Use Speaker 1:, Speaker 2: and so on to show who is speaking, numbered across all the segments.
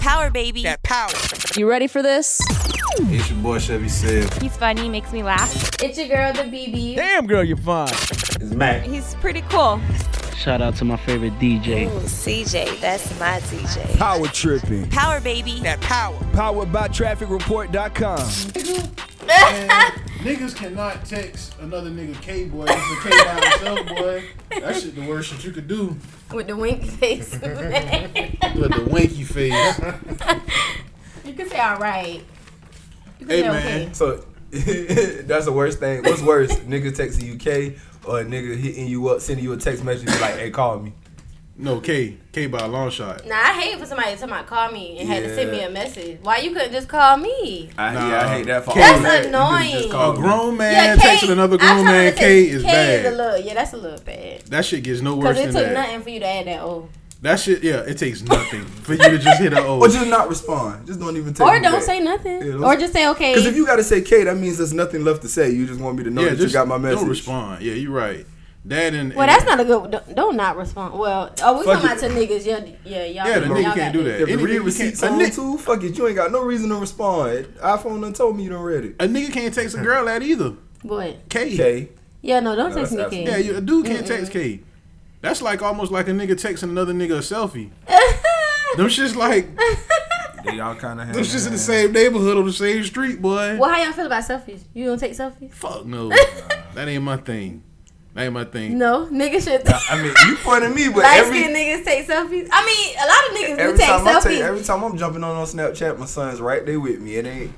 Speaker 1: power, baby.
Speaker 2: That power.
Speaker 3: You ready for this?
Speaker 4: It's your boy Chevy Sid.
Speaker 5: He's funny, makes me laugh.
Speaker 6: It's your girl, the BB.
Speaker 7: Damn, girl, you're fine.
Speaker 4: It's Mac.
Speaker 5: He's pretty cool.
Speaker 8: Shout out to my favorite DJ.
Speaker 9: CJ, that's my DJ.
Speaker 10: Power tripping.
Speaker 1: Power, baby.
Speaker 2: That power.
Speaker 10: Powered by trafficreport.com.
Speaker 4: And niggas cannot text another nigga K boy. It's a K by himself boy. That shit the worst shit you could do.
Speaker 6: With the wink face.
Speaker 4: With the winky face.
Speaker 6: you can say all right. You can
Speaker 11: Hey
Speaker 6: say
Speaker 11: man, so that's the worst thing. What's worse, nigga texting you K or a nigga hitting you up, sending you a text message be like, "Hey, call me."
Speaker 4: No K. K by a long shot.
Speaker 6: Nah, I hate for somebody to somebody call me and had to send
Speaker 11: Yeah.
Speaker 6: me a message. Why you couldn't just call me?
Speaker 11: I,
Speaker 4: Nah,
Speaker 11: yeah, I hate that. For
Speaker 4: K.
Speaker 11: all
Speaker 4: That's
Speaker 11: that. You could've
Speaker 6: annoying.
Speaker 11: just
Speaker 4: A
Speaker 11: called me.
Speaker 4: grown man
Speaker 6: K-
Speaker 4: texting another
Speaker 6: I
Speaker 4: grown
Speaker 6: told
Speaker 4: man
Speaker 6: her to
Speaker 4: K
Speaker 6: say
Speaker 4: is
Speaker 6: K Is a
Speaker 4: bad.
Speaker 6: little, yeah, that's a little bad.
Speaker 4: That shit gets no worse
Speaker 6: Because it
Speaker 4: than
Speaker 6: took
Speaker 4: that.
Speaker 6: nothing for you to add that O.
Speaker 4: That shit, yeah, it takes nothing for you to just hit an O.
Speaker 11: Or just not respond. Just don't even text.
Speaker 6: Or
Speaker 11: me
Speaker 6: don't
Speaker 11: back.
Speaker 6: say nothing.
Speaker 11: Yeah, don't-
Speaker 6: or just say okay.
Speaker 11: Because if you gotta say K, that means there's nothing left to say. You just want me to know
Speaker 4: yeah,
Speaker 11: that
Speaker 4: just
Speaker 11: you got my message.
Speaker 4: Don't respond. Yeah, you're right. That and
Speaker 6: well, that's not a good. Don't, don't not respond. Well, oh, we
Speaker 11: Fuck
Speaker 6: talking
Speaker 11: it.
Speaker 6: about to niggas. Yeah, yeah, y'all.
Speaker 4: Yeah, the
Speaker 6: y'all
Speaker 4: nigga
Speaker 6: got
Speaker 4: can't do that.
Speaker 11: If the
Speaker 4: Anything
Speaker 11: read
Speaker 4: you can't-
Speaker 11: receipt's
Speaker 4: a
Speaker 11: on
Speaker 4: nigga-
Speaker 11: too, fuck it. You ain't got no reason to respond. iPhone done told me you done read it.
Speaker 4: A nigga can't text a girl that either.
Speaker 6: What?
Speaker 4: K.
Speaker 11: K.
Speaker 6: Yeah, no, don't
Speaker 11: No,
Speaker 6: text me,
Speaker 11: that's
Speaker 6: K.
Speaker 4: Yeah, you, a dude can't text K. That's like almost like a nigga texting another nigga a selfie. Them shit's like
Speaker 11: They all kind of
Speaker 4: them shit's in the same neighborhood on the same street, boy.
Speaker 6: well, how y'all feel about selfies? You don't take selfies?
Speaker 4: Fuck no, that ain't my thing. That ain't my thing.
Speaker 6: No, niggas should.
Speaker 11: I mean, you pointing me, but
Speaker 6: Light
Speaker 11: every
Speaker 6: skinned niggas take selfies. I mean, a lot of niggas do
Speaker 11: Every
Speaker 6: take
Speaker 11: time, I
Speaker 6: selfies.
Speaker 11: take, every time I'm jumping on on Snapchat, my son's right there with me. It ain't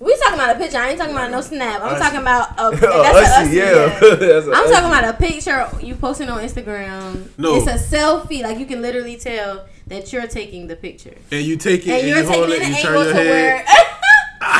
Speaker 6: we talking about a picture. I ain't talking about no snap. I'm
Speaker 11: Us.
Speaker 6: talking about a.
Speaker 11: a
Speaker 6: That's a
Speaker 11: Ussie,
Speaker 6: us,
Speaker 11: yeah.
Speaker 6: yeah.
Speaker 11: That's a
Speaker 6: I'm
Speaker 11: Ussie.
Speaker 6: talking about a picture you posting on Instagram.
Speaker 4: No.
Speaker 6: It's a selfie. Like you can literally tell that you're taking the picture.
Speaker 4: And you take it
Speaker 6: And,
Speaker 4: and,
Speaker 6: you're
Speaker 4: you hold
Speaker 6: taking
Speaker 4: it
Speaker 6: it
Speaker 4: and
Speaker 6: an
Speaker 4: you
Speaker 6: angle
Speaker 4: turn
Speaker 6: to
Speaker 4: your
Speaker 6: where
Speaker 4: head.
Speaker 6: you're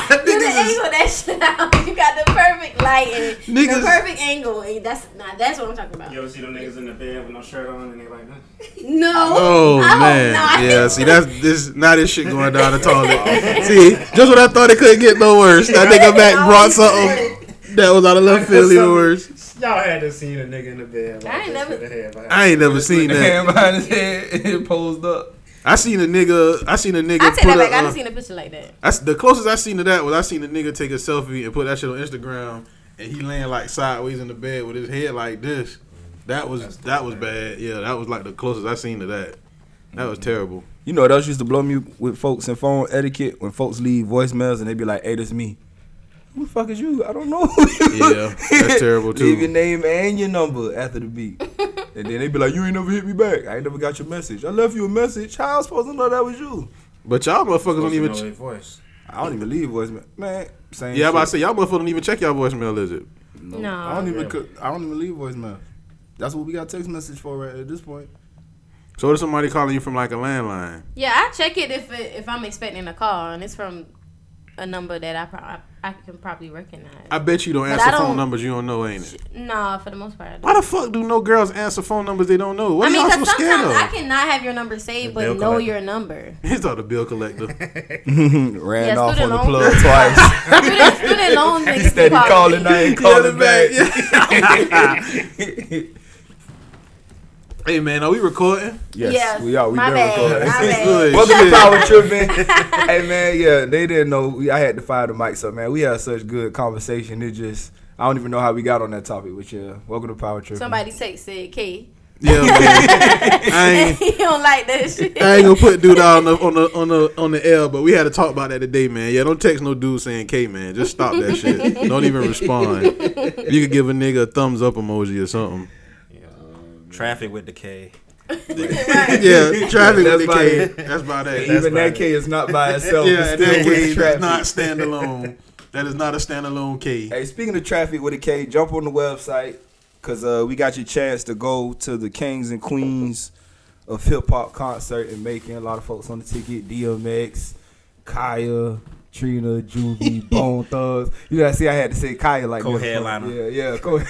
Speaker 6: the
Speaker 4: Niggas is-
Speaker 6: angle that shit out. You got the perfect lighting.
Speaker 4: Niggas-
Speaker 6: The perfect angle. And that's nah, that's what I'm talking about.
Speaker 12: You ever see them niggas in the bed with no shirt on and they like, huh?
Speaker 6: No.
Speaker 4: Oh
Speaker 6: I hope
Speaker 4: man,
Speaker 6: not.
Speaker 4: yeah. See, that's this. Now this shit going down the toilet. see, just when I thought it couldn't get no worse, I think I back brought something that was out of left field even worse.
Speaker 12: Y'all had to see a nigga in the bed. Like
Speaker 6: I ain't
Speaker 12: this
Speaker 6: never-
Speaker 12: with the head behind.
Speaker 4: I ain't never seen
Speaker 11: the
Speaker 4: that.
Speaker 11: hand behind his head and posed up.
Speaker 4: I seen a nigga. I seen a nigga
Speaker 6: I take
Speaker 4: put
Speaker 6: that back.
Speaker 4: a,
Speaker 6: I
Speaker 4: uh,
Speaker 6: done seen a picture like that.
Speaker 4: I s- the closest I seen to that was I seen a nigga take a selfie and put that shit on Instagram, and he laying like sideways in the bed with his head like this. That was that was bad. Yeah, that was like the closest I seen to that. That was terrible.
Speaker 11: You know, those used to blow me with folks in phone etiquette when folks leave voicemails and they be like, "Hey, this me." Who the fuck is you? I don't know.
Speaker 4: Yeah, that's terrible, too.
Speaker 11: Leave your name and your number after the beat, and then they be like, "You ain't never hit me back. I ain't never got your message. I left you a message. How I supposed to know that was you?
Speaker 4: But y'all motherfuckers don't even.
Speaker 12: know
Speaker 4: ch-
Speaker 12: their voice.
Speaker 11: I don't even leave voicemail, man. Same.
Speaker 4: Yeah, I'm about to
Speaker 11: shit.
Speaker 4: say y'all motherfuckers don't even check y'all voicemail, is it?
Speaker 6: No.
Speaker 11: I don't even. cook I don't even leave voicemail. That's what we got text message for right at this point.
Speaker 4: So what if somebody calling you from like a landline?
Speaker 6: Yeah, I check it if it, if I'm expecting a call and it's from a number that I pro- I can probably recognize.
Speaker 4: I bet you don't
Speaker 6: But
Speaker 4: answer
Speaker 6: I
Speaker 4: phone
Speaker 6: don't-
Speaker 4: numbers you don't know, ain't it?
Speaker 6: no, for the most part. I, don't.
Speaker 4: Why the fuck do no girls answer phone numbers they don't know? What
Speaker 6: I
Speaker 4: are
Speaker 6: mean,
Speaker 4: y'all so
Speaker 6: because
Speaker 4: scared
Speaker 6: sometimes
Speaker 4: of?
Speaker 6: I cannot have your number saved,
Speaker 12: bill
Speaker 6: but know
Speaker 12: collector.
Speaker 6: your number.
Speaker 4: He's not the bill collector.
Speaker 11: Mm, Ran
Speaker 6: Yeah,
Speaker 11: off on
Speaker 6: student
Speaker 11: the
Speaker 6: loan.
Speaker 11: plug twice.
Speaker 6: student, student loan
Speaker 11: he
Speaker 6: niggas
Speaker 11: steady
Speaker 6: call me.
Speaker 11: calling, I ain't calling back.
Speaker 4: hey man, are we recording?
Speaker 11: yes,
Speaker 6: Yes,
Speaker 11: we are. We
Speaker 6: my
Speaker 11: been
Speaker 6: bad,
Speaker 11: recording.
Speaker 6: my bad.
Speaker 4: Good
Speaker 11: Welcome
Speaker 4: shit.
Speaker 11: to Power Tripping. hey man, yeah, they didn't know. We, I had to fire the mics up, man. We had such good conversation. It just, I don't even know how we got on that topic, but yeah, welcome to Power Tripping.
Speaker 6: Somebody text said K.
Speaker 4: Yeah, man. I ain't.
Speaker 6: he don't like that shit.
Speaker 4: I ain't gonna put dude out on the on the on the on the L, but we had to talk about that today, man. Yeah, don't text no dude saying K, man. Just stop that shit. Don't even respond. You could give a nigga a thumbs up emoji or something.
Speaker 12: Traffic with the K.
Speaker 4: Yeah, traffic
Speaker 11: That's
Speaker 4: with the
Speaker 11: about
Speaker 4: K.
Speaker 11: it.
Speaker 4: That's about that.
Speaker 11: even that
Speaker 12: right.
Speaker 11: K is not by itself.
Speaker 4: yeah,
Speaker 11: it's still
Speaker 4: that K
Speaker 11: with
Speaker 4: is
Speaker 11: traffic.
Speaker 4: not standalone. That is not a standalone K.
Speaker 11: Hey, speaking of traffic with a K, jump on the website because uh, we got your chance to go to the Kings and Queens of Hip Hop concert in Macon. A lot of folks on the ticket: DMX, Kaya, Trina, Juvie, Bone Thugs. You gotta see, I had to say Kaya like that.
Speaker 12: Co-headliner.
Speaker 11: Yeah, yeah. Co-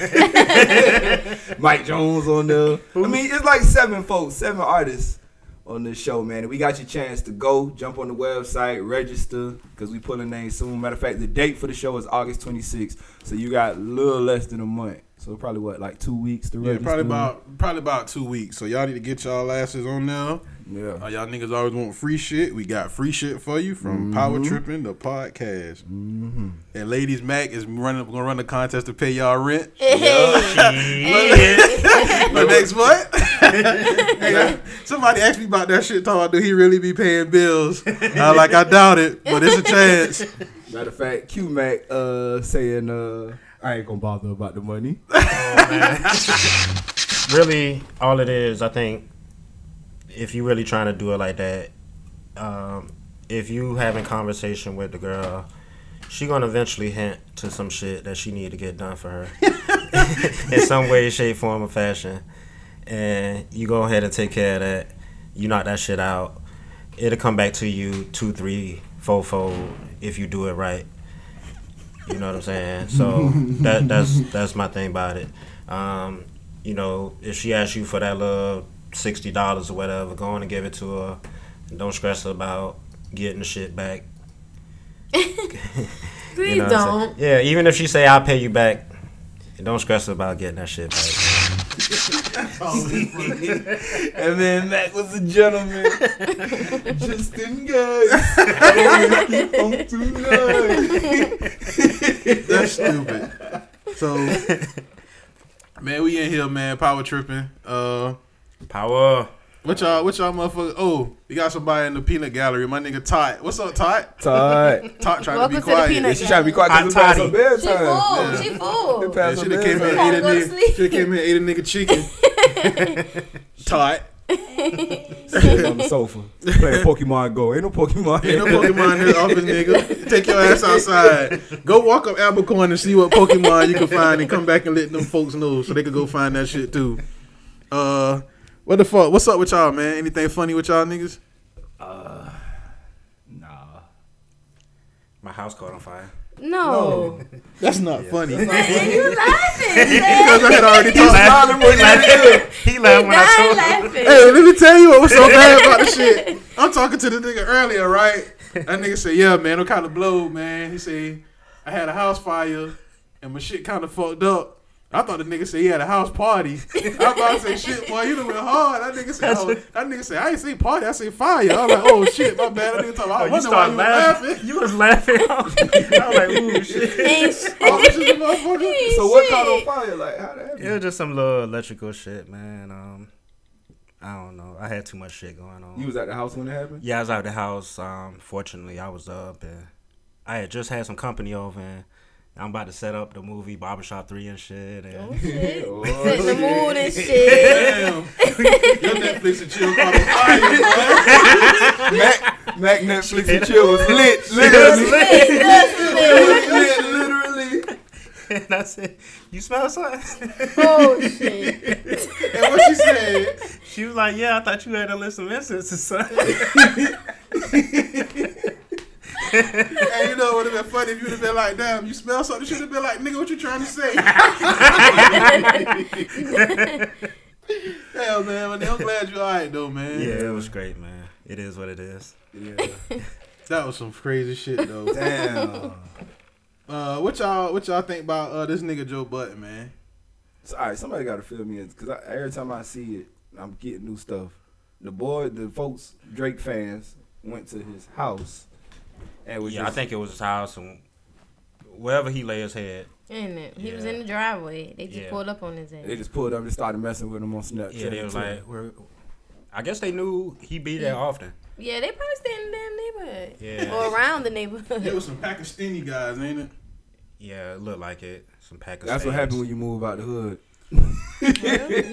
Speaker 11: Mike Jones on there. I mean, it's like seven folks, seven artists on this show, man. And we got your chance to go. Jump on the website, register, because we pulling names soon. Matter of fact, the date for the show is August 26th. So you got a little less than a month. So probably what, like two weeks to
Speaker 4: Yeah,
Speaker 11: register?
Speaker 4: probably about probably about two weeks. So y'all need to get y'all asses on now.
Speaker 11: Yeah.
Speaker 4: Uh, y'all niggas always want free shit. We got free shit for you
Speaker 11: Mm-hmm.
Speaker 4: from Power Tripping to podcast. And Ladies Mac is running gonna run a contest to pay y'all rent. The next what? Yeah. Somebody asked me about that shit. Talking about do he really be paying bills? I Uh, like I doubt it, but it's a chance.
Speaker 11: Matter of fact, Q Mac uh, saying, uh, I ain't gonna bother about the money.
Speaker 1: really all it is i think if you really trying to do it like that um, if you having conversation with the girl she gonna eventually hint to some shit that she need to get done for her in some way shape form or fashion and you go ahead and take care of that you knock that shit out it'll come back to you two three four fold if you do it right you know what i'm saying so that that's that's my thing about it um, you know, if she asks you for that little sixty dollars or whatever, go on and give it to her. And don't stress about getting the shit back.
Speaker 6: Please
Speaker 1: You know what I'm saying?
Speaker 6: don't.
Speaker 1: Yeah, even if she say I'll pay you back, don't stress about getting that shit back.
Speaker 11: And then Mac was a gentleman. Just in case. I'm too nice.
Speaker 4: That's stupid. So, man, we in here, man. Power tripping. Uh,
Speaker 1: Power.
Speaker 4: what y'all? What y'all, motherfucker? Oh, we got somebody in the peanut gallery. My nigga Tot. What's up, Tot?
Speaker 11: Todd.
Speaker 4: Tot trying
Speaker 6: Welcome
Speaker 4: to be
Speaker 6: to the
Speaker 4: quiet.
Speaker 6: peanut
Speaker 11: She trying to be quiet because we
Speaker 1: Hot
Speaker 11: passed her
Speaker 1: toddy.
Speaker 11: bedtime.
Speaker 6: She fool. She
Speaker 11: We
Speaker 6: fool.
Speaker 4: Yeah,
Speaker 11: passed
Speaker 4: should
Speaker 11: her
Speaker 4: have came here
Speaker 11: bedtime.
Speaker 4: and ate a
Speaker 6: Go to
Speaker 4: nigga.
Speaker 6: sleep.
Speaker 4: Should have came here and ate a nigga chicken. Tot.
Speaker 11: Sitting on the sofa. Playing Pokemon Go. Ain't no Pokemon.
Speaker 4: Ain't no Pokemon in the office, nigga. Take your ass outside. Go walk up Albuquerque and see what Pokemon you can find, and come back and let them folks know so they could go find that shit too. Uh, what the fuck? What's up with y'all, man? Anything funny with y'all niggas?
Speaker 11: Nah.
Speaker 1: My house caught on fire.
Speaker 6: No.
Speaker 4: That's not funny.
Speaker 6: And you laughing.
Speaker 4: because I had already talked.
Speaker 11: Smiling when I
Speaker 1: He laughed when I
Speaker 6: Dying
Speaker 1: told him.
Speaker 6: laughing.
Speaker 4: Hey, let me tell you what was so bad about the shit. I'm talking to the nigga earlier, right? That nigga said, "Yeah, man, I'm kind of blow, man." He said, "I had a house fire, and my shit kind of fucked up." I thought the nigga said he had a house party. I about to say, "Shit, boy, you done went hard." That nigga said, oh, "That nigga said I ain't say party, I say fire." I'm like, "Oh shit, my bad." That nigga talking. I
Speaker 1: Oh, you
Speaker 4: wonder why
Speaker 1: started
Speaker 4: you
Speaker 1: laughing.
Speaker 4: laughing.
Speaker 1: You was laughing. I was like, ooh, shit.
Speaker 6: Ain't shit.
Speaker 4: Oh, this is a motherfucker.
Speaker 11: So what caught on fire? Like, how that happen?
Speaker 1: It was just some little electrical shit, man. Um, I don't know. I had too much shit going on.
Speaker 11: You was at the house when it happened?
Speaker 1: Yeah, I was out of the house. Um, fortunately, I was up and I had just had some company over and I'm about to set up the movie Barbershop 3 and shit. And
Speaker 11: Oh,
Speaker 6: Set the mood and shit.
Speaker 4: Damn, your Netflix and chill caught on fire. boy.
Speaker 11: Mac Netflix and chill was lit. Literally. lit, literally.
Speaker 1: and I said, You smell something?
Speaker 6: Oh shit.
Speaker 4: And what she said.
Speaker 1: She was like, Yeah, I thought you had a list of incense or something.
Speaker 4: And you know, it would have been funny if you would have been like, damn, you smell something. You should have been like, nigga, what you trying to say? Hell, man. But I'm glad you're all right, though, man.
Speaker 1: Yeah, it was great, man. It is what it is.
Speaker 4: That was some crazy shit, though.
Speaker 11: Damn.
Speaker 4: uh, what y'all what y'all think about uh, this nigga Joe Button, man?
Speaker 11: So, all right, somebody got to fill me in because every time I see it, I'm getting new stuff. The boy, the folks, Drake fans went to his house and was
Speaker 1: yeah, I
Speaker 11: just,
Speaker 1: think it was his house and wherever he lay his head.
Speaker 6: Ain't it? He was
Speaker 1: Yeah.
Speaker 6: in the driveway. They just
Speaker 1: Yeah.
Speaker 6: pulled up on his
Speaker 11: they
Speaker 6: ass.
Speaker 11: just pulled up and started messing with him on Snapchat.
Speaker 1: Yeah, they was
Speaker 11: and
Speaker 1: like, We're, I guess they knew he be there often.
Speaker 6: Yeah, they probably stay in the damn neighborhood.
Speaker 1: Yeah.
Speaker 6: Or around the
Speaker 4: It
Speaker 6: neighborhood.
Speaker 4: was some Pakistani guys, ain't it?
Speaker 1: Yeah, it looked like it. Some Pakistani.
Speaker 11: That's what happened when you move out the hood.
Speaker 6: You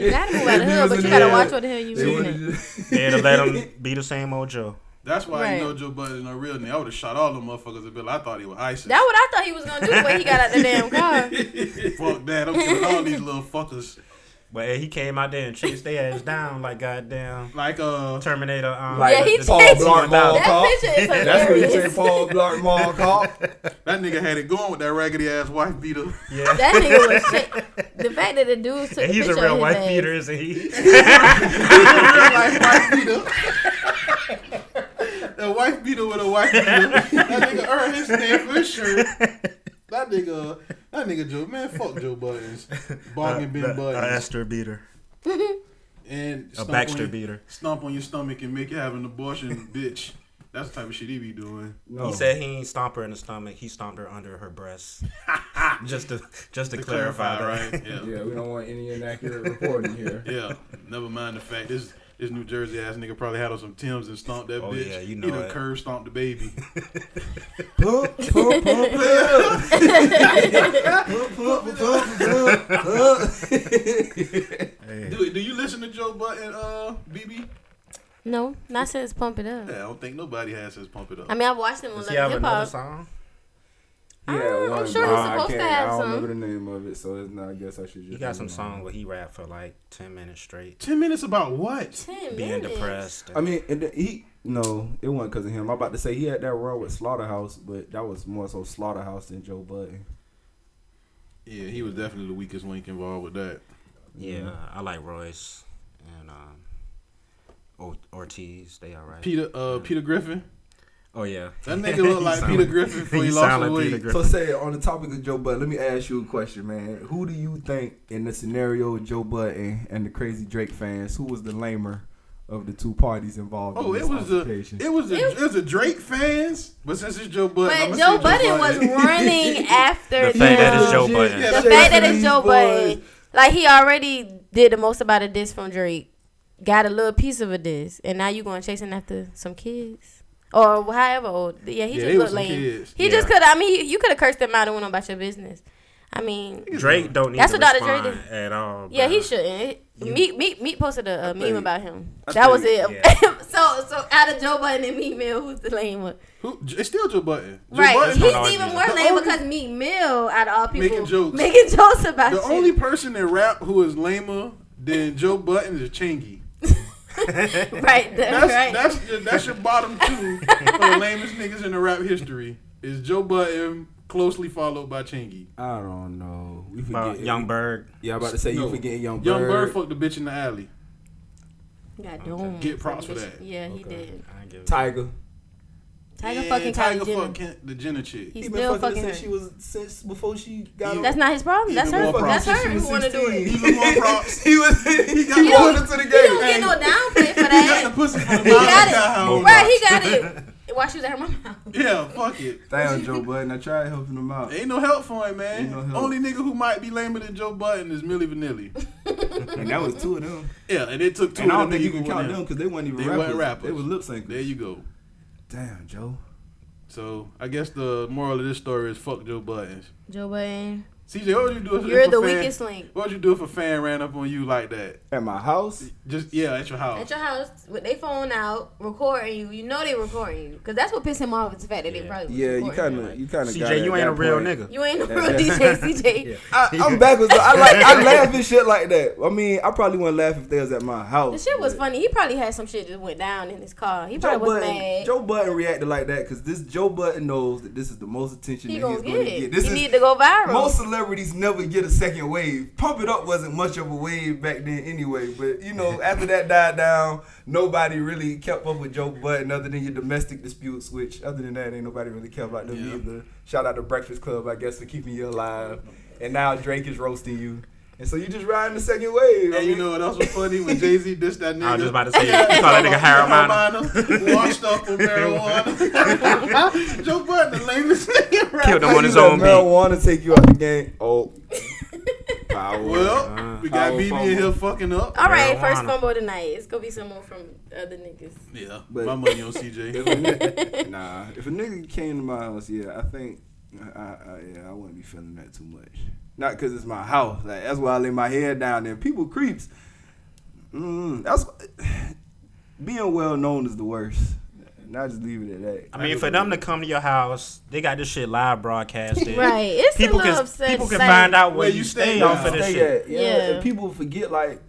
Speaker 6: gotta move out of the hood, but you
Speaker 11: Yeah.
Speaker 6: gotta watch what the hell you
Speaker 11: They
Speaker 6: reading.
Speaker 11: would've just-
Speaker 1: They'd have let him be the same old Joe.
Speaker 4: That's why
Speaker 6: Right.
Speaker 4: you know Joe Button is no real nigga. I would have shot all them motherfuckers a bill. I thought he was ISIS.
Speaker 6: That's what I thought he was gonna do when he got out the damn car.
Speaker 4: Fuck that. I'm killing all these little fuckers.
Speaker 1: But hey, he came out there and chased their ass down like goddamn
Speaker 4: Like, uh,
Speaker 1: Terminator. Um,
Speaker 11: Like
Speaker 6: Yeah, he
Speaker 1: the-
Speaker 11: Paul
Speaker 6: chased-
Speaker 11: Blart Mall
Speaker 6: That
Speaker 11: cop.
Speaker 6: picture is
Speaker 11: That's what he
Speaker 6: hilarious.
Speaker 11: said, Paul Blart Mall cop.
Speaker 4: that nigga had it going with that raggedy ass wife beater.
Speaker 1: Yeah.
Speaker 6: That nigga was shit. The fact that the dude took
Speaker 1: And
Speaker 6: a
Speaker 1: he's
Speaker 6: picture
Speaker 1: a real
Speaker 6: of his
Speaker 1: wife
Speaker 6: ass.
Speaker 1: beater, isn't he?
Speaker 4: real life wife beater. A wife beater with a wife beater. That nigga earned his damn for his shirt. That nigga, that nigga Joe, man, fuck Joe Buttons, bargain bin
Speaker 1: Uh,
Speaker 4: Buttons,
Speaker 1: Astor beater.
Speaker 4: and
Speaker 1: A
Speaker 4: stomp on
Speaker 1: Baxter
Speaker 4: your-
Speaker 1: beater.
Speaker 4: Stomp on your stomach and make you have an abortion, bitch. That's the type of shit he be doing.
Speaker 11: No.
Speaker 1: He said he ain't stomp her in the stomach. He stomped her under her breast. just to just to,
Speaker 4: To
Speaker 1: clarify,
Speaker 4: clarify,
Speaker 1: that.
Speaker 4: right? Yeah.
Speaker 11: Yeah, we don't want any inaccurate reporting here.
Speaker 4: Yeah. Never mind the fact this this New Jersey ass nigga probably had on some Tim's and stomped that
Speaker 1: Oh,
Speaker 4: bitch.
Speaker 1: yeah, you
Speaker 4: he
Speaker 1: know
Speaker 4: done
Speaker 1: it.
Speaker 4: curve stomped the baby.
Speaker 11: Pump, pump, pump it up. Pump, pump, pump it up.
Speaker 4: do, do you listen to Joe Button, uh, BB?
Speaker 6: No, not since Pump It Up.
Speaker 4: Yeah, I don't think nobody has his pump it up.
Speaker 6: I mean, I've watched him on
Speaker 1: Does
Speaker 6: Love
Speaker 1: he have
Speaker 6: and Hip
Speaker 1: another
Speaker 6: Hop.
Speaker 1: song?
Speaker 6: Ah, I'm
Speaker 11: one,
Speaker 6: sure
Speaker 11: but
Speaker 6: he's
Speaker 11: I
Speaker 6: supposed to
Speaker 11: can't-
Speaker 6: have
Speaker 11: I don't
Speaker 6: some.
Speaker 11: remember the name of it, so it's not, I guess I should just.
Speaker 1: He got some
Speaker 11: move on.
Speaker 1: song where he rapped for like ten minutes straight,
Speaker 4: Ten minutes about what?
Speaker 6: Ten
Speaker 1: being
Speaker 6: minutes.
Speaker 1: depressed.
Speaker 11: I mean, and the- he no, it wasn't because of him. I'm about to say he had that run with Slaughterhouse, but that was more so Slaughterhouse than Joe Budden.
Speaker 4: Yeah, he was definitely the weakest link involved with that.
Speaker 1: yeah, I like Royce and um, o- Ortiz. They all right.
Speaker 4: Peter, uh, Peter Griffin.
Speaker 1: oh yeah,
Speaker 4: That nigga look
Speaker 1: He
Speaker 4: like
Speaker 1: sound
Speaker 4: Peter Griffin before he lost
Speaker 1: sound
Speaker 4: the weight.
Speaker 1: Griffin.
Speaker 11: So say on the topic of Joe Budden, let me ask you a question, man. Who do you think in the scenario with Joe Budden and the crazy Drake fans, who was the lamer of the two parties involved?
Speaker 4: Oh,
Speaker 11: in
Speaker 4: it
Speaker 11: this
Speaker 4: was the
Speaker 11: altercation?
Speaker 4: it was the it was the Drake fans, but since it's Joe Budden, I'ma
Speaker 6: But
Speaker 4: say
Speaker 6: Joe Budden was
Speaker 4: Budden.
Speaker 6: running after
Speaker 1: The fact that it's
Speaker 6: them.
Speaker 1: Joe Budden.
Speaker 4: Yeah,
Speaker 6: the
Speaker 4: Shit,
Speaker 6: fact that it's
Speaker 11: these
Speaker 6: Joe
Speaker 11: boys.
Speaker 6: Budden, like he already did the most about a diss from Drake, got a little piece of a diss, and now you going chasing after some kids or however old. Yeah, he
Speaker 4: Yeah,
Speaker 6: just
Speaker 4: they was
Speaker 6: looked
Speaker 4: some
Speaker 6: lame.
Speaker 4: kids.
Speaker 6: He just could. I mean, you could have cursed him out and went on about your business. I mean,
Speaker 1: Drake don't need
Speaker 6: That's
Speaker 1: to
Speaker 6: what Dr. Dre
Speaker 1: respond
Speaker 6: did.
Speaker 1: at all.
Speaker 6: yeah, he
Speaker 1: bruh.
Speaker 6: shouldn't. Meat, meat, meat posted a, a meme
Speaker 11: think-
Speaker 6: about him.
Speaker 11: I
Speaker 6: that was
Speaker 11: think-
Speaker 6: it. so, so out of Joe Budden and Meat Mill, who's the lame one?
Speaker 4: Who, it's still Joe Budden. Joe
Speaker 6: Right,
Speaker 4: Budden-
Speaker 1: not
Speaker 6: he's
Speaker 1: always
Speaker 6: even
Speaker 1: the-
Speaker 6: more
Speaker 4: the
Speaker 6: lame
Speaker 4: only-
Speaker 6: because Meat Mill, out of all people,
Speaker 4: Making jokes.
Speaker 6: making jokes about
Speaker 4: the
Speaker 6: shit.
Speaker 4: only person that rap who is lamer than Joe Budden is Chingy.
Speaker 6: right, that's,
Speaker 4: That's
Speaker 6: right.
Speaker 4: that's your, that's your bottom two for the lamest niggas in the rap history is Joe Budden, closely followed by Chingy.
Speaker 11: I don't know. We
Speaker 1: About
Speaker 11: forget
Speaker 1: Young Bird.
Speaker 11: Yeah, I'm about to say
Speaker 4: No.
Speaker 11: you forgetting Young Bird.
Speaker 4: Young Bird fucked the bitch in the alley.
Speaker 6: Got doomed.
Speaker 4: Get props for that.
Speaker 6: Yeah, he did.
Speaker 1: I ain't give a-
Speaker 11: Tiger.
Speaker 6: Tiger
Speaker 4: Yeah,
Speaker 6: fucking Kylie
Speaker 4: Tiger
Speaker 6: Jenner.
Speaker 4: fucked Ken- the Jenner chick.
Speaker 6: He's
Speaker 11: He been
Speaker 6: still
Speaker 11: fucking,
Speaker 6: fucking
Speaker 11: her
Speaker 6: her.
Speaker 11: since she was since before she got.
Speaker 4: Even-
Speaker 11: on-
Speaker 6: That's not his problem. That's
Speaker 4: Even
Speaker 6: her.
Speaker 4: more
Speaker 6: That's
Speaker 4: props.
Speaker 6: her
Speaker 11: She was
Speaker 6: who want to do it.
Speaker 11: 16.
Speaker 4: Even more props.
Speaker 11: He was he got
Speaker 4: You
Speaker 11: born
Speaker 4: don't-
Speaker 11: into the game.
Speaker 6: He don't get no downplay for
Speaker 4: He got the
Speaker 6: that.
Speaker 4: pussy from the
Speaker 6: He got
Speaker 4: mom.
Speaker 6: it. Right, he got it. While she was at her mom's house.
Speaker 4: Yeah, fuck it.
Speaker 11: Damn, Joe Budden. I tried helping him out.
Speaker 4: Ain't no help for him, man.
Speaker 11: Ain't no help.
Speaker 4: Only nigga who might be lamer than Joe Button is Millie Vanilli.
Speaker 11: And that was two of them.
Speaker 4: yeah, and it took two.
Speaker 11: And I
Speaker 4: of
Speaker 11: don't think
Speaker 4: them to
Speaker 11: you can
Speaker 4: equal
Speaker 11: count them
Speaker 4: one.
Speaker 11: because they weren't even
Speaker 4: They
Speaker 11: rappers.
Speaker 4: weren't rappers.
Speaker 11: They were lip syncers.
Speaker 4: There you go.
Speaker 11: Damn, Joe.
Speaker 4: So I guess the moral of this story is fuck Joe Buttons.
Speaker 6: Joe Budden,
Speaker 4: CJ, what would you do if
Speaker 6: you're
Speaker 4: if a
Speaker 6: the
Speaker 4: fan-
Speaker 6: weakest link.
Speaker 4: What would you do if a fan ran up on you like that?
Speaker 11: At my house.
Speaker 4: Just yeah, at your house.
Speaker 6: At your house with their phone out, recording you. You know they recording you because that's what pissed him off. It's the fact that they
Speaker 1: Yeah.
Speaker 6: probably was
Speaker 11: Yeah, you
Speaker 6: recording
Speaker 11: kind of, you kind of.
Speaker 1: CJ, you ain't a real nigga.
Speaker 6: You ain't a
Speaker 11: Yeah.
Speaker 6: real DJ, CJ.
Speaker 11: I, I'm backwards. though. I like, I laugh and shit like that. I mean, I probably wouldn't laugh if they was at my house.
Speaker 6: The shit was
Speaker 11: but-
Speaker 6: funny. He probably had some shit that went down in his car. He
Speaker 11: Joe
Speaker 6: probably was
Speaker 11: Button,
Speaker 6: mad.
Speaker 11: Joe Button reacted like that because this Joe Button knows that this is the most attention
Speaker 6: He
Speaker 11: that
Speaker 6: gonna
Speaker 11: he's
Speaker 6: get
Speaker 11: going to
Speaker 6: it.
Speaker 11: get. This
Speaker 6: he
Speaker 11: is
Speaker 6: need to go viral.
Speaker 11: most celebrities never get a second wave. Pump It Up wasn't much of a wave back then anyway, but you know after that died down, nobody really kept up with Joe Button other than your domestic disputes. Which other than that, ain't nobody really care about them either. Shout out to Breakfast Club, I guess, for keeping you alive. And now Drake is roasting you, and so you just riding the second wave. I
Speaker 4: And you
Speaker 11: mean-
Speaker 4: know what else was funny when Jay Z dissed that nigga?
Speaker 1: I was just about to say, you call that nigga Harold Miner.
Speaker 4: Washed up on marijuana. Joe Button, the lamest nigga. Right?
Speaker 1: Killed him
Speaker 11: How
Speaker 1: on
Speaker 11: you
Speaker 1: his
Speaker 11: let
Speaker 1: own beat.
Speaker 11: marijuana take you out the game. Oh, power.
Speaker 4: Well, we got
Speaker 11: Uh,
Speaker 4: BB in here fucking up.
Speaker 6: All right, first
Speaker 1: Marijuana.
Speaker 6: fumble tonight. It's gonna be someone from other niggas.
Speaker 4: Yeah,
Speaker 11: But-
Speaker 4: my money on
Speaker 11: If
Speaker 4: CJ.
Speaker 11: a nigga- nah, if a nigga came to my house, yeah, I think, I, I, yeah, I wouldn't be feeling that too much. Not because it's my house. Like that's why I lay my head down there. People creeps. Mm, that's being well known is the worst. And I just leave it at that.
Speaker 1: I mean, for them to come to your house, they got this shit live broadcasted.
Speaker 6: Right, it's a
Speaker 1: people
Speaker 6: little
Speaker 1: can
Speaker 6: upset-
Speaker 1: people can
Speaker 6: sight.
Speaker 1: find out where,
Speaker 4: Where
Speaker 1: you
Speaker 4: you
Speaker 1: stay
Speaker 4: stay
Speaker 1: off of
Speaker 4: now.
Speaker 1: this
Speaker 11: Stay
Speaker 1: shit.
Speaker 11: at, yeah,
Speaker 6: Yeah.
Speaker 11: and people forget like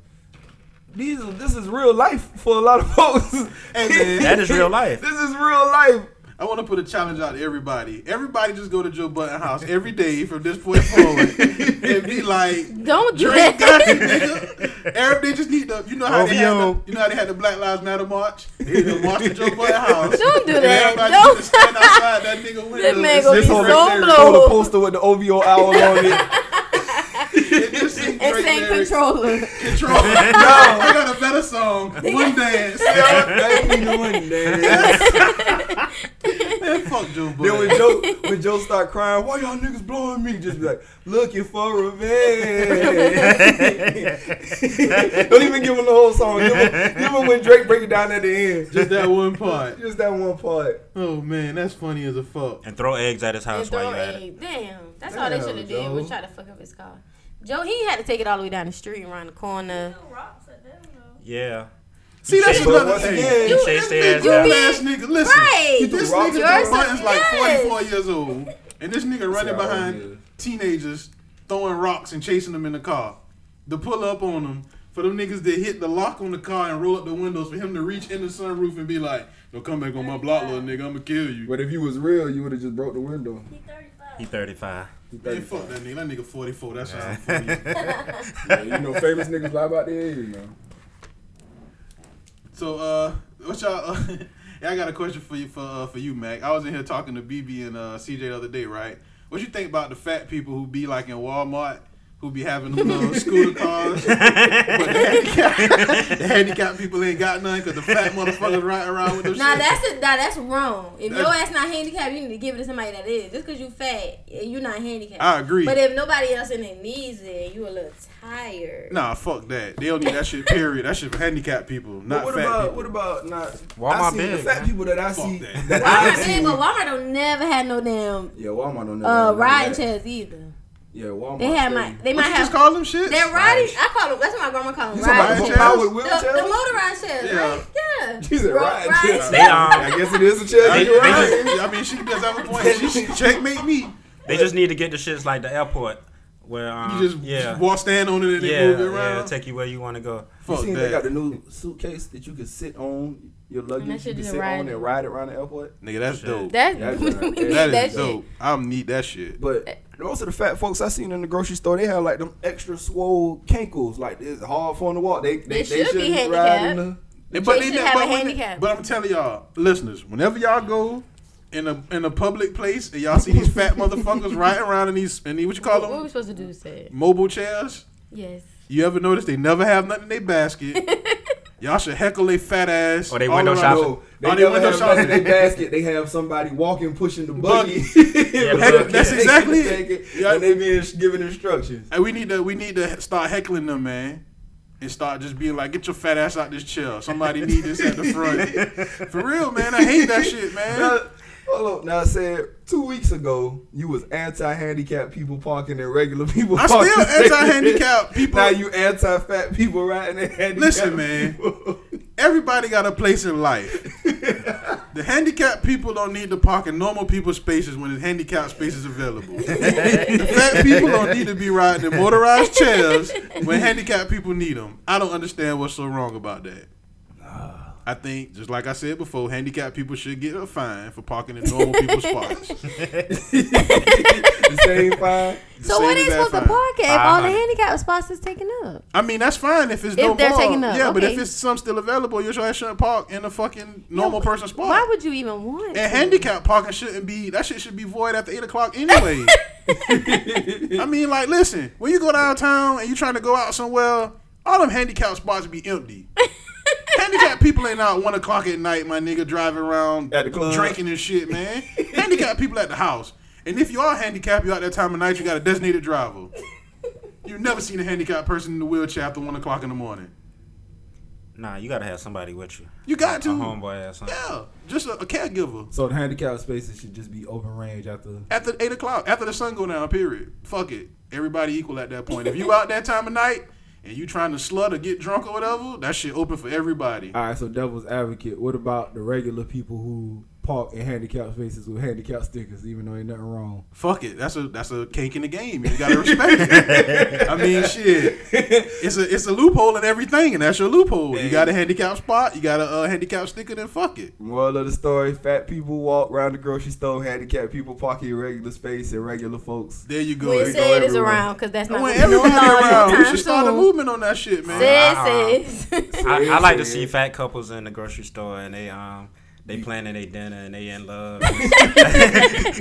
Speaker 11: these. Are, this is real life for a lot of folks.
Speaker 4: Hey, man.
Speaker 1: That is real life.
Speaker 11: This is real life.
Speaker 4: I want to put a challenge out to everybody. Everybody just go to Joe Button house every day from this point forward and be like,
Speaker 6: Don't do
Speaker 4: Drake
Speaker 6: that.
Speaker 4: got it, nigga. Arab, they just need the. You know how they had
Speaker 1: OVO.
Speaker 4: the, You know how they had the Black Lives Matter march. They need to march to Joe Button house.
Speaker 6: Don't do
Speaker 4: And
Speaker 6: that.
Speaker 4: everybody
Speaker 6: Don't.
Speaker 4: just stand outside that nigga window.
Speaker 6: That man
Speaker 4: and
Speaker 6: gonna
Speaker 4: sing
Speaker 6: be
Speaker 11: whole
Speaker 4: Drake
Speaker 6: so
Speaker 4: lyrics.
Speaker 6: blown.
Speaker 11: Hold a poster with the OVO owl on it.
Speaker 4: And just sing
Speaker 6: And
Speaker 4: Drake
Speaker 6: sing
Speaker 4: lyrics.
Speaker 6: controller.
Speaker 4: Control. Yo, I got a better song. One dance.
Speaker 11: They need one dance.
Speaker 4: Man, fuck Joe
Speaker 11: Then when
Speaker 4: Budden.
Speaker 11: Joe when Joe start crying, why y'all niggas blowing me? Just be like, looking for revenge. Don't even give him the whole song. Give him, give him when Drake break it down at the end. Just,
Speaker 4: Just that one part.
Speaker 11: just that one part.
Speaker 4: Oh man, that's funny as a fuck.
Speaker 1: And throw eggs at his house
Speaker 6: And throw
Speaker 1: while you at it.
Speaker 6: egg. Damn, that's all they
Speaker 11: Damn,
Speaker 6: should have did was
Speaker 11: Joe.
Speaker 6: try to fuck up his car. Joe, he had to take it all the way down the street, around the corner.
Speaker 1: Yeah.
Speaker 4: See, that's
Speaker 11: But
Speaker 4: another
Speaker 11: once again,
Speaker 4: thing.
Speaker 1: You chased their
Speaker 4: This
Speaker 1: ass down.
Speaker 4: ass nigga, listen.
Speaker 6: Right.
Speaker 4: This
Speaker 11: Rock
Speaker 4: nigga
Speaker 11: your
Speaker 4: Joe
Speaker 6: son-
Speaker 4: Budden's like
Speaker 6: yes.
Speaker 4: 44 years old, and this nigga running
Speaker 11: how old
Speaker 4: behind
Speaker 11: he is.
Speaker 4: teenagers, throwing rocks and chasing them in the car. To pull up on them, for them niggas that hit the lock on the car and roll up the windows, for him to reach in the sunroof and be like, "Don't come back on my block, little nigga. I'ma kill you."
Speaker 11: But if you was real, you would have just broke the window.
Speaker 1: He 35.
Speaker 4: Man, fuck that nigga. That nigga 44. That's how I'm for you.
Speaker 11: Yeah, you know, famous niggas lie about their age, you know.
Speaker 4: So, uh, what y'all? Uh, yeah, I got a question for you, for uh, for you, Mac. I was in here talking to BB and uh, CJ the other day, right? What you think about the fat people who be like in Walmart, who be having them little scooter cars, but the handicapped, the handicapped people ain't got none because the fat motherfuckers riding around with them.
Speaker 6: Nah,
Speaker 4: shit.
Speaker 6: that's a, nah, that's wrong. If your
Speaker 4: That's-
Speaker 6: ass not handicapped, you need to give it to somebody that is. Just because you fat, you not handicapped.
Speaker 4: I agree.
Speaker 6: But if nobody else in it needs it, you a little tired.
Speaker 4: Nah, fuck that. They don't need that shit. Period. That shit for handicapped people, not
Speaker 11: But what
Speaker 4: fat
Speaker 11: about
Speaker 4: people.
Speaker 11: what about not? I
Speaker 1: Walmart
Speaker 11: see the
Speaker 1: big,
Speaker 11: fat
Speaker 1: man.
Speaker 11: people that I
Speaker 4: Fuck
Speaker 11: see.
Speaker 4: that.
Speaker 11: That I
Speaker 6: Walmart
Speaker 11: see.
Speaker 6: did, but Walmart don't never had no damn
Speaker 11: Yeah, Walmart don't know.
Speaker 6: uh,
Speaker 11: nothing about
Speaker 6: riding
Speaker 11: that.
Speaker 6: chairs either.
Speaker 11: Yeah, Walmart.
Speaker 6: They had my, they
Speaker 4: what
Speaker 6: might
Speaker 4: you
Speaker 6: have.
Speaker 4: just call them shit?
Speaker 6: That riding, I call them. That's what my grandma called them.
Speaker 4: talking
Speaker 6: Riding
Speaker 4: about
Speaker 6: chairs.
Speaker 11: Powered
Speaker 6: The,
Speaker 11: wheelchair.
Speaker 6: the motorized chairs,
Speaker 4: Yeah.
Speaker 6: right? Yeah.
Speaker 11: She said
Speaker 6: Ro-
Speaker 11: riding chairs.
Speaker 1: They um
Speaker 11: I guess it is a chair.
Speaker 1: They-
Speaker 11: you're
Speaker 1: they
Speaker 11: right.
Speaker 1: just-
Speaker 4: I mean, she does have a point. She, she checkmate me.
Speaker 1: they just need to get the shits like the airport where um
Speaker 4: You just
Speaker 1: yeah.
Speaker 4: walk, stand on it, and
Speaker 1: yeah,
Speaker 4: they move it around.
Speaker 1: yeah, take you where you want to go.
Speaker 11: You
Speaker 4: Fuck
Speaker 11: seen
Speaker 4: that.
Speaker 11: they got the new suitcase that you can sit on your
Speaker 6: that
Speaker 11: luggage. You
Speaker 6: shit
Speaker 11: can
Speaker 6: is
Speaker 11: sit on
Speaker 6: riding.
Speaker 11: and ride it around the airport.
Speaker 4: Nigga, that's
Speaker 1: Shit.
Speaker 4: dope.
Speaker 6: That's,
Speaker 11: That's
Speaker 6: we
Speaker 11: right.
Speaker 6: need
Speaker 11: That
Speaker 6: that,
Speaker 4: that is
Speaker 6: shit.
Speaker 4: dope. I don't need that shit.
Speaker 6: Eh.
Speaker 11: But most of the fat folks I seen in the grocery store, they have like them extra swole cankles, like it's hard for them to walk. They they,
Speaker 6: They
Speaker 11: they
Speaker 6: should be
Speaker 11: shouldn't ride in the.
Speaker 6: handicapped.
Speaker 4: but,
Speaker 6: should have
Speaker 4: but
Speaker 6: a
Speaker 4: when-
Speaker 6: handicap.
Speaker 4: but I'm telling y'all, listeners, whenever y'all go in a in a public place and y'all see these fat motherfuckers riding around in these in these, what you call
Speaker 6: What we
Speaker 4: them
Speaker 6: supposed to do, said?
Speaker 4: mobile chairs,
Speaker 6: Yes.
Speaker 4: you ever notice they never have nothing in their basket? y'all should heckle they fat ass.
Speaker 1: Or they
Speaker 4: all
Speaker 1: window
Speaker 4: around.
Speaker 1: shopping.
Speaker 11: No, they
Speaker 4: Oh, they
Speaker 11: never
Speaker 4: window
Speaker 11: have
Speaker 4: shopping.
Speaker 11: nothing in their basket. They have somebody walking, pushing the buggy.
Speaker 1: but
Speaker 11: Heck,
Speaker 4: that's
Speaker 11: they
Speaker 4: exactly
Speaker 11: can
Speaker 4: it.
Speaker 11: take it,
Speaker 4: Yeah.
Speaker 11: And they being giving instructions.
Speaker 4: And we need to we need to start heckling them, man. And start just being like, get your fat ass out this chair. Somebody need this at the front. For real, man. I hate that shit, man.
Speaker 11: Now, hold up. Now I said two weeks ago you was anti-handicapped people parking and regular people.
Speaker 4: I'm
Speaker 11: parking.
Speaker 4: still anti-handicapped people.
Speaker 11: Now you anti-fat people riding and handicapped.
Speaker 4: Listen, man.
Speaker 11: people.
Speaker 4: Everybody got a place in life. the handicapped people don't need to park in normal people's spaces when there's handicapped spaces available. the fat people don't need to be riding in motorized chairs when handicapped people need them. I don't understand what's so wrong about that. I think, just like I said before, handicapped people should get a fine for parking in normal people's spots.
Speaker 11: the same fine.
Speaker 6: So what
Speaker 4: Same
Speaker 6: is
Speaker 4: as that
Speaker 6: with the
Speaker 4: fine.
Speaker 6: park at if all the
Speaker 1: 500.
Speaker 6: handicap spots is taken up?
Speaker 4: I mean, that's fine if it's
Speaker 6: If
Speaker 4: no
Speaker 6: they're
Speaker 4: park.
Speaker 6: taking up,
Speaker 4: yeah, but if
Speaker 6: okay.
Speaker 4: it's some still available, you should shouldn't park in a fucking normal person's spot.
Speaker 6: Why would you even want?
Speaker 4: And
Speaker 6: to?
Speaker 4: handicap parking shouldn't be that shit should be void after eight o'clock anyway. I mean, like, listen, when you go downtown and you trying to go out somewhere, all them handicap spots be empty. handicap people ain't out one o'clock at night, my nigga, driving around
Speaker 11: At the club.
Speaker 4: drinking and shit, man. handicap people at the house. And if you are handicapped, you out that time of night, you got a designated driver. You never seen a handicapped person in the wheelchair after one o'clock in the morning.
Speaker 1: Nah, you gotta have somebody with you.
Speaker 4: You got to.
Speaker 1: A homeboy or something.
Speaker 4: Yeah, just a, a caregiver.
Speaker 11: So the handicapped spaces should just be open range after.
Speaker 4: after eight o'clock, after the sun go down. Period. Fuck it. Everybody equal at that point. If you out that time of night and you trying to slut or get drunk or whatever, that shit open for everybody.
Speaker 11: All right, so devil's advocate. What about the regular people who park in handicapped spaces with handicapped stickers, even though ain't nothing wrong?
Speaker 4: Fuck it. That's a that's a kink in the game. You gotta respect it. I mean, shit. It's a it's a loophole in everything, and that's your loophole. You got a handicap spot. You got a uh, handicap sticker. Then fuck it.
Speaker 11: Moral of the story: Fat people walk around the grocery store. Handicapped people park in regular space, and regular folks.
Speaker 4: There you go.
Speaker 6: We
Speaker 4: You go
Speaker 6: say it is
Speaker 11: everywhere.
Speaker 6: around because that's
Speaker 4: I
Speaker 6: not
Speaker 4: want
Speaker 6: gonna be no
Speaker 4: everybody
Speaker 6: law
Speaker 4: around. We
Speaker 6: anytime
Speaker 4: should start a
Speaker 6: soon.
Speaker 4: movement on that shit, man.
Speaker 6: Sis is.
Speaker 1: I, I like to
Speaker 11: Seriously.
Speaker 1: see fat couples in the grocery store and they um They planning their dinner and they in love.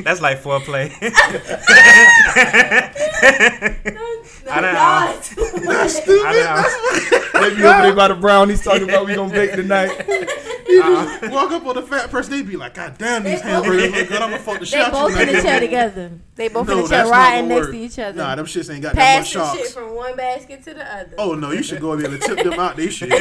Speaker 1: That's like foreplay. I done-
Speaker 6: That's
Speaker 1: I done-
Speaker 11: Maybe over there by the brownies talking about we gonna bake tonight.
Speaker 4: Walk up on the fat person, they be like, God damn, these hamburgers look good. I'm gonna fuck the shit
Speaker 6: They
Speaker 4: out you.
Speaker 6: both in the chair together. They both in the chair
Speaker 4: that's not
Speaker 6: riding
Speaker 4: gonna
Speaker 6: next
Speaker 4: work.
Speaker 6: to each other.
Speaker 4: Nah, them shits ain't got that much
Speaker 6: Pass the shit
Speaker 4: sharks.
Speaker 6: from one basket to the other.
Speaker 4: Oh no, you should go in there and tip them out. They shit.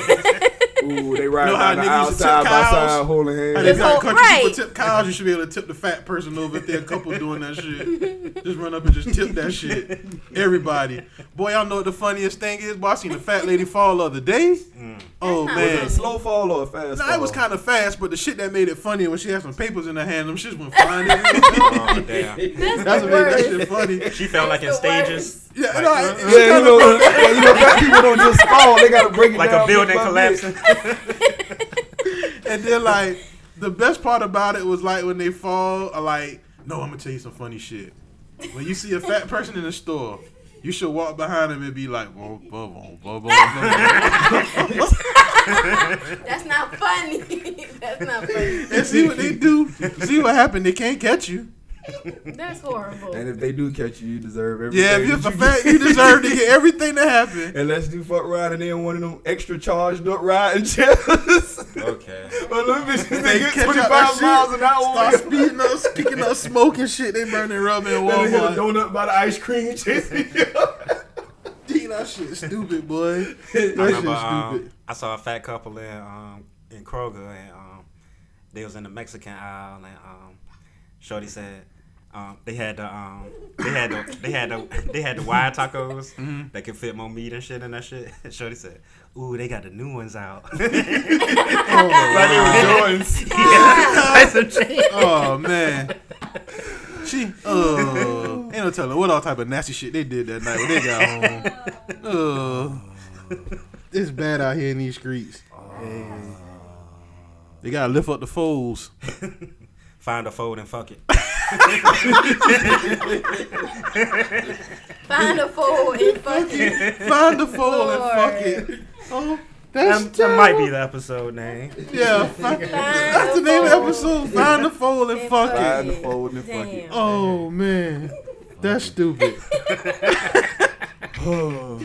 Speaker 11: Ooh, they riding
Speaker 4: Know how
Speaker 11: down the
Speaker 4: niggas
Speaker 11: aisle
Speaker 4: used to
Speaker 11: side
Speaker 4: tip
Speaker 11: by
Speaker 4: cows?
Speaker 11: side, holding
Speaker 4: How
Speaker 11: hands.
Speaker 4: they got
Speaker 6: whole-
Speaker 4: country people
Speaker 6: right.
Speaker 4: tip cows. You should be able to tip the fat person over if they're a couple doing that shit. Just run up and just tip that shit. Everybody, boy, y'all know what the funniest thing is. Boy, I seen a fat lady fall the other day.
Speaker 11: Mm.
Speaker 4: Oh
Speaker 6: That's not
Speaker 4: man,
Speaker 11: Was it a slow fall or a fast
Speaker 4: Nah,
Speaker 11: fall?
Speaker 4: it was kind of fast, but the shit that made it funny when she had some papers in her hand, them shits went flying. in.
Speaker 1: Oh, damn.
Speaker 6: That's,
Speaker 4: That's
Speaker 6: the
Speaker 4: what made
Speaker 6: worst.
Speaker 4: that shit funny.
Speaker 1: She felt like in
Speaker 6: That's the
Speaker 1: stages,
Speaker 4: Yeah, no, I-
Speaker 11: Yeah, you know, yeah, you know, black people don't just fall. They gotta break it
Speaker 1: like
Speaker 11: down.
Speaker 1: a building
Speaker 11: bit by bit.
Speaker 1: collapsing.
Speaker 4: and then like the best part about it was like when they fall, uh, like no, I'm gonna tell you some funny shit. When you see a fat person in the store, you should walk behind them and be like, blah blah blah blah blah. blah.
Speaker 6: That's not funny. That's not funny.
Speaker 4: and see what they do. See what happened. They can't catch you.
Speaker 6: That's horrible.
Speaker 11: And if they do catch you, you deserve everything.
Speaker 4: Yeah, if you're
Speaker 11: that
Speaker 4: a
Speaker 11: you
Speaker 4: fat,
Speaker 11: get.
Speaker 4: you deserve to get everything that happened.
Speaker 11: Unless you fuck ride and then one of them extra charged up riding chairs.
Speaker 1: Okay.
Speaker 11: But them bitches
Speaker 4: They
Speaker 11: they get
Speaker 4: catch up
Speaker 11: 25
Speaker 4: that shit,
Speaker 11: miles an hour.
Speaker 4: Start speeding up, speaking up, smoking shit. They burning rubber in
Speaker 11: Then they hit a
Speaker 4: Walmart.
Speaker 11: donut by the ice cream chase me up.
Speaker 4: Dude, That shit stupid, boy. That shit
Speaker 1: I remember
Speaker 4: stupid.
Speaker 1: um, I saw a fat couple in um, in Kroger, and um, they was in the Mexican aisle, and um, Shorty said um, they had the um, they had the they had the they had the wide tacos
Speaker 4: Mm-hmm.
Speaker 1: that could fit more meat and shit and that shit. And Shorty said, "Ooh, they got the new ones out."
Speaker 4: Oh man. She oh ain't no telling what all type of nasty shit they did that night when they got home. Oh, it's bad out here in these streets. They gotta lift up the foes.
Speaker 1: Find a fold and fuck it.
Speaker 6: Find a fool and fuck it.
Speaker 4: Find the foe and fuck it. Oh, that's
Speaker 1: That, that might be the episode name.
Speaker 4: yeah. fuck- that's
Speaker 6: the
Speaker 4: the name of
Speaker 6: foe.
Speaker 4: the episode. Find the foe and fuck it.
Speaker 11: Find the fold and fuck it.
Speaker 6: Damn.
Speaker 4: Oh man, that's stupid.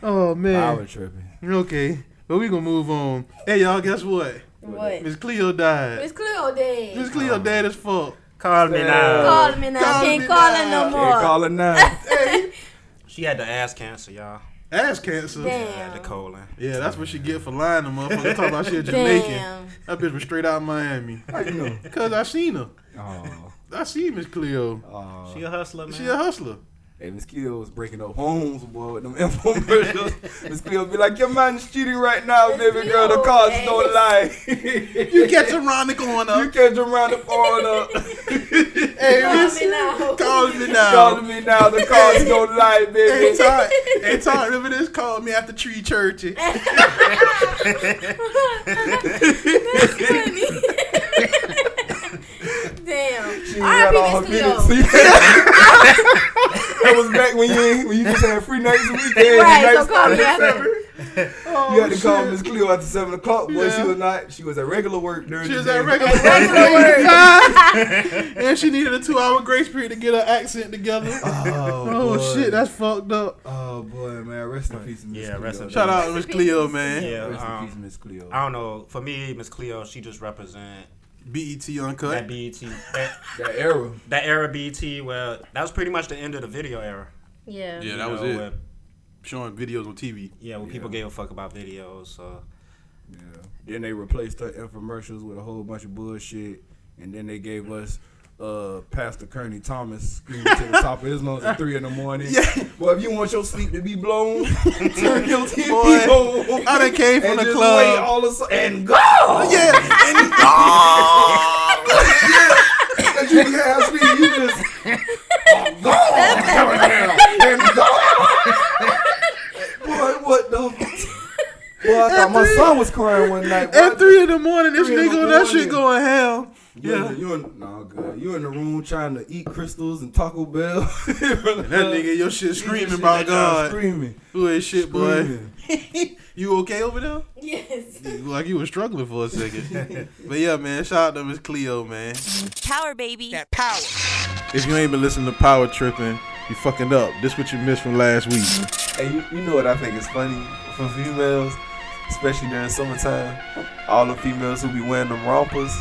Speaker 4: Oh man.
Speaker 11: Power tripping.
Speaker 4: Okay, but we gonna move on. Hey y'all, guess what?
Speaker 6: What?
Speaker 4: Miss Cleo died.
Speaker 6: Miss Cleo Day.
Speaker 4: Miss Cleo dead as fuck.
Speaker 1: Call me now.
Speaker 6: Call me now.
Speaker 4: Call
Speaker 6: Can't
Speaker 4: me
Speaker 6: call her
Speaker 4: now.
Speaker 6: no
Speaker 11: They
Speaker 6: more.
Speaker 11: call it now.
Speaker 1: She had the ass cancer, y'all.
Speaker 4: Ass cancer.
Speaker 1: Had the
Speaker 6: Damn.
Speaker 1: colon.
Speaker 4: Yeah, that's what she get for lying to motherfucker. Talk about shit Jamaican.
Speaker 6: Damn.
Speaker 4: That bitch was straight out of Miami.
Speaker 11: How you know?
Speaker 4: Cause I seen her.
Speaker 11: Oh,
Speaker 4: I seen Miss Cleo.
Speaker 11: oh.
Speaker 1: She a hustler, man.
Speaker 4: She a hustler.
Speaker 11: Hey, Miss Cleo was breaking up homes, boy, with them infomercials. Miss Cleo be like, your man is cheating right now,
Speaker 6: Miss
Speaker 11: baby girl. The
Speaker 6: Cleo,
Speaker 11: car's
Speaker 6: hey.
Speaker 11: don't lie.
Speaker 4: You catch her round the corner.
Speaker 11: You catch him round the corner.
Speaker 4: hey,
Speaker 6: Call
Speaker 4: Miss,
Speaker 6: me now.
Speaker 4: call me now.
Speaker 11: Calling me now. The car's don't lie,
Speaker 4: Hey,
Speaker 11: baby.
Speaker 4: Todd. Hey, Todd. Remember this? Called me after tree churchy.
Speaker 6: Damn.
Speaker 11: She
Speaker 6: R.I.P.
Speaker 11: got all her
Speaker 6: Miss Cleo.
Speaker 11: minutes. that was back when you ain't- when you just had free nights and weekends.
Speaker 6: Right,
Speaker 11: nights
Speaker 6: so call me
Speaker 11: out at
Speaker 6: after.
Speaker 11: seven.
Speaker 6: Oh,
Speaker 11: you had to call Miss Cleo after seven o'clock. Boy,
Speaker 4: Oh,
Speaker 11: she
Speaker 4: Yeah.
Speaker 11: was not. She was at regular work during
Speaker 4: She
Speaker 11: the
Speaker 4: was
Speaker 11: day.
Speaker 4: at regular work. and she needed a two hour grace period to get her accent together.
Speaker 11: Oh,
Speaker 4: Oh,
Speaker 11: boy.
Speaker 4: shit, that's fucked up.
Speaker 11: Oh boy, man, rest in peace, Miss
Speaker 1: Yeah,
Speaker 11: Cleo.
Speaker 1: rest in
Speaker 4: Shout out to Miss Cleo, man.
Speaker 1: Yeah,
Speaker 11: Rest in
Speaker 1: um,
Speaker 11: peace, Miss Cleo.
Speaker 1: I don't know. For me, Miss Cleo, she just represent
Speaker 4: BET
Speaker 1: that
Speaker 4: E
Speaker 1: E
Speaker 4: Uncut.
Speaker 1: BET, that,
Speaker 11: That era.
Speaker 1: that era BET. Well, that was pretty much the end of the video era.
Speaker 6: Yeah.
Speaker 4: Yeah,
Speaker 1: you
Speaker 4: that was
Speaker 1: know,
Speaker 4: it.
Speaker 1: where-
Speaker 4: Showing videos on TV.
Speaker 1: yeah, when people gave a fuck about videos. So
Speaker 11: Yeah. Then they replaced her infomercials with a whole bunch of bullshit, and then they gave us. Uh, Pastor Kearney Thomas screaming to the top of his lungs at three in the morning.
Speaker 4: Yeah.
Speaker 11: Well, if you want your sleep to be blown, turn your TV
Speaker 4: Boy,
Speaker 11: on.
Speaker 4: I done came from
Speaker 11: and
Speaker 4: the
Speaker 11: just
Speaker 4: club.
Speaker 11: wait all of a sudden and go.
Speaker 4: Yeah, and
Speaker 11: That you be half asleep, you just oh, go coming down and go. Boy, what the? Boy, I thought my son was crying one night. boy.
Speaker 4: at three in the morning, this
Speaker 11: Three in
Speaker 4: nigga
Speaker 11: the
Speaker 4: on that shit
Speaker 11: morning.
Speaker 4: going hell.
Speaker 11: You
Speaker 4: Yeah.
Speaker 11: in the- you in, no, good. You in the room trying to eat crystals and Taco Bell.
Speaker 4: And that nigga, your shit screaming about God.
Speaker 11: Screaming.
Speaker 4: Who is shit, boy?
Speaker 11: Screaming.
Speaker 4: You okay over there?
Speaker 6: Yes.
Speaker 4: You look like you were struggling for a second. but yeah, man, shout out to Miss Cleo, man.
Speaker 9: Power baby.
Speaker 4: If you ain't been listening to Power Tripping, you fucking up. This what you missed from last week.
Speaker 11: Hey, you, you know what I think is funny for females, especially during summertime, all the females who be wearing them rompers,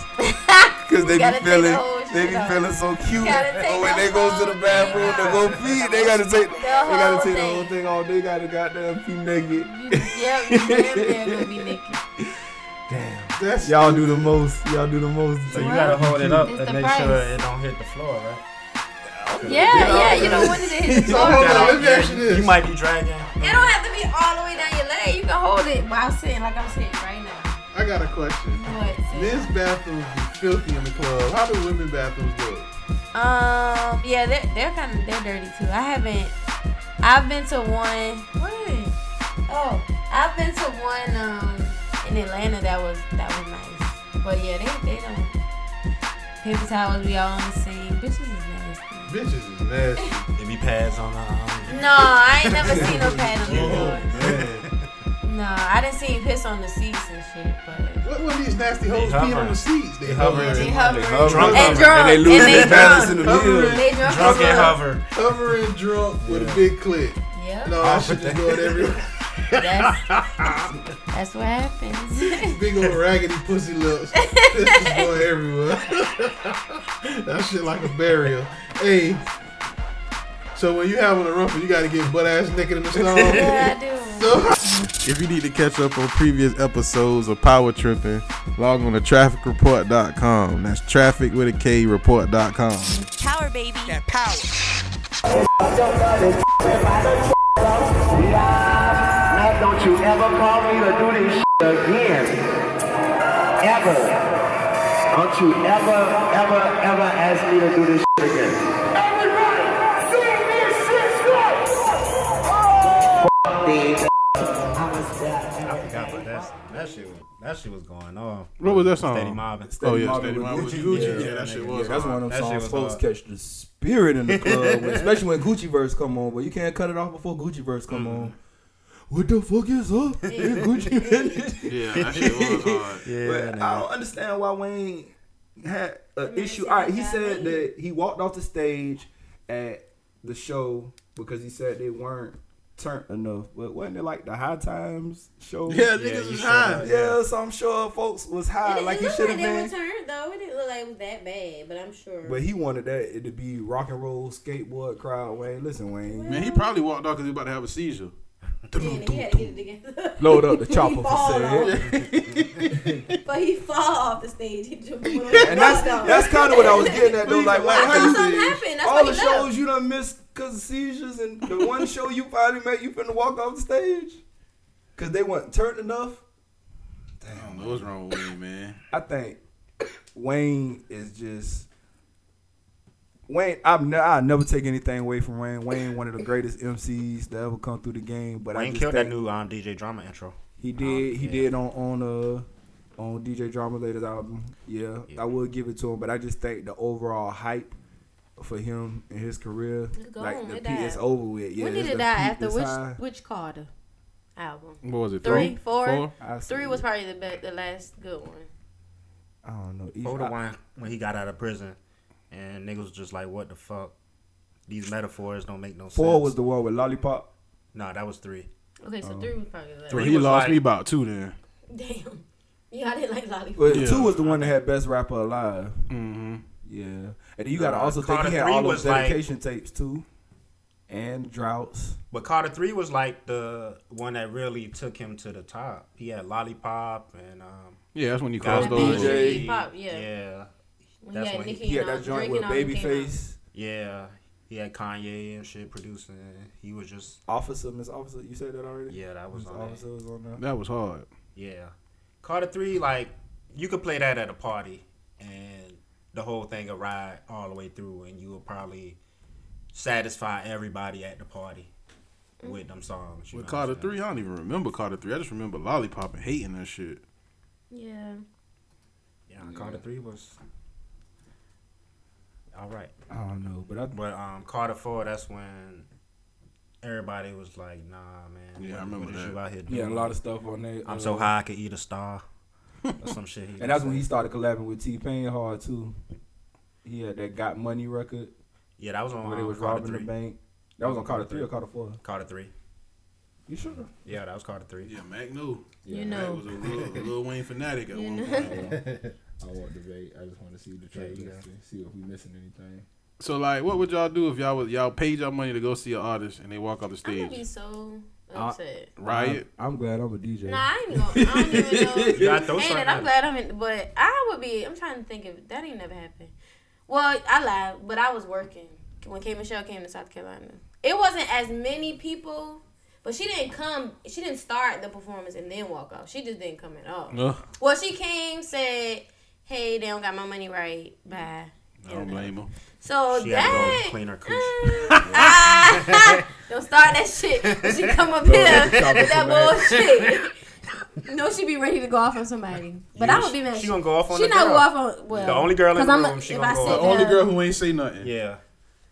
Speaker 11: cause they
Speaker 6: Gotta
Speaker 11: be
Speaker 6: take the
Speaker 11: feeling
Speaker 6: whole
Speaker 11: they be
Speaker 6: shit off.
Speaker 11: feeling so cute.
Speaker 6: Gotta take
Speaker 11: But when
Speaker 6: the
Speaker 11: they go to the
Speaker 6: whole
Speaker 11: bathroom
Speaker 6: thing
Speaker 11: to go
Speaker 6: off.
Speaker 11: pee, they gotta take they
Speaker 6: whole
Speaker 11: gotta take the
Speaker 6: thing.
Speaker 11: whole thing off. They gotta goddamn pee naked.
Speaker 6: yep, you damn near gonna be naked.
Speaker 4: That's
Speaker 11: Y'all do the most. Y'all do the most.
Speaker 1: So you gotta hold it up
Speaker 6: It's the
Speaker 1: and make
Speaker 6: price.
Speaker 1: sure it don't hit the floor, right?
Speaker 6: Yeah, yeah, you don't want it to hit the floor.
Speaker 4: Hold on,
Speaker 6: but
Speaker 4: let me ask you
Speaker 1: You
Speaker 4: this.
Speaker 1: might be dragging.
Speaker 6: It don't have to be all the way down your leg. You can hold it while sitting like I'm sitting right now.
Speaker 4: I got a question.
Speaker 6: But,
Speaker 4: Men's bathrooms be filthy in the club. How do women bathrooms look?
Speaker 6: um, yeah, they're, they're kind of they're dirty too. I haven't. I've been to one. What? Oh, I've been to one um in Atlanta that was that was nice. But yeah, they they don't. Paper towels, we all on the same. Bitches is nasty.
Speaker 4: Bitches is nasty.
Speaker 1: It be pads on. Um,
Speaker 6: No, I ain't never seen no pad on the
Speaker 4: Oh
Speaker 6: floor.
Speaker 4: man.
Speaker 6: No, I didn't see piss on the seats and shit, but.
Speaker 4: What when these nasty
Speaker 1: They
Speaker 4: hoes peeing on
Speaker 1: hovering.
Speaker 4: the seats? They,
Speaker 1: They
Speaker 4: hovering,
Speaker 1: hovering.
Speaker 6: They hover.
Speaker 1: Drunk
Speaker 6: and
Speaker 1: hover.
Speaker 6: drunk.
Speaker 11: And they lose their balance in the
Speaker 4: drunk.
Speaker 11: middle.
Speaker 6: They drunk.
Speaker 1: Drunk
Speaker 6: as
Speaker 1: and
Speaker 6: well.
Speaker 1: hover.
Speaker 4: hovering drunk with a big clip.
Speaker 6: Yep.
Speaker 4: No, I should just go at every
Speaker 6: That's, that's what happens.
Speaker 4: big old raggedy pussy lips. This is going everywhere. that shit like a barrier. Hey. So when you having a rumble, you gotta get butt ass naked in the snow.
Speaker 6: yeah, I do.
Speaker 4: If you need to catch up on previous episodes of Power Tripping, log on to trafficreport.com. That's traffic with a K report.com.
Speaker 9: Power baby.
Speaker 2: Now don't you ever call me to do this shit again. Ever. Don't you ever, ever, ever ask me to do this shit again. Everybody, sing this shit
Speaker 1: I forgot, but that's, that shit was that shit was going off.
Speaker 4: What was that song?
Speaker 1: Steady mobbing.
Speaker 4: Oh, yeah,
Speaker 11: Marvin
Speaker 4: Steady
Speaker 11: with
Speaker 4: Marvin
Speaker 11: Gucci,
Speaker 4: with
Speaker 1: Gucci.
Speaker 11: Yeah,
Speaker 1: Yeah,
Speaker 11: that
Speaker 1: that
Speaker 11: shit
Speaker 1: shit
Speaker 11: was.
Speaker 1: was
Speaker 11: that's
Speaker 1: hard.
Speaker 11: one of them
Speaker 1: That shit
Speaker 11: songs
Speaker 1: was
Speaker 11: folks
Speaker 1: hard.
Speaker 11: catch the spirit in the club, when- especially when Gucci verse come on. But you can't cut it off before Gucci verse come on. What the fuck is up? It's Gucci. man.
Speaker 4: Yeah, that shit was hard.
Speaker 1: Yeah,
Speaker 11: but I don't understand why Wayne had an issue. All right, he said that he walked off the stage at the show because he said they weren't turned enough. But wasn't it like the High Times show?
Speaker 4: Yeah,
Speaker 1: Yeah,
Speaker 4: niggas
Speaker 1: you
Speaker 4: is
Speaker 1: sure
Speaker 4: high.
Speaker 1: that-
Speaker 11: Yeah, so I'm sure folks was high like he should have been.
Speaker 6: turned though. It didn't look like it was that bad, but I'm sure.
Speaker 11: But he wanted that it to be rock and roll skateboard crowd. Wayne, listen, Wayne,
Speaker 4: Man, he probably walked off because he about to have a seizure.
Speaker 6: he had to get it together.
Speaker 11: load up the chopper for
Speaker 6: off.
Speaker 11: said.
Speaker 6: But he fall off the stage. He just went on
Speaker 11: And that's that's kind of what I was getting at though. Like,
Speaker 4: Well,
Speaker 11: why
Speaker 4: how
Speaker 11: you-
Speaker 4: something
Speaker 6: happened. That's
Speaker 11: all
Speaker 6: why
Speaker 11: the
Speaker 6: he
Speaker 11: shows
Speaker 6: left.
Speaker 11: you done missed because of seizures, and the one show you finally made, you finna walk off the stage because they weren't turned enough.
Speaker 4: I don't know what's wrong with me, man.
Speaker 11: I think Wayne is just Wayne. I've ne- I never take anything away from Wayne. Wayne, one of the greatest MCs to ever come through the game. But I
Speaker 1: Wayne
Speaker 11: just
Speaker 1: killed
Speaker 11: think,
Speaker 1: that new um, DJ drama intro.
Speaker 11: He did. he
Speaker 1: yeah.
Speaker 11: did on on uh on DJ Drama Later's album. Yeah,
Speaker 1: Yeah.
Speaker 11: I would give it to him, but I just think the overall hype for him and his career,
Speaker 6: Go
Speaker 11: like
Speaker 6: on,
Speaker 11: the
Speaker 6: it
Speaker 11: P is
Speaker 6: died.
Speaker 11: over with. Yeah,
Speaker 6: When did
Speaker 11: it's
Speaker 6: it
Speaker 11: the
Speaker 6: die
Speaker 11: peak
Speaker 6: after
Speaker 11: is
Speaker 6: which
Speaker 11: high.
Speaker 6: which Carter album?
Speaker 4: What was it?
Speaker 6: Three, four.
Speaker 11: I see.
Speaker 6: Three was probably the be- the last good one.
Speaker 11: I don't know. Each-
Speaker 1: Oh, the
Speaker 11: I-
Speaker 1: one when he got out of prison, and niggas was just like, "What the fuck? These metaphors don't make no
Speaker 11: Four
Speaker 1: sense."
Speaker 11: was the one with Lollipop.
Speaker 1: no, that was three.
Speaker 6: Okay,
Speaker 11: Oh.
Speaker 6: so three was probably the last.
Speaker 1: Three.
Speaker 4: he,
Speaker 1: He was
Speaker 4: lost
Speaker 1: like-
Speaker 4: me about two then.
Speaker 6: Damn. Yeah, I didn't like lollipop.
Speaker 11: But
Speaker 4: Yeah.
Speaker 11: Uh, Two was the one that had best rapper alive.
Speaker 4: Mm-hmm.
Speaker 11: Yeah, and then you gotta
Speaker 1: Nah,
Speaker 11: also think
Speaker 1: Carter
Speaker 11: he had
Speaker 1: three
Speaker 11: all those
Speaker 1: was like-
Speaker 11: dedication tapes too, and droughts.
Speaker 1: But Carter three was like the one that really took him to the top. He had Lollipop and um,
Speaker 4: Yeah, that's when you
Speaker 1: Got
Speaker 4: crossed
Speaker 6: Gotta
Speaker 1: Those-
Speaker 11: DJ.
Speaker 6: be
Speaker 4: over.
Speaker 6: Iggy Pop, yeah.
Speaker 1: yeah,
Speaker 6: When
Speaker 1: That's
Speaker 6: he had
Speaker 1: when he-
Speaker 6: Nicki
Speaker 11: He had
Speaker 6: and all
Speaker 11: that joint with
Speaker 6: drinking all that came out.
Speaker 11: Babyface.
Speaker 1: yeah. He had Kanye and shit producing. He was just
Speaker 11: Officer, Miss Officer, you said that already.
Speaker 1: yeah, that was
Speaker 11: Miss
Speaker 1: on.
Speaker 11: Officer
Speaker 1: That.
Speaker 11: was on there.
Speaker 4: That was hard.
Speaker 1: Yeah, Carter three like you could play that at a party, and the whole thing would ride all the way through, and you would probably satisfy everybody at the party with them songs. you
Speaker 4: With
Speaker 1: know
Speaker 4: Carter
Speaker 1: what I'm
Speaker 4: three, I don't even remember Carter three. I just remember Lollipop and hating that shit.
Speaker 6: Yeah.
Speaker 1: saying? Yeah, Carter three was All right.
Speaker 11: I don't know, but I
Speaker 1: But um, Carter Ford, that's when everybody was like, "Nah, man,
Speaker 4: Yeah,
Speaker 1: what-
Speaker 4: I remember
Speaker 1: what is
Speaker 4: that.
Speaker 1: you out here doing?
Speaker 11: yeah, a lot of stuff on there.
Speaker 1: I'm so
Speaker 11: uh,
Speaker 1: high I could eat a star, or some shit." He
Speaker 11: And that's when he started collabing with T Pain hard too. He had that Got Money record
Speaker 1: yeah, that was on
Speaker 11: where they
Speaker 1: um,
Speaker 11: was
Speaker 1: Carter
Speaker 11: robbing the
Speaker 1: three.
Speaker 11: bank. That was on Carter three or Carter four.
Speaker 1: Carter three.
Speaker 11: You sure?
Speaker 1: Yeah, that was Carter three.
Speaker 4: Yeah, Mac knew.
Speaker 6: You
Speaker 4: Mac
Speaker 6: know.
Speaker 4: was a little, Lil Wayne fanatic at one point.
Speaker 3: I want debate. I just want to see the track
Speaker 1: you
Speaker 3: list and see if we missing anything.
Speaker 4: So like, what would y'all do if y'all was y'all paid y'all money to go see an artist and they walk off the
Speaker 6: I'm gonna be
Speaker 4: stage?
Speaker 6: so
Speaker 1: Uh,
Speaker 6: upset.
Speaker 1: mm.
Speaker 4: Riot.
Speaker 11: I'm, I'm glad I'm a DJ.
Speaker 6: nah, I ain't gonna. I don't even know.
Speaker 1: You got those
Speaker 6: Ain't it? I'm glad I'm in, but I would be. I'm trying to think if that ain't never happened. Well, I lied, but I was working when K Michelle came to South Carolina. It wasn't as many people, but she didn't come. She didn't start the performance and then walk off. She just didn't come at all.
Speaker 1: Mm.
Speaker 4: No,
Speaker 6: Well, she came, said, "Hey, they don't got my money right. Bye."
Speaker 4: I don't blame him.
Speaker 6: So
Speaker 1: She had to
Speaker 6: that
Speaker 1: go clean her cooch.
Speaker 6: Mm. Ah, don't start that shit. When she come up here with that bullshit. no, she be ready to go off on somebody. But I would be mad.
Speaker 1: She gonna go off on
Speaker 6: She
Speaker 1: the
Speaker 6: not
Speaker 1: girl.
Speaker 6: go off on well.
Speaker 1: The only girl in
Speaker 6: 'cause
Speaker 1: the
Speaker 6: I'ma-
Speaker 1: room, she
Speaker 6: if
Speaker 1: gonna
Speaker 6: I
Speaker 1: go
Speaker 6: sit
Speaker 1: off.
Speaker 4: The only
Speaker 6: down-
Speaker 4: girl who ain't say nothing.
Speaker 1: Yeah,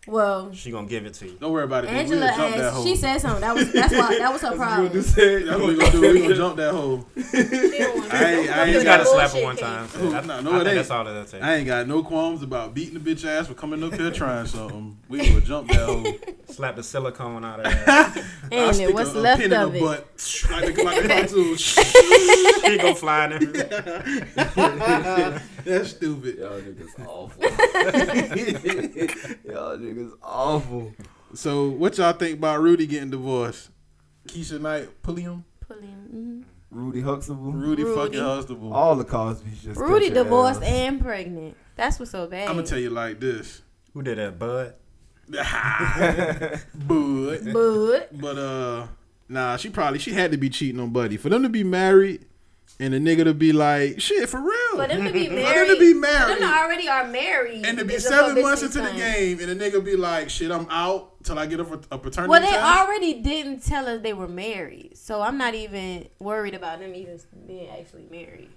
Speaker 6: Well,
Speaker 1: she gonna give it to you.
Speaker 4: Don't worry about it. dude.
Speaker 6: Angela
Speaker 4: we'll jump that
Speaker 6: asked.
Speaker 4: hole.
Speaker 6: She said something. That was that's why that was her problem.
Speaker 11: Dude, said,
Speaker 4: That's what we gonna do. We gonna jump that hole.
Speaker 6: She didn't want to-
Speaker 4: I ain't- I
Speaker 1: You
Speaker 4: ain't
Speaker 6: Bullshit
Speaker 1: gotta slap her one
Speaker 6: case.
Speaker 1: time.
Speaker 4: Ooh,
Speaker 1: That's-
Speaker 4: nah,
Speaker 1: I
Speaker 4: no,
Speaker 1: think
Speaker 4: it ain't.
Speaker 1: that's all that takes.
Speaker 4: I ain't got no qualms about beating the bitch ass for coming up here trying something. We will jump that hole.
Speaker 1: Slap the silicone out of her.
Speaker 4: I'll
Speaker 6: Damn
Speaker 4: stick
Speaker 6: it, what's
Speaker 4: a, a
Speaker 6: left
Speaker 4: pin in
Speaker 6: of
Speaker 4: her
Speaker 6: it?
Speaker 4: butt. Like the, like the cartoon.
Speaker 1: she go flying. everywhere.
Speaker 4: That's stupid.
Speaker 11: Y'all niggas awful. Y'all niggas awful.
Speaker 4: So what y'all think about Rudy getting divorced? Keisha Knight, Pulliam,
Speaker 6: Pulling- mhm.
Speaker 11: Rudy Huxtable.
Speaker 4: Rudy,
Speaker 6: Rudy.
Speaker 4: fucking Huxtable.
Speaker 11: All the Cosby's just.
Speaker 6: Rudy
Speaker 11: cut your
Speaker 6: divorced
Speaker 11: ass.
Speaker 6: and pregnant. That's what's so bad.
Speaker 4: I'm gonna tell you like this.
Speaker 1: Who did that, Bud?
Speaker 4: Bud.
Speaker 6: But
Speaker 4: But uh nah, she probably she had to be cheating on Buddy. For them to be married and the nigga to be like, shit, for real.
Speaker 6: for them to be
Speaker 4: For them to
Speaker 6: married,
Speaker 4: be
Speaker 6: for them
Speaker 4: married.
Speaker 6: to already are married,
Speaker 4: and to be
Speaker 6: is a
Speaker 4: seven
Speaker 6: publicity
Speaker 4: months into the
Speaker 6: stunt.
Speaker 4: game and the nigga be like, shit, I'm out till I get a, a paternity
Speaker 6: Well, they
Speaker 4: test.
Speaker 6: already didn't tell us they were married, so I'm not even worried about them even being actually married.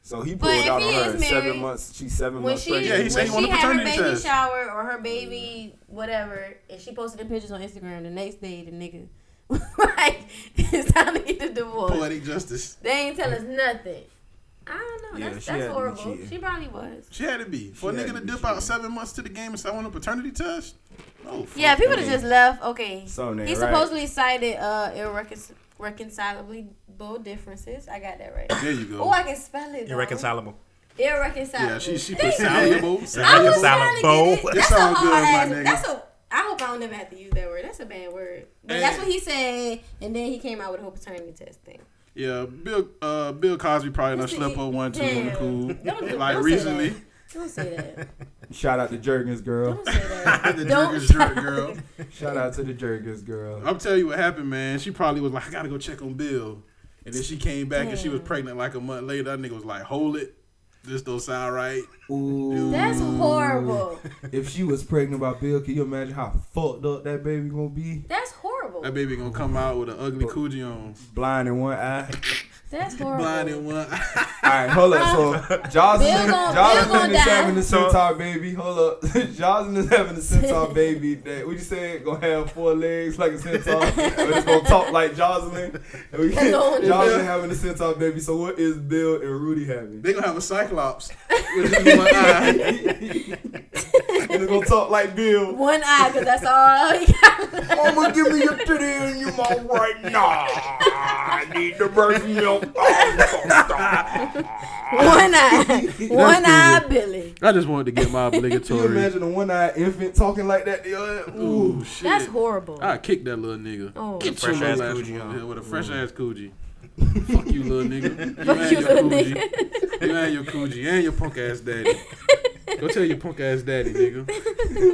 Speaker 11: So he
Speaker 6: But
Speaker 11: pulled
Speaker 6: if
Speaker 11: out
Speaker 6: he
Speaker 11: on her
Speaker 6: is
Speaker 11: in seven
Speaker 6: married,
Speaker 11: months. She's seven
Speaker 6: When
Speaker 11: months
Speaker 6: she
Speaker 11: pregnant.
Speaker 4: Yeah, he
Speaker 6: when
Speaker 4: said he
Speaker 6: she
Speaker 4: wanted
Speaker 6: had her
Speaker 4: paternity
Speaker 6: baby
Speaker 4: test.
Speaker 6: shower or her baby whatever, and she posted the pictures on Instagram the next day, the nigga was like it's time to get the divorce.
Speaker 4: poetic justice.
Speaker 6: They ain't tell us nothing. I don't know.
Speaker 11: Yeah,
Speaker 6: that's
Speaker 11: she
Speaker 6: that's
Speaker 11: had to be
Speaker 6: horrible.
Speaker 11: cheating.
Speaker 6: She probably was.
Speaker 4: She had to be. For
Speaker 11: She
Speaker 4: a
Speaker 11: had
Speaker 4: nigga
Speaker 11: to
Speaker 4: to
Speaker 11: be
Speaker 4: dip
Speaker 11: cheating.
Speaker 4: out seven months to the game and say, I want a paternity test? No. fuck
Speaker 6: Yeah, if he would
Speaker 4: that.
Speaker 6: have just left, okay.
Speaker 11: Something ain't
Speaker 6: He
Speaker 11: right.
Speaker 6: supposedly cited uh irreconcilable differences. I got that right.
Speaker 4: There you go.
Speaker 6: Oh, I can spell it. though.
Speaker 1: Irreconcilable.
Speaker 6: Irreconcilable.
Speaker 4: yeah, she, she put
Speaker 6: Thank you.
Speaker 4: soluble.
Speaker 6: I was
Speaker 4: soluble.
Speaker 6: trying to get
Speaker 1: Irreconcilable.
Speaker 6: it.
Speaker 4: It
Speaker 6: That's a
Speaker 4: sound
Speaker 6: hard
Speaker 4: good, my
Speaker 6: ass.
Speaker 4: nigga.
Speaker 6: That's a. I hope I don't never have to use that word. That's a bad word. But
Speaker 4: Hey.
Speaker 6: that's what he said, and then he came out with a whole paternity test thing.
Speaker 4: Yeah, Bill uh, Bill Cosby probably done
Speaker 6: Listen,
Speaker 4: slept
Speaker 6: you-
Speaker 4: on one too on the
Speaker 6: damn.
Speaker 4: cool.
Speaker 6: Don't do-
Speaker 4: like
Speaker 6: don't say
Speaker 4: recently.
Speaker 6: that. Don't say that.
Speaker 11: Shout out to Jergens girl.
Speaker 6: Don't say that.
Speaker 4: the
Speaker 6: Don't
Speaker 4: jerk is
Speaker 6: try.
Speaker 4: jerk, girl.
Speaker 11: Shout out to the Jergens girl.
Speaker 4: I'm telling you what happened, man. She probably was like, I gotta go check on Bill. And then she came back and she was pregnant like a month later. That nigga was like, hold it. This don't sound right.
Speaker 11: Ooh.
Speaker 6: That's horrible.
Speaker 11: If she was pregnant by Bill, can you imagine how fucked up that baby gonna be?
Speaker 6: That's horrible.
Speaker 4: That baby gonna come out with an ugly coochie on.
Speaker 11: Blind in one eye.
Speaker 6: That's horrible.
Speaker 4: Blind in one eye.
Speaker 11: All right, hold up. So Jocelyn,
Speaker 6: Bill gon- Bill
Speaker 11: Jocelyn
Speaker 6: gon'
Speaker 11: is
Speaker 6: die.
Speaker 11: having a centaur baby. Hold up, Jocelyn is having a centaur baby that we just said gonna have four legs like a centaur, but it's gonna talk like Jocelyn. And we,
Speaker 6: Alone.
Speaker 11: Jocelyn having a centaur baby. So what is Bill and Rudy having?
Speaker 4: They gonna have a cyclops with just one eye.
Speaker 11: And it's gonna talk like Bill.
Speaker 6: One eye, because that's all he got.
Speaker 11: Mama, give me your titty and your mom right now. I need the birth milk. Oh,
Speaker 6: One eye. One eye, Billy.
Speaker 4: I just wanted to get my
Speaker 11: Can you
Speaker 4: obligatory.
Speaker 11: imagine a one-eyed infant talking like that? The other, ooh.
Speaker 4: Ooh, shit.
Speaker 6: That's horrible.
Speaker 4: I kick that little nigga.
Speaker 6: Oh.
Speaker 4: Get
Speaker 1: Fresh
Speaker 4: your
Speaker 1: ass
Speaker 4: little
Speaker 1: coochie
Speaker 4: one
Speaker 1: on.
Speaker 4: here with a fresh ass coochie. Fuck you, little nigga. Mm. You and
Speaker 6: you,
Speaker 4: your
Speaker 6: little
Speaker 4: coochie. You and your coochie and your punk ass daddy. Go tell your punk ass daddy, nigga.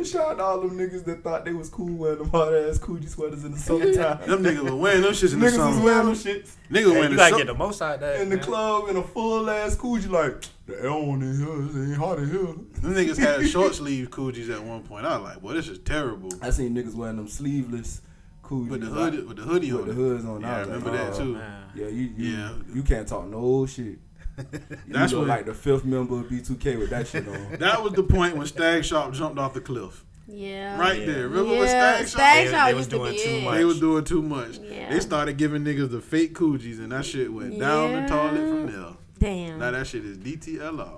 Speaker 11: Shout out to all them niggas that thought they was cool wearing them hard ass coochie sweaters in the summertime.
Speaker 4: Them niggas was wearing them shits in the
Speaker 11: niggas was
Speaker 4: summer.
Speaker 11: wearing them shits
Speaker 4: Nigga
Speaker 1: Hey,
Speaker 4: wearing
Speaker 1: you
Speaker 4: the
Speaker 1: gotta
Speaker 4: summer.
Speaker 1: get the most out of that.
Speaker 11: in the
Speaker 1: man.
Speaker 11: club in a full ass coochie, like, the L on in here, it ain't hot in here.
Speaker 4: Them niggas had short sleeve coochies at one point. I was like, boy, this is terrible.
Speaker 11: I seen niggas wearing them sleeveless coochies.
Speaker 4: With the hood, with the hoodie
Speaker 11: With
Speaker 4: on.
Speaker 11: the
Speaker 4: it.
Speaker 11: hoods on.
Speaker 4: Yeah, I
Speaker 11: was like,
Speaker 4: remember that
Speaker 11: oh,
Speaker 4: too.
Speaker 1: Man.
Speaker 11: Yeah, you, you,
Speaker 4: Yeah.
Speaker 11: you can't talk no shit. You
Speaker 4: That's
Speaker 11: look
Speaker 4: what-
Speaker 11: like the fifth member of B2K with that shit on.
Speaker 4: That was the point when Stag Sharp jumped off the cliff.
Speaker 6: Yeah.
Speaker 4: Right
Speaker 11: Yeah.
Speaker 4: there. Remember when
Speaker 6: Yeah,
Speaker 4: Stag Sharp?
Speaker 6: Stag They- Sharp they was used to doing be too it. much.
Speaker 4: They was doing too much.
Speaker 6: Yeah.
Speaker 4: They started giving niggas the fake coogies, and that shit went down the
Speaker 6: Yeah.
Speaker 4: toilet from there.
Speaker 6: Damn.
Speaker 4: Now that shit is DTLR.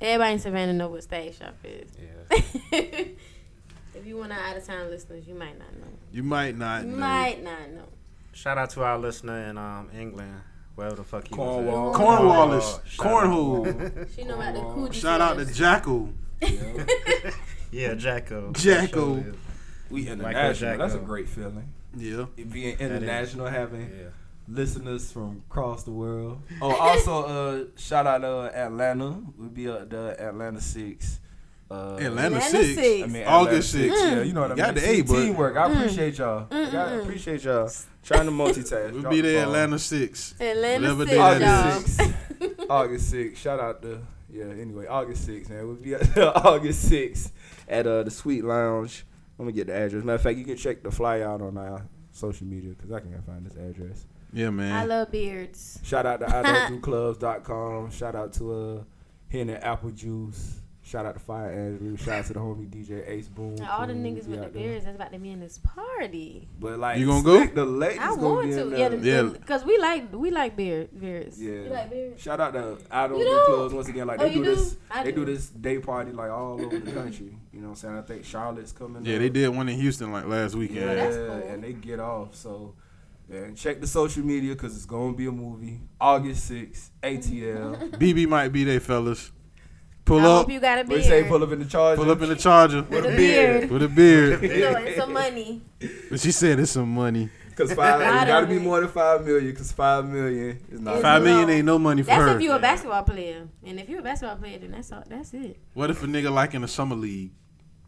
Speaker 6: Everybody in Savannah know what stage shop is. if you want our out of town listeners, you might not know.
Speaker 4: You might not.
Speaker 6: You
Speaker 4: know.
Speaker 6: might not know.
Speaker 1: Shout out to our listener in um, England, wherever the fuck he
Speaker 4: Cornwall.
Speaker 1: was at.
Speaker 4: Cornwallis.
Speaker 11: Oh,
Speaker 1: Shout out.
Speaker 4: Cornhole.
Speaker 6: She know about the coochie.
Speaker 4: Shout out to Jackal.
Speaker 1: Yeah, Jacko.
Speaker 4: Jacko.
Speaker 11: We
Speaker 1: Michael
Speaker 11: international. That's a
Speaker 1: Jacko.
Speaker 11: great feeling.
Speaker 4: Yeah.
Speaker 11: Being
Speaker 1: That is.
Speaker 11: international, having
Speaker 1: Yeah.
Speaker 11: listeners from across the world. Oh, also uh, shout out uh, Atlanta. Would be uh, the Atlanta Six. Uh,
Speaker 4: Atlanta,
Speaker 6: Atlanta
Speaker 4: 6.
Speaker 6: six.
Speaker 4: August
Speaker 11: Atlanta
Speaker 4: 6.
Speaker 11: Yeah, you know what I mean.
Speaker 4: Got the A, but-
Speaker 11: teamwork. I appreciate y'all. I appreciate y'all trying to multitask.
Speaker 4: We'll
Speaker 11: Drop
Speaker 4: be
Speaker 11: the
Speaker 4: there
Speaker 11: ball.
Speaker 4: Atlanta 6.
Speaker 6: Atlanta
Speaker 4: Whatever
Speaker 6: Six,
Speaker 4: day
Speaker 6: y'all.
Speaker 4: that is.
Speaker 11: August 6th. August 6th. Shout out to, yeah, anyway, August 6th, man. We'll be at August 6th at uh, the Sweet Lounge. Let me get the address. Matter of fact, you can check the flyer out on our social media because I can't find this address.
Speaker 4: Yeah,
Speaker 6: I
Speaker 4: man.
Speaker 6: love beards.
Speaker 11: Shout out to idon'tdoclubs.com. Shout out to uh, Henry Apple Juice. Shout out to Fire Andrew. Shout out to the homie DJ Ace Boom.
Speaker 6: All the
Speaker 11: Cool,
Speaker 6: niggas
Speaker 11: we out
Speaker 6: with the
Speaker 11: there.
Speaker 6: beards that's about to be in this party.
Speaker 11: But like,
Speaker 4: You gonna go?
Speaker 11: expect The ladies
Speaker 6: I
Speaker 11: gonna
Speaker 6: want
Speaker 11: be
Speaker 6: to.
Speaker 11: in
Speaker 6: Yeah,
Speaker 11: there.
Speaker 4: Yeah.
Speaker 6: because we like we like beard beards.
Speaker 11: Yeah.
Speaker 6: You like beards?
Speaker 11: Shout out to I don't
Speaker 6: You
Speaker 11: do
Speaker 6: don't?
Speaker 11: clubs once again. Like
Speaker 6: Oh,
Speaker 11: they do,
Speaker 6: you do?
Speaker 11: this,
Speaker 6: I
Speaker 11: they do.
Speaker 6: do.
Speaker 11: this day party like all over the country. You know what I'm saying? I think Charlotte's coming.
Speaker 4: Yeah,
Speaker 11: up.
Speaker 4: they did one in Houston like last
Speaker 11: Yeah,
Speaker 4: weekend.
Speaker 6: Oh, that's cool.
Speaker 11: and they get off. So, man, check the social media because it's gonna be a movie. August 6th, ATL.
Speaker 4: BB might be there, fellas. Pull
Speaker 6: I
Speaker 4: up.
Speaker 6: hope you got a
Speaker 11: we
Speaker 6: beard.
Speaker 11: say pull up in the charger.
Speaker 4: Pull up in the Charger
Speaker 6: with a
Speaker 11: beard.
Speaker 6: beard.
Speaker 4: with a beard.
Speaker 6: You know, and some money.
Speaker 4: But she said it's some money.
Speaker 11: Cause five,
Speaker 6: I
Speaker 11: it gotta
Speaker 6: don't
Speaker 11: be
Speaker 6: think-
Speaker 11: more than five million. Cause five million is not.
Speaker 6: It's
Speaker 4: Five
Speaker 6: no.
Speaker 4: million ain't no money for
Speaker 6: That's
Speaker 4: her.
Speaker 6: if you're a basketball player, and if you're a basketball player, then that's all. That's it.
Speaker 4: what if a nigga like in the summer league?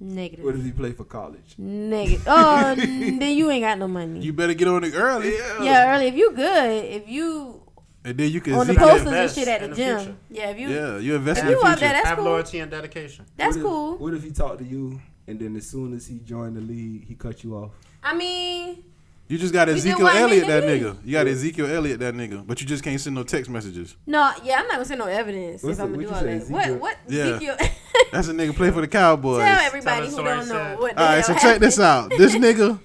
Speaker 6: Negative.
Speaker 11: What does he play for college?
Speaker 6: Negative. Oh, n- then you ain't got no money.
Speaker 4: You better get on it early.
Speaker 6: yeah, early. If you good, if you
Speaker 4: And then you can
Speaker 6: on the
Speaker 4: Zeke that-
Speaker 6: posters and
Speaker 1: invest
Speaker 6: shit at the
Speaker 1: in the
Speaker 6: gym.
Speaker 1: future.
Speaker 6: yeah, if you
Speaker 4: Yeah, you invest
Speaker 6: if
Speaker 4: in the
Speaker 6: you up there,
Speaker 4: future.
Speaker 6: that's
Speaker 1: Have
Speaker 6: cool.
Speaker 1: loyalty and dedication.
Speaker 6: That's
Speaker 11: What if-
Speaker 6: cool.
Speaker 11: What if he talked to you and then as soon as he joined the league, he cut you off?
Speaker 6: I mean,
Speaker 4: You just got
Speaker 6: You do
Speaker 4: Ezekiel
Speaker 6: one
Speaker 4: Elliott
Speaker 6: nigga
Speaker 4: that
Speaker 6: league.
Speaker 4: nigga. You got Ezekiel Elliott that nigga. But you just can't send no text messages.
Speaker 6: no, yeah, I'm not gonna send no evidence
Speaker 11: What's
Speaker 6: if I'm
Speaker 11: the-
Speaker 6: gonna
Speaker 11: what
Speaker 6: do
Speaker 11: you say,
Speaker 6: all that.
Speaker 11: Ezekiel?
Speaker 6: What? What?
Speaker 4: Yeah.
Speaker 6: Ezekiel.
Speaker 4: That's a nigga play for the Cowboys.
Speaker 6: Tell everybody who
Speaker 1: Tell us what I
Speaker 6: don't know
Speaker 1: said.
Speaker 6: what. the
Speaker 4: All right, so
Speaker 6: hell
Speaker 4: check this
Speaker 6: happened.
Speaker 4: out. This nigga,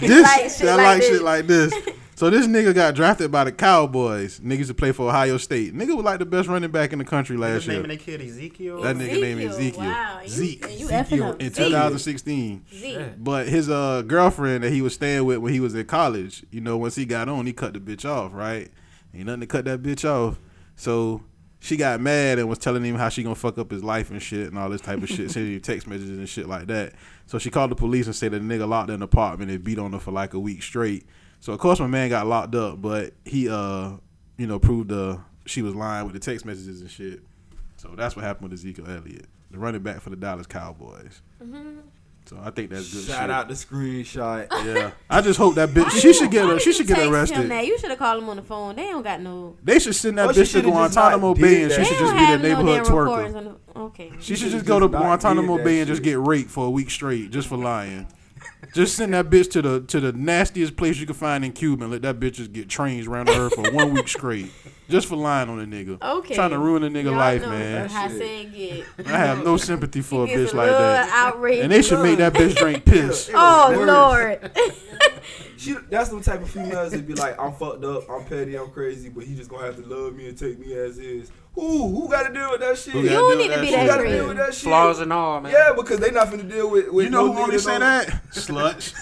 Speaker 4: this
Speaker 6: Like shit
Speaker 4: I
Speaker 6: like
Speaker 4: like
Speaker 6: this.
Speaker 4: shit like this. So this nigga got drafted by the Cowboys. Nigga used to play for Ohio State. Nigga was like the best running back in the country last
Speaker 1: His name
Speaker 4: year.
Speaker 1: and the kid Ezekiel.
Speaker 4: That nigga named
Speaker 6: Ezekiel,
Speaker 4: Ezekiel.
Speaker 6: wow. You-
Speaker 4: Zeke.
Speaker 6: and you effing up.
Speaker 4: in
Speaker 6: Zeke.
Speaker 4: 2016.
Speaker 6: Z.
Speaker 4: But his uh girlfriend that he was staying with when he was in college, you know, once he got on, he cut the bitch off, right? Ain't nothing to cut that bitch off. So she got mad and was telling him how she gonna fuck up his life and shit and all this type of shit, sending him text messages and shit like that. So she called the police and said that the nigga locked in an apartment and beat on her for like a week straight. So of course my man got locked up, but he uh, you know, proved uh she was lying with the text messages and shit. So that's what happened with Ezekiel Elliott, the running back for the Dallas Cowboys. So I think that's good.
Speaker 11: Shout
Speaker 4: shit.
Speaker 11: out the screenshot.
Speaker 4: Yeah, I just hope that bitch. She should get.
Speaker 6: Why
Speaker 4: A,
Speaker 6: did
Speaker 4: she
Speaker 6: you
Speaker 4: should get
Speaker 6: text Him
Speaker 4: arrested.
Speaker 6: that? You should have called him on the phone. They don't got no.
Speaker 4: They should send that
Speaker 11: Or Oh, she
Speaker 4: bitch to
Speaker 11: shoulda just
Speaker 4: Guantanamo
Speaker 11: not
Speaker 4: Bay,
Speaker 11: did
Speaker 4: and she
Speaker 11: that.
Speaker 4: should
Speaker 6: they
Speaker 4: just
Speaker 6: don't
Speaker 4: be the
Speaker 6: have no
Speaker 4: neighborhood
Speaker 6: damn
Speaker 4: twerker.
Speaker 6: recordings on the- Okay.
Speaker 4: She should
Speaker 11: shoulda
Speaker 4: just go to
Speaker 11: just not
Speaker 4: Guantanamo
Speaker 11: did
Speaker 4: Bay
Speaker 11: that
Speaker 4: and just
Speaker 11: shit.
Speaker 4: get raped for a week straight, just for lying. Just send that bitch to the to the nastiest place you can find in Cuba and let that bitch just get trains around her for one week straight, just for lying on a nigga.
Speaker 6: Okay.
Speaker 4: Trying to ruin a nigga
Speaker 6: Y'all
Speaker 4: life,
Speaker 6: know
Speaker 4: man.
Speaker 6: How
Speaker 11: Shit.
Speaker 6: Sag get.
Speaker 4: I have no sympathy for a
Speaker 6: Gets
Speaker 4: bitch
Speaker 6: a
Speaker 4: like
Speaker 6: little
Speaker 4: that.
Speaker 6: outraged.
Speaker 4: And they should make that bitch drink piss.
Speaker 6: Oh
Speaker 11: Worse.
Speaker 6: Lord.
Speaker 11: She, that's the type of females that be like, I'm fucked up, I'm petty, I'm crazy, but he just gonna have to love me and take me as is. Who who gotta deal with that shit?
Speaker 4: Who
Speaker 6: you
Speaker 4: gotta
Speaker 11: Who
Speaker 6: don't
Speaker 4: deal
Speaker 6: need
Speaker 4: with
Speaker 6: to be
Speaker 4: that
Speaker 6: that
Speaker 11: gotta
Speaker 4: shit.
Speaker 11: deal with
Speaker 6: crazy.
Speaker 11: that shit?
Speaker 1: Flaws and all, man.
Speaker 11: Yeah, because they not finna deal with. with
Speaker 4: You know
Speaker 11: no
Speaker 4: who only
Speaker 11: nigga
Speaker 4: say
Speaker 11: don't-
Speaker 4: that? Sluts.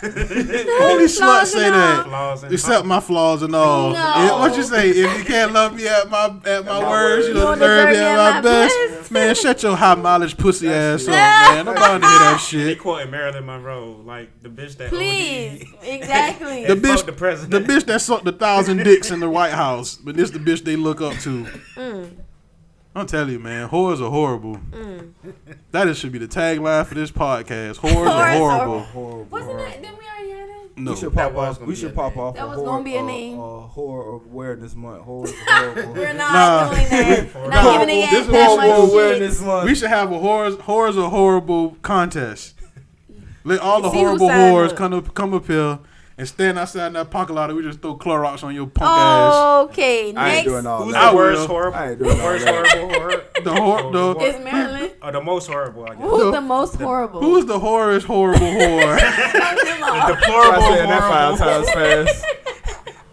Speaker 4: only sluts say
Speaker 6: and
Speaker 4: that.
Speaker 1: Flaws and
Speaker 4: Except my flaws and all.
Speaker 6: No.
Speaker 4: And what you say? If you can't love me at my at my,
Speaker 11: my
Speaker 4: words, you
Speaker 11: worst.
Speaker 6: You don't
Speaker 4: don't deserve me at my best. Man, shut your high mileage pussy ass up, man. I'm about to hear that
Speaker 1: They
Speaker 4: shit.
Speaker 1: quoting Marilyn Monroe, like the bitch that
Speaker 6: Please.
Speaker 1: OD'd.
Speaker 6: Exactly.
Speaker 4: The
Speaker 1: And fuck
Speaker 4: bitch,
Speaker 1: the
Speaker 4: the
Speaker 1: president.
Speaker 4: bitch that sucked a thousand dicks in the White House, but this the bitch they look up to. Mm. I'm telling you, man, whores are horrible. That is, should be the tagline for this podcast. Mm. Whores are
Speaker 6: Whores are-
Speaker 4: horrible.
Speaker 6: Wasn't that? Then we already had that.
Speaker 4: No,
Speaker 11: We should
Speaker 1: That
Speaker 11: pop
Speaker 1: was
Speaker 11: off.
Speaker 1: gonna
Speaker 11: We
Speaker 1: be
Speaker 11: should
Speaker 1: a
Speaker 11: pop
Speaker 1: name.
Speaker 11: off.
Speaker 6: That
Speaker 11: a
Speaker 6: was
Speaker 11: horror-
Speaker 6: gonna be a
Speaker 11: uh,
Speaker 6: name.
Speaker 11: Uh, horror awareness month. Horror is horrible.
Speaker 6: We're not
Speaker 4: Nah.
Speaker 6: doing that.
Speaker 4: Nah.
Speaker 6: not giving the
Speaker 4: This
Speaker 6: ass
Speaker 4: is
Speaker 6: that
Speaker 4: what
Speaker 11: horror
Speaker 6: much
Speaker 11: awareness
Speaker 6: shit.
Speaker 11: month.
Speaker 4: We should have a horrors, horrors are horrible contest. Let all the
Speaker 6: See who
Speaker 4: horrible
Speaker 6: signed
Speaker 4: whores
Speaker 6: up.
Speaker 4: come up, come up here, and and stand outside in that parking lot and we just throw Clorox on your punk ass.
Speaker 6: Okay,
Speaker 4: I ain't
Speaker 6: next.
Speaker 4: doing all
Speaker 6: Who's
Speaker 4: that. I
Speaker 6: the
Speaker 4: will.
Speaker 6: worst
Speaker 4: horrible- I ain't doing
Speaker 12: the
Speaker 4: all
Speaker 12: worst
Speaker 4: that.
Speaker 12: horrible horror.
Speaker 6: Oh.
Speaker 4: The hor-
Speaker 1: Oh,
Speaker 4: the-
Speaker 12: Or
Speaker 6: Is Marilyn?
Speaker 12: or the most horrible, I guess.
Speaker 6: Who's the most horrible?
Speaker 4: Who's the horrorest horrible whore?
Speaker 12: The deplorable,
Speaker 11: I said that
Speaker 12: horrible,
Speaker 11: five times fast.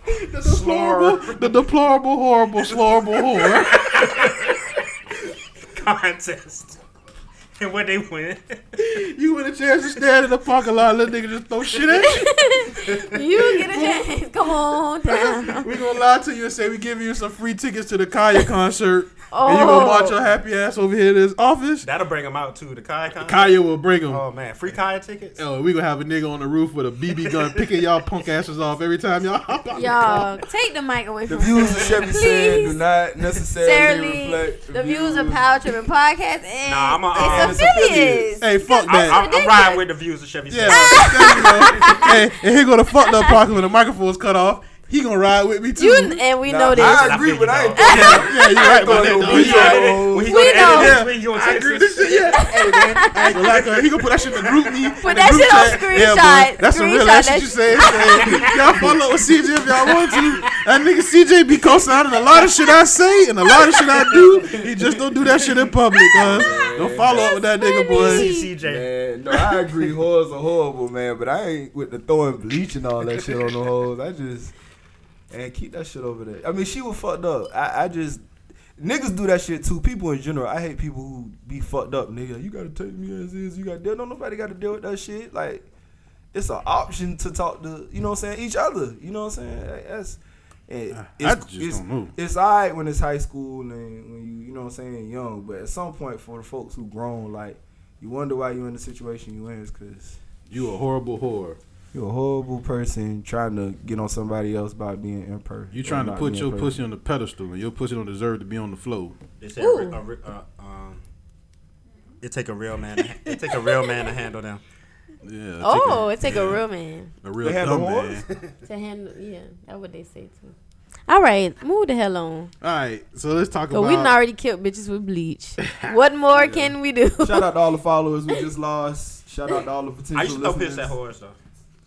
Speaker 4: the deplorable, the deplorable, horrible, slorable whore.
Speaker 12: contest. And what they win.
Speaker 4: You in a chance to stand in the parking lot, little nigga just throw shit at you.
Speaker 6: you get a chance. Come on down.
Speaker 4: We gonna lie to you and say we giving you some free tickets to the Kaya concert, and you
Speaker 6: Oh.
Speaker 4: gonna watch your happy ass over here in this office.
Speaker 12: That'll bring them out too. The Kai contest.
Speaker 4: Kaya will bring them.
Speaker 12: Oh man, free Kai tickets.
Speaker 4: Oh, we gonna have a nigga on the roof with a BB gun picking y'all punk asses off every time y'all hop out.
Speaker 6: Y'all, take the mic away
Speaker 11: The
Speaker 6: from
Speaker 11: views
Speaker 6: Sarah.
Speaker 11: of Chevy said do not necessarily
Speaker 6: Sarah Lee,
Speaker 11: reflect
Speaker 6: the views of Power Tripping Podcast and
Speaker 12: Nah, I'm a- I'm a-
Speaker 6: its affiliates.
Speaker 4: Hey, fuck
Speaker 12: I,
Speaker 4: that.
Speaker 12: I'm, I'm riding with the views of Chevy.
Speaker 4: yeah,
Speaker 12: Said.
Speaker 4: there you go. Hey, and he gonna fuck up pocket when the microphone's cut off. He gonna ride with me too.
Speaker 6: You and we
Speaker 12: Nah,
Speaker 6: know this.
Speaker 11: I
Speaker 12: I
Speaker 11: agree,
Speaker 12: feel
Speaker 11: but
Speaker 12: you,
Speaker 11: I ain't
Speaker 12: though.
Speaker 11: thinking
Speaker 4: yeah, you right about
Speaker 11: Go
Speaker 4: that.
Speaker 11: ahead,
Speaker 12: When he
Speaker 11: We
Speaker 4: You
Speaker 12: go edit, when he go to
Speaker 11: know.
Speaker 6: We
Speaker 4: right.
Speaker 12: edit
Speaker 6: know.
Speaker 12: this, when he gonna
Speaker 4: I
Speaker 12: text
Speaker 4: agree.
Speaker 12: us.
Speaker 4: This shit, yeah. Hey, man. I ain't gonna lie, cuz. He gonna put that shit in the group me.
Speaker 6: Put that shit on screenshot.
Speaker 4: that's some real
Speaker 6: Screenshot
Speaker 4: ass
Speaker 6: that
Speaker 4: shit you said. Hey, y'all follow with CJ if y'all want to. That nigga CJ be co-signing a lot of shit I say and a lot of shit I do. He just don't do that shit in public, cuz. Don't follow up with that nigga, boy.
Speaker 12: CJ.
Speaker 11: Man, no, I agree. Whores are horrible, man. But I ain't with the throwing bleach and all that shit on the hoes. I just and keep that shit over there. I mean, she was fucked up. I, I just niggas do that shit too. People in general, I hate people who be fucked up, nigga. You gotta take me as is. You got to deal. No, nobody got to deal with that shit. Like it's an option to talk to. You know what I'm saying? Each other. You know what I'm saying? Like, That's. It,
Speaker 4: I- I
Speaker 11: it's,
Speaker 4: just
Speaker 11: it's,
Speaker 4: don't know.
Speaker 11: it's all right when it's high school and when you you know what I'm saying young, but at some point for the folks who grown, like you wonder why you in the situation you in is because
Speaker 4: You a horrible whore.
Speaker 11: you're a horrible person trying to get on somebody else by being imperfect.
Speaker 4: You trying to put your pussy on the pedestal and your pussy don't deserve to be on the floor.
Speaker 1: They said a, re- a, re- uh, um, it take a real man. To, ha- it take a real man to handle them.
Speaker 4: Yeah.
Speaker 6: Oh, it take a real man
Speaker 4: a real
Speaker 11: They had
Speaker 4: dumb
Speaker 11: the whores?
Speaker 4: man.
Speaker 6: to handle. Yeah, that's what they say too. All right, move the hell on.
Speaker 4: All right, so let's talk
Speaker 6: Cause
Speaker 4: about.
Speaker 6: we done already killed bitches with bleach. What more can we do?
Speaker 11: Shout out to all the followers we just lost. Shout out to all the potential
Speaker 12: I used to throw
Speaker 11: listeners.
Speaker 12: piss at whores though.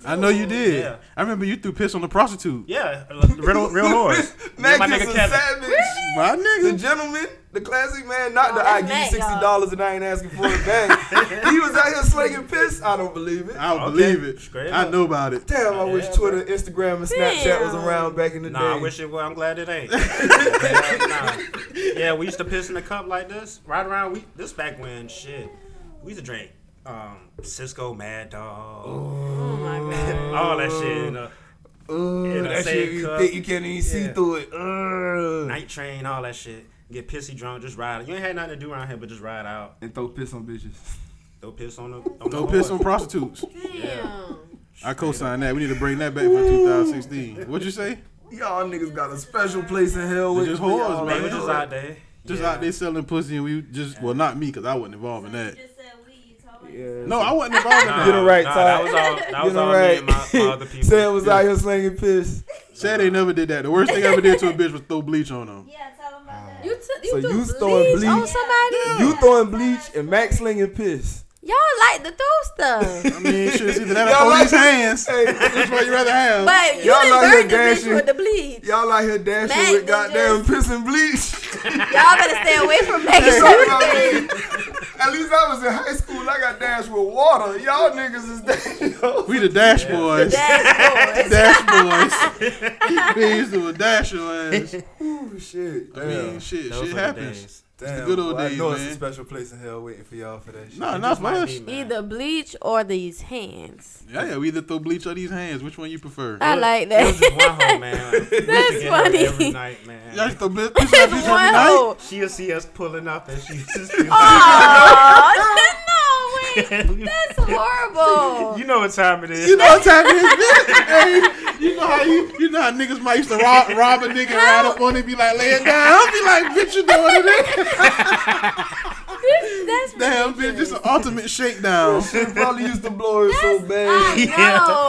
Speaker 4: I know you did.
Speaker 12: Yeah.
Speaker 4: I remember you threw piss on the prostitute.
Speaker 12: Yeah, like, real, real whores. Me and my
Speaker 11: Mac is
Speaker 12: nigga
Speaker 11: a
Speaker 12: Kevin.
Speaker 11: savage.
Speaker 4: My
Speaker 11: The
Speaker 4: nigga.
Speaker 11: gentleman, the classic man, not
Speaker 6: Oh,
Speaker 11: the
Speaker 6: that's
Speaker 11: I give you
Speaker 6: Mac,
Speaker 11: sixty dollars and I ain't asking for it back. he was out here slinging piss. I don't believe it.
Speaker 4: I don't
Speaker 12: Okay.
Speaker 4: believe it.
Speaker 12: Straight
Speaker 4: I
Speaker 12: up.
Speaker 4: know about it.
Speaker 11: Damn, I wish Twitter, Instagram, and Snapchat was
Speaker 6: Damn.
Speaker 11: around back in the day.
Speaker 12: Nah, I wish it was. I'm glad it ain't. yeah, nah. yeah, we used to piss in a cup like this. Right around we this back when shit. We used to drink um, Cisco Mad Dog,
Speaker 6: oh my god.
Speaker 12: all that shit. In a, in
Speaker 11: Ugh,
Speaker 12: a
Speaker 11: Uh, that
Speaker 12: same
Speaker 11: shit you
Speaker 12: cup.
Speaker 11: think you can't even see
Speaker 12: Yeah.
Speaker 11: through it. Uh, Ugh.
Speaker 12: night train, all that shit. Get pissy drunk, just ride. You ain't had nothing to do around here but just ride out.
Speaker 11: and throw piss on bitches.
Speaker 12: Throw piss on the. On the
Speaker 4: Throw piss
Speaker 12: board.
Speaker 4: on prostitutes.
Speaker 6: Damn.
Speaker 4: I co-sign that. We need to bring that back for 2016. What'd you say?
Speaker 11: Y'all niggas got a special place in hell with
Speaker 4: They're just
Speaker 11: with
Speaker 4: whores,
Speaker 11: y'all,
Speaker 4: man.
Speaker 12: They were just out there.
Speaker 4: Just out there selling pussy and we just well not me because I wasn't involved in that.
Speaker 11: Yeah.
Speaker 4: No, I wasn't involved in
Speaker 12: Nah,
Speaker 4: that.
Speaker 11: Get it right,
Speaker 12: nah,
Speaker 11: Ty.
Speaker 12: That was all. That was
Speaker 11: You know,
Speaker 12: all me and my, my other people.
Speaker 11: Sam was out here slinging piss.
Speaker 4: Chad ain't never did that. The worst thing I ever did to a bitch was throw bleach on them.
Speaker 6: You, t- you
Speaker 11: So
Speaker 6: threw
Speaker 11: you
Speaker 6: bleach,
Speaker 11: throwing
Speaker 6: on
Speaker 11: bleach?
Speaker 6: Oh, somebody?
Speaker 11: You throwing bleach and Max slinging piss.
Speaker 6: Y'all like to throw stuff.
Speaker 4: I mean, shit, it's either that
Speaker 11: Y'all
Speaker 4: or throw
Speaker 11: like-
Speaker 4: these hands.
Speaker 11: Hey,
Speaker 4: Which one you rather have?
Speaker 6: But you
Speaker 11: Y'all
Speaker 6: done
Speaker 11: out
Speaker 6: burned the
Speaker 11: here
Speaker 6: bitch
Speaker 11: gashing.
Speaker 6: with the bleach.
Speaker 11: y'all out here dashing
Speaker 6: Mac
Speaker 11: with
Speaker 6: done
Speaker 11: goddamn
Speaker 6: just-
Speaker 11: piss and bleach.
Speaker 6: Y'all better stay away from making
Speaker 11: That's
Speaker 6: sure.
Speaker 11: all I mean. At least I was in high school. I got dashed with water. Y'all niggas is that.
Speaker 4: We the dash boys.
Speaker 6: Dashboard.
Speaker 4: Dash boys. we used to dash your ass.
Speaker 11: Ooh, shit.
Speaker 4: I mean,
Speaker 11: Damn.
Speaker 4: shit,
Speaker 12: Those
Speaker 4: shit
Speaker 12: were the
Speaker 4: happens.
Speaker 12: days.
Speaker 11: Damn.
Speaker 4: good old
Speaker 11: boy, I
Speaker 4: days,
Speaker 11: know it's
Speaker 4: man.
Speaker 11: a special place in hell waiting for y'all for that shit.
Speaker 4: No,
Speaker 12: It
Speaker 4: not
Speaker 12: just
Speaker 4: for
Speaker 12: might
Speaker 4: us.
Speaker 12: be, man.
Speaker 6: Either bleach or these hands.
Speaker 4: Yeah, yeah, we either throw bleach or these hands. Which one you prefer?
Speaker 6: I like
Speaker 12: It was just
Speaker 6: that.
Speaker 12: one hoe, man. Like, we used to
Speaker 6: That's
Speaker 12: get her
Speaker 6: funny.
Speaker 12: Every night, man.
Speaker 4: Y'all just throw bleach, bleach on bleach every night?
Speaker 6: Whoa.
Speaker 12: She'll see us pulling up and she just
Speaker 6: Oh, no, wait. That's
Speaker 11: Oh.
Speaker 6: horrible.
Speaker 12: You know what time it is.
Speaker 4: You know what time it is, bitch. Hey, you know how you, you know how niggas might used to rob, rob a nigga and ride up on it, be like, lay it down. I'll be like, bitch, you know what it is?
Speaker 6: That's
Speaker 4: Damn, bitch, this is an ultimate shakedown.
Speaker 11: Shit probably used to blow it so bad.
Speaker 6: I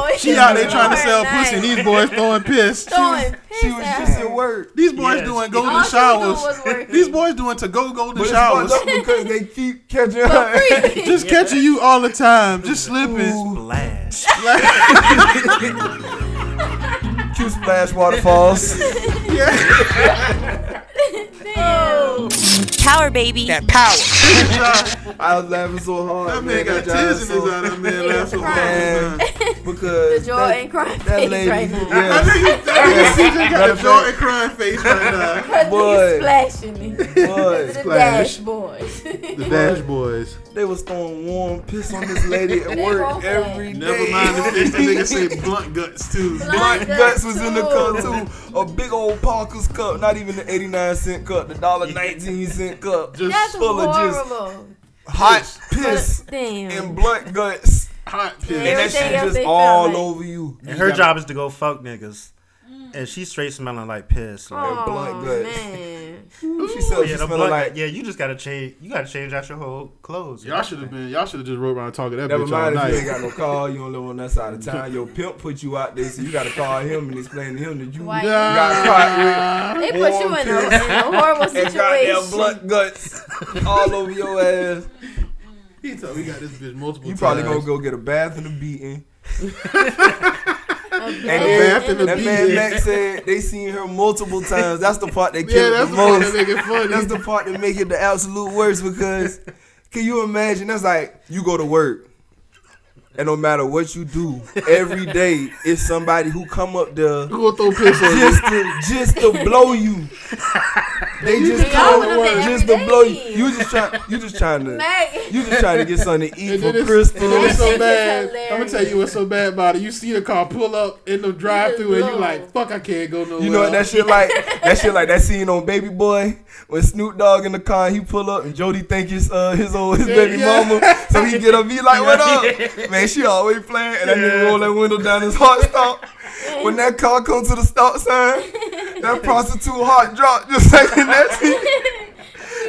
Speaker 6: know.
Speaker 4: She out there trying to
Speaker 6: Lord,
Speaker 4: sell
Speaker 6: nice.
Speaker 4: pussy, and these boys throwing piss.
Speaker 6: Throwing piss
Speaker 11: She was
Speaker 6: at
Speaker 11: just
Speaker 6: her.
Speaker 11: at work.
Speaker 4: These boys
Speaker 12: Yes.
Speaker 4: doing
Speaker 12: All
Speaker 4: golden
Speaker 6: she knew
Speaker 4: showers.
Speaker 6: was working.
Speaker 4: These boys doing to go golden
Speaker 11: But it's
Speaker 4: showers.
Speaker 11: fucked up because they keep catching
Speaker 6: For
Speaker 11: her.
Speaker 6: free.
Speaker 4: Just catching you all the time, just slipping.
Speaker 12: Blast.
Speaker 11: two splash waterfalls.
Speaker 9: Power baby.
Speaker 11: That power. I was laughing so hard. That man, got tears in his eye. That man laughed so hard. Because
Speaker 6: The joy
Speaker 11: that-
Speaker 6: and crying
Speaker 11: that
Speaker 6: face
Speaker 11: lady-
Speaker 6: right now.
Speaker 11: yeah. I think- I think Yeah. CJ got Matter the joy of fact- and
Speaker 4: crying face right
Speaker 6: now.
Speaker 11: Boy.
Speaker 6: splashing me.
Speaker 11: Boy.
Speaker 6: the
Speaker 11: Splash.
Speaker 6: dashboard.
Speaker 4: The Dash Boys.
Speaker 11: They was throwing warm piss on this lady at
Speaker 6: They
Speaker 11: work
Speaker 6: both
Speaker 11: every day.
Speaker 4: Never mind the fish. That nigga said blunt guts too.
Speaker 11: Blunt guts was in the cup too. A big old Parker's cup, not even the 89 cent cup, the dollar 19 cent cup. Just
Speaker 6: That's
Speaker 11: full of just
Speaker 6: horrible.
Speaker 11: hot piss
Speaker 6: Damn.
Speaker 11: and blunt guts.
Speaker 4: Hot piss.
Speaker 11: And that
Speaker 6: Everything
Speaker 11: shit
Speaker 6: else
Speaker 11: just
Speaker 6: they felt
Speaker 11: all
Speaker 6: like.
Speaker 11: over you.
Speaker 12: And her job is to go fuck niggas.
Speaker 11: Mm.
Speaker 12: And she's straight smelling like piss. Like,
Speaker 6: Oh,
Speaker 11: blunt guts.
Speaker 6: man.
Speaker 11: She
Speaker 1: Oh,
Speaker 11: said Oh, she
Speaker 12: yeah, the
Speaker 11: smelled
Speaker 12: blood,
Speaker 11: like.
Speaker 12: yeah, you just gotta change. You gotta change out your whole clothes.
Speaker 4: Y'all should have been. Y'all should have just rode around talking that
Speaker 11: Never
Speaker 4: bitch all
Speaker 11: mind if you ain't
Speaker 4: night.
Speaker 11: got no car, you don't live on that side of town. Your pimp put you out there, so you gotta call him and explain to him that you
Speaker 6: Why-
Speaker 11: got caught with
Speaker 6: They put you
Speaker 11: warm
Speaker 6: in a, in
Speaker 11: piss.
Speaker 6: a horrible
Speaker 11: and goddamn
Speaker 6: situation.
Speaker 11: blunt guts all over your ass.
Speaker 4: He told we got this bitch multiple
Speaker 11: You probably gonna
Speaker 4: times.
Speaker 11: go get a bath and a beating.
Speaker 6: A
Speaker 11: And
Speaker 4: bath
Speaker 11: then
Speaker 4: and a
Speaker 11: that man
Speaker 4: beating.
Speaker 11: Max said they seen her multiple times. That's the part that killed
Speaker 4: Yeah, that's
Speaker 11: the
Speaker 4: the part that
Speaker 11: most.
Speaker 4: make it funny.
Speaker 11: that's the part that make it the absolute worst because can you imagine? That's like you go to work. And no matter what you do, every day it's somebody who come up there
Speaker 4: Who gonna throw piss on you?
Speaker 11: just to just to blow you. They just
Speaker 6: They
Speaker 11: come
Speaker 6: open up there
Speaker 11: just
Speaker 6: every
Speaker 11: to blow you.
Speaker 6: day.
Speaker 11: You just trying you just trying to
Speaker 6: Mac.
Speaker 11: you just trying to get something to eat for
Speaker 4: And then it's,
Speaker 11: Christmas.
Speaker 4: and then it's so
Speaker 6: It's
Speaker 4: bad. I'm gonna
Speaker 6: hilarious.
Speaker 4: tell you what's so bad about it. You see the car pull up in the drive-through, and you
Speaker 6: low.
Speaker 4: like, "Fuck, I can't go nowhere."
Speaker 11: You know what that shit like? That shit like that scene on Baby Boy when Snoop Dogg in the car he pull up and Jody think it's uh, his old his baby
Speaker 4: Yeah.
Speaker 11: mama, so he get up he like what up? Man, she always playing and that nigga roll that window down his heart stop. When that car comes to the stop sign, that prostitute heart drop just like in that scene.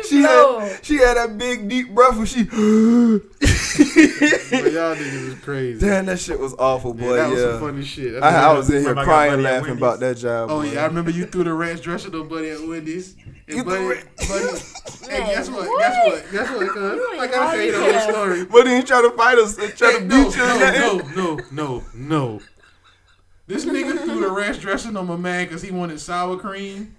Speaker 11: She
Speaker 6: Lord.
Speaker 11: had, she had that big deep breath when she
Speaker 4: But y'all niggas is crazy.
Speaker 11: Damn that shit was awful boy.
Speaker 4: Yeah, that was
Speaker 11: yeah.
Speaker 4: some funny shit.
Speaker 11: I, I was in here
Speaker 12: Remember I got
Speaker 11: crying
Speaker 12: money at
Speaker 11: laughing about that job.
Speaker 4: Oh
Speaker 11: boy.
Speaker 4: yeah, I remember you threw the ranch dressing on Buddy at Wendy's. And
Speaker 11: You
Speaker 4: Buddy,
Speaker 11: threw
Speaker 4: Buddy, hey,
Speaker 6: Man,
Speaker 4: guess what?
Speaker 6: what?
Speaker 4: Guess what? Guess what? cuz?
Speaker 6: ain't
Speaker 4: Like I tell you the whole
Speaker 6: hard
Speaker 4: story.
Speaker 11: But he try to fight us and try to
Speaker 4: Hey,
Speaker 11: beat
Speaker 4: no,
Speaker 11: you. or
Speaker 4: no,
Speaker 11: nothing.
Speaker 4: no, no, no, no. This nigga threw the ranch dressing on my man because he wanted sour cream,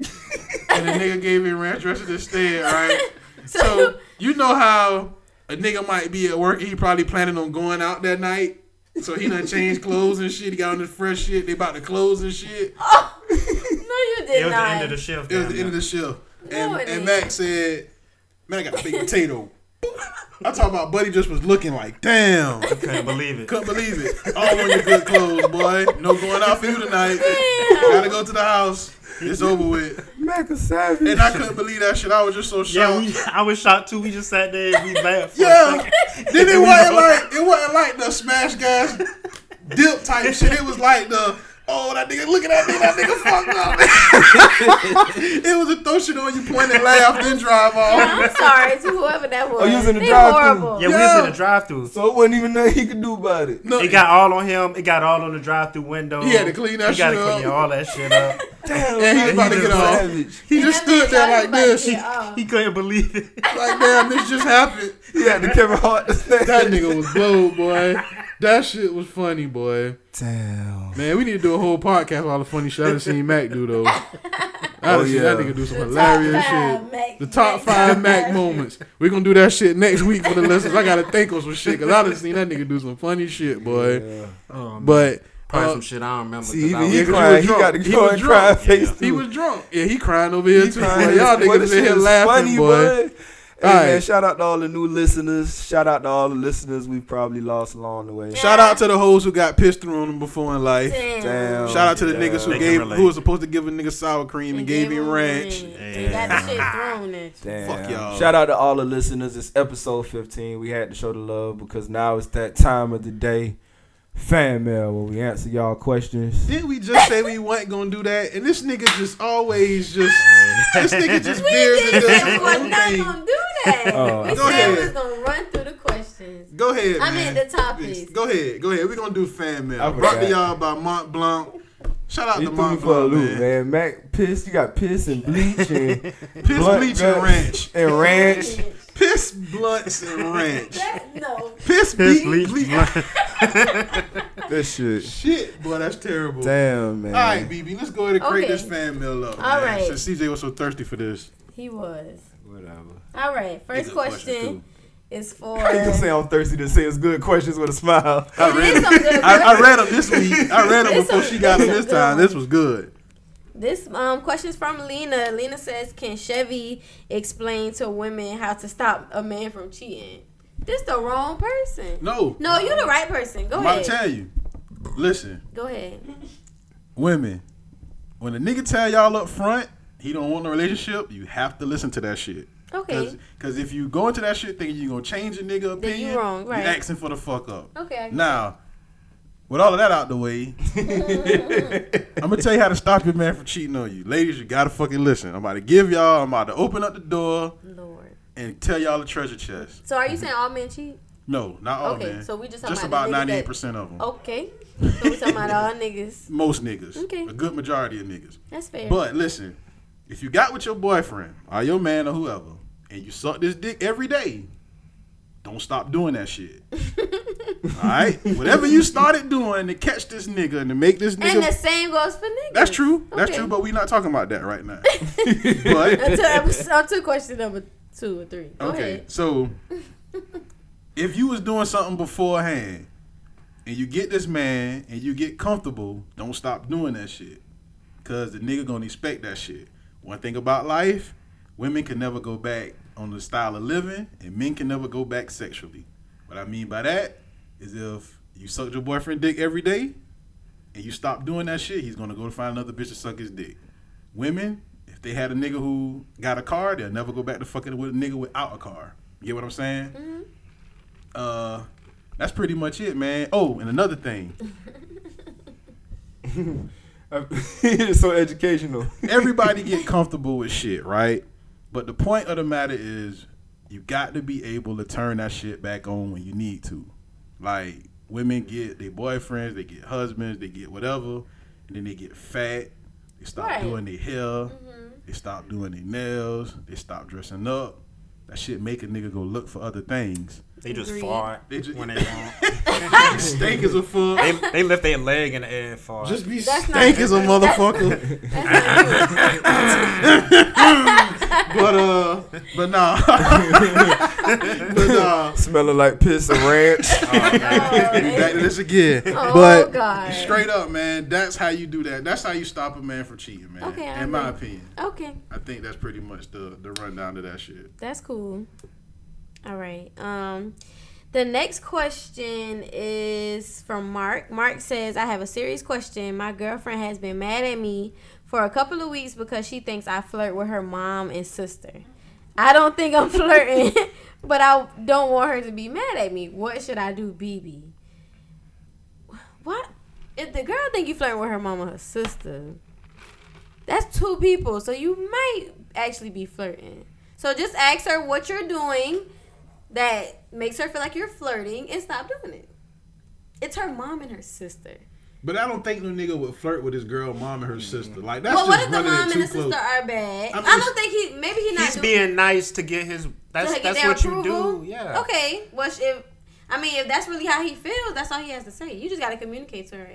Speaker 4: and the nigga gave him ranch dressing instead. All right. So you know how a nigga might be at work and he probably planning on going out that night. So he done changed clothes and shit. He got on his fresh shit. They about to close and shit.
Speaker 6: Oh, No, you
Speaker 12: It
Speaker 6: did
Speaker 12: was the end of
Speaker 6: not.
Speaker 12: the shift.
Speaker 4: It was
Speaker 12: damn
Speaker 4: the end of
Speaker 12: near.
Speaker 4: the show.
Speaker 6: No,
Speaker 4: And,
Speaker 6: it
Speaker 4: and
Speaker 6: ain't.
Speaker 4: Mac said, Man, I got a big potato. I talk about Buddy just was looking like, damn.
Speaker 12: Couldn't believe it.
Speaker 4: Couldn't believe it. All on your good clothes, boy. No going out for you tonight. Gotta go to the house. It's over with.
Speaker 11: Mac a savage.
Speaker 4: And I couldn't believe that shit. I was just so
Speaker 12: Yeah,
Speaker 4: shocked.
Speaker 12: we, I was shocked too. We just sat there and we laughed. For
Speaker 4: Yeah.
Speaker 12: a second.
Speaker 4: then it wasn't like it wasn't like the smash guys dip type shit. It was like the oh that nigga look at that nigga that nigga fucked up. it was a throw shit on you, point and laugh, then drive off.
Speaker 6: I'm sorry to whoever that was.
Speaker 11: you was in the
Speaker 6: they
Speaker 11: drive-thru.
Speaker 6: horrible.
Speaker 12: yeah, we was in the drive-through.
Speaker 11: so it wasn't even nothing he could do about it.
Speaker 4: No,
Speaker 12: It got all on him. It got all on the drive-through window.
Speaker 4: He had to clean that
Speaker 12: He gotta
Speaker 4: shit
Speaker 12: clean
Speaker 4: up.
Speaker 12: all that shit up.
Speaker 11: Damn,
Speaker 4: Yeah, he
Speaker 11: Mac
Speaker 4: was about to
Speaker 11: is
Speaker 4: get
Speaker 11: a
Speaker 4: off.
Speaker 11: savage.
Speaker 4: he just stood there like this, like
Speaker 6: Yeah.
Speaker 12: He couldn't believe it.
Speaker 4: Uh, damn, this just happened.
Speaker 11: He had the Kevin Hart.
Speaker 4: That nigga was blown, boy. That shit was funny, boy.
Speaker 11: Damn.
Speaker 4: Man, we need to do a whole podcast of all the funny shit I done seen Mac do though. I done
Speaker 11: Oh,
Speaker 4: seen
Speaker 11: yeah.
Speaker 4: that nigga do some hilarious shit. The top five Mac moments. We're gonna do that shit next week for the listeners. I gotta think on some shit because I done seen that nigga do some funny shit, boy. But
Speaker 1: Oh, Probably
Speaker 4: uh,
Speaker 1: some shit I don't remember.
Speaker 11: See,
Speaker 1: 'cause
Speaker 11: even
Speaker 1: I was-
Speaker 11: he
Speaker 4: Yeah, 'cause he
Speaker 11: crying.
Speaker 4: was
Speaker 11: He
Speaker 4: drunk.
Speaker 11: got the
Speaker 4: He
Speaker 11: going
Speaker 4: was
Speaker 11: crying
Speaker 4: drunk.
Speaker 11: face
Speaker 4: he
Speaker 11: too.
Speaker 4: was drunk. Yeah, he crying over here too.
Speaker 11: crying.
Speaker 4: Boy. Y'all
Speaker 11: Boy, this
Speaker 4: niggas in
Speaker 11: shit
Speaker 4: here
Speaker 11: is
Speaker 4: laughing,
Speaker 11: funny,
Speaker 4: boy.
Speaker 11: Hey,
Speaker 4: All
Speaker 11: man,
Speaker 4: right.
Speaker 11: shout out to all the new listeners. Shout out to all the listeners we probably lost along the way.
Speaker 4: Shout out to the hoes who got pissed through on them before in life.
Speaker 6: Oh,
Speaker 11: Damn.
Speaker 4: Shout out to the
Speaker 12: Yeah.
Speaker 4: niggas who
Speaker 12: They can
Speaker 4: gave
Speaker 12: relate.
Speaker 4: who was supposed to give a nigga sour cream and gave him ranch.
Speaker 6: They got the shit thrown at you.
Speaker 11: Damn.
Speaker 4: Fuck y'all.
Speaker 11: Shout out to all the listeners. It's episode 15. We had to show the love because now it's that time of the day. Fan mail where we answer y'all questions.
Speaker 4: Did we just say we wasn't gonna do that? And this nigga just always just this nigga just
Speaker 6: We
Speaker 4: veers
Speaker 6: didn't
Speaker 4: into
Speaker 6: say
Speaker 4: his
Speaker 6: we were
Speaker 4: own
Speaker 6: not
Speaker 4: thing.
Speaker 6: gonna do that.
Speaker 11: Oh.
Speaker 6: we
Speaker 4: Go
Speaker 6: said we was
Speaker 4: ahead.
Speaker 6: gonna run through the questions.
Speaker 4: Go ahead.
Speaker 6: I
Speaker 4: man.
Speaker 6: mean the topics.
Speaker 4: Go ahead, go ahead. We're gonna do fan
Speaker 11: I
Speaker 4: mail.
Speaker 11: forgot.
Speaker 4: Brought to y'all by Mont Blanc. Shout out
Speaker 11: You
Speaker 4: to
Speaker 11: threw me
Speaker 4: Mont
Speaker 11: for a
Speaker 4: Blanc,
Speaker 11: loop, man.
Speaker 4: man.
Speaker 11: Mac, piss. You got piss and bleach and
Speaker 4: Piss
Speaker 11: blunt
Speaker 4: bleach
Speaker 11: guts
Speaker 4: and ranch.
Speaker 11: and ranch.
Speaker 4: Piss blunts and ranch.
Speaker 6: No.
Speaker 12: Piss
Speaker 4: Piss, bleach.
Speaker 12: bleach.
Speaker 4: bleach.
Speaker 12: blunt.
Speaker 11: This shit.
Speaker 4: Shit, boy, that's terrible.
Speaker 11: Damn, man.
Speaker 4: All right, BB, let's go ahead and create
Speaker 6: Okay.
Speaker 4: this fan mail up.
Speaker 6: All
Speaker 4: man,
Speaker 6: right.
Speaker 4: Since CJ was so thirsty for this.
Speaker 6: He was.
Speaker 11: Whatever.
Speaker 6: All right. First
Speaker 4: Good question,
Speaker 6: question is for.
Speaker 11: You say I'm thirsty to say it's good questions with a smile.
Speaker 6: I It read is it. some good
Speaker 4: I, I read them this week. I read them
Speaker 6: It's
Speaker 4: before
Speaker 6: some-
Speaker 4: she got them
Speaker 6: it's some
Speaker 4: this time.
Speaker 6: good
Speaker 4: This was good.
Speaker 6: This um question is from Lena. Lena says, "Can Chevy explain to women how to stop a man from cheating?" This the wrong person.
Speaker 4: No.
Speaker 6: No, you're the right person. Go
Speaker 4: I'm
Speaker 6: ahead.
Speaker 4: about to tell you. Listen,
Speaker 6: Go ahead.
Speaker 4: women, when a nigga tell y'all up front he don't want a relationship, you have to listen to that shit.
Speaker 6: Okay.
Speaker 4: Because if you go into that shit thinking you going to change your nigga opinion,
Speaker 6: Then you wrong, right.
Speaker 4: you asking for the fuck up.
Speaker 6: Okay. I-
Speaker 4: Now, with all of that out the way, I'm gonna tell you how to stop your man from cheating on you. Ladies, you gotta fucking listen. I'm about to give y'all, I'm about to open up the door
Speaker 6: Lord.
Speaker 4: and tell y'all the treasure chest.
Speaker 6: So are you saying all men cheat?
Speaker 4: No, not all
Speaker 6: Okay,
Speaker 4: men.
Speaker 6: so we just talking
Speaker 4: just
Speaker 6: about
Speaker 4: about
Speaker 6: the
Speaker 4: ninety
Speaker 6: niggas
Speaker 4: eight
Speaker 6: that-
Speaker 4: percent of them.
Speaker 6: Okay. So we talking about all niggas.
Speaker 4: Most niggas.
Speaker 6: Okay.
Speaker 4: A good majority of niggas.
Speaker 6: That's fair.
Speaker 4: But listen, if you got with your boyfriend or your man or whoever, and you suck this dick every day, don't stop doing that shit. All right, whatever you started doing to catch this nigga and to make this nigga
Speaker 6: and the same goes for niggas.
Speaker 4: That's true. That's
Speaker 6: Okay.
Speaker 4: true. But we're not talking about that right now. but
Speaker 6: until, episode, until question number two or three. Go
Speaker 4: okay,
Speaker 6: ahead.
Speaker 4: so if you was doing something beforehand and you get this man and you get comfortable, don't stop doing that shit. Cause the nigga gonna expect that shit. One thing about life, women can never go back on the style of living, and men can never go back sexually. What I mean by that is if you suck your boyfriend dick every day and you stop doing that shit, he's gonna go find another bitch to suck his dick. Women, if they had a nigga who got a car, they'll never go back to fucking with a nigga without a car. You get what I'm saying? Uh, that's pretty much it, man. Oh, and another thing,
Speaker 11: it's so educational.
Speaker 4: everybody get comfortable with shit, right? But the point of the matter is, you got to be able to turn that shit back on when you need to. Like women get their boyfriends, they get husbands, they get whatever, and then they get fat. They stop
Speaker 6: Right. Mm-hmm.
Speaker 4: doing their hair. They stop doing their nails. They stop dressing up. That shit make a nigga go look for other things.
Speaker 12: They just
Speaker 6: Agreed.
Speaker 12: fart
Speaker 4: They just-
Speaker 12: when they want.
Speaker 4: Stank is a fuck.
Speaker 12: they, they lift their leg in the air and fart.
Speaker 4: Just be
Speaker 6: That's not-
Speaker 4: stank as a motherfucker. but uh, but nah, but nah.
Speaker 11: Smelling like piss and ranch.
Speaker 4: We back to this again.
Speaker 6: Oh,
Speaker 4: but
Speaker 6: God.
Speaker 4: straight up, man, that's how you do that. That's how you stop a man from cheating, man.
Speaker 6: Okay, I
Speaker 4: in my
Speaker 6: agree.
Speaker 4: opinion,
Speaker 6: Okay.
Speaker 4: I think that's pretty much the the rundown to that shit.
Speaker 6: That's cool. All right. Um the next question is from Mark. Mark says, "I have a serious question. My girlfriend has been mad at me for a couple of weeks because she thinks I flirt with her mom and sister. I don't think I'm flirting, but I don't want her to be mad at me. What should I do, BB? What if the girl think you flirting with her mom or her sister? That's two people, so you might actually be flirting. So just ask her what you're doing that makes her feel like you're flirting and stop doing it. It's her mom and her sister.
Speaker 4: But I don't think no nigga would flirt with his girl, mom, and her sister. Like that's
Speaker 6: well, what if
Speaker 4: just
Speaker 6: the
Speaker 4: running
Speaker 6: mom
Speaker 4: it
Speaker 6: and the
Speaker 4: too close.
Speaker 6: sister are bad? I,
Speaker 4: I'm
Speaker 6: don't
Speaker 4: just-
Speaker 6: think he. Maybe he not.
Speaker 12: He's
Speaker 6: doing-
Speaker 12: being nice to get his. That's
Speaker 6: to get
Speaker 12: that's
Speaker 6: their
Speaker 12: what
Speaker 6: approval?
Speaker 12: you do. Yeah.
Speaker 6: Okay. Well, sh- if I mean, if that's really how he feels, that's all he has to say. You just got to communicate to her.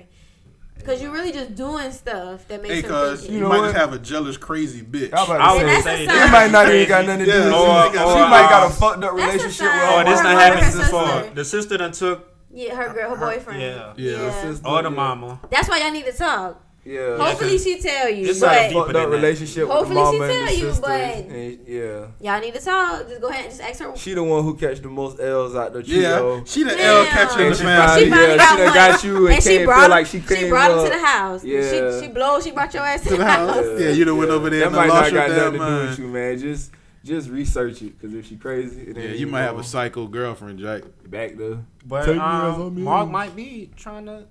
Speaker 6: Cause you're really just doing stuff that makes
Speaker 4: Hey,
Speaker 6: her
Speaker 4: cuz
Speaker 6: think
Speaker 4: you,
Speaker 6: it.
Speaker 11: know
Speaker 4: might
Speaker 11: what?
Speaker 4: just have a jealous, crazy bitch.
Speaker 11: I was about
Speaker 12: I
Speaker 11: to
Speaker 12: would
Speaker 11: say,
Speaker 6: that's a
Speaker 12: say
Speaker 6: sign.
Speaker 11: it might not even got nothing to do
Speaker 4: Yeah,
Speaker 11: with
Speaker 4: or-
Speaker 11: it. She
Speaker 4: or,
Speaker 11: might got
Speaker 12: um,
Speaker 11: a fucked up
Speaker 6: That's a
Speaker 11: relationship with
Speaker 6: sign.
Speaker 11: her.
Speaker 12: Oh, this
Speaker 6: Or
Speaker 12: not
Speaker 6: her
Speaker 12: happening
Speaker 6: sister.
Speaker 12: since far. The sister done took
Speaker 6: yeah, her girl, her boyfriend.
Speaker 12: yeah.
Speaker 4: Yeah.
Speaker 11: Sister,
Speaker 12: or the
Speaker 11: yeah.
Speaker 12: mama.
Speaker 6: That's why y'all need to talk.
Speaker 11: Yeah.
Speaker 6: Hopefully, she tell you.
Speaker 12: It's not a
Speaker 6: but
Speaker 12: deep-
Speaker 11: fucked
Speaker 12: Deeper
Speaker 11: up
Speaker 12: than that.
Speaker 11: relationship with the
Speaker 6: Hopefully
Speaker 11: mama
Speaker 6: she
Speaker 11: and the
Speaker 6: tell you,
Speaker 11: sister.
Speaker 6: but-
Speaker 11: And, yeah.
Speaker 6: y'all need to talk. Just go ahead and just ask her.
Speaker 11: She the one who catch the most L's out the
Speaker 4: Yeah,
Speaker 11: trio.
Speaker 4: she the
Speaker 6: Yeah.
Speaker 4: L catcher in the
Speaker 11: She finally-
Speaker 4: family.
Speaker 11: Yeah,
Speaker 6: She finally got
Speaker 11: she done
Speaker 6: one.
Speaker 11: got you and
Speaker 6: she
Speaker 11: came-
Speaker 6: brought
Speaker 11: feel
Speaker 6: him,
Speaker 11: like she
Speaker 6: She
Speaker 11: came
Speaker 6: brought him
Speaker 11: up.
Speaker 6: to the house.
Speaker 11: Yeah.
Speaker 6: She she blow. She brought your ass to, the house.
Speaker 4: Yeah, you done went over there
Speaker 11: That
Speaker 4: and
Speaker 11: might
Speaker 4: lost
Speaker 11: not
Speaker 4: your
Speaker 11: got
Speaker 4: damn
Speaker 11: nothing to do
Speaker 4: mind.
Speaker 11: with you, man. Just just research it, cause if she crazy, it ain't
Speaker 4: Yeah, you might have a psycho girlfriend, Jack.
Speaker 11: a back there.
Speaker 12: But
Speaker 11: Take me as I
Speaker 12: um,
Speaker 11: am.
Speaker 12: Mark might be trying to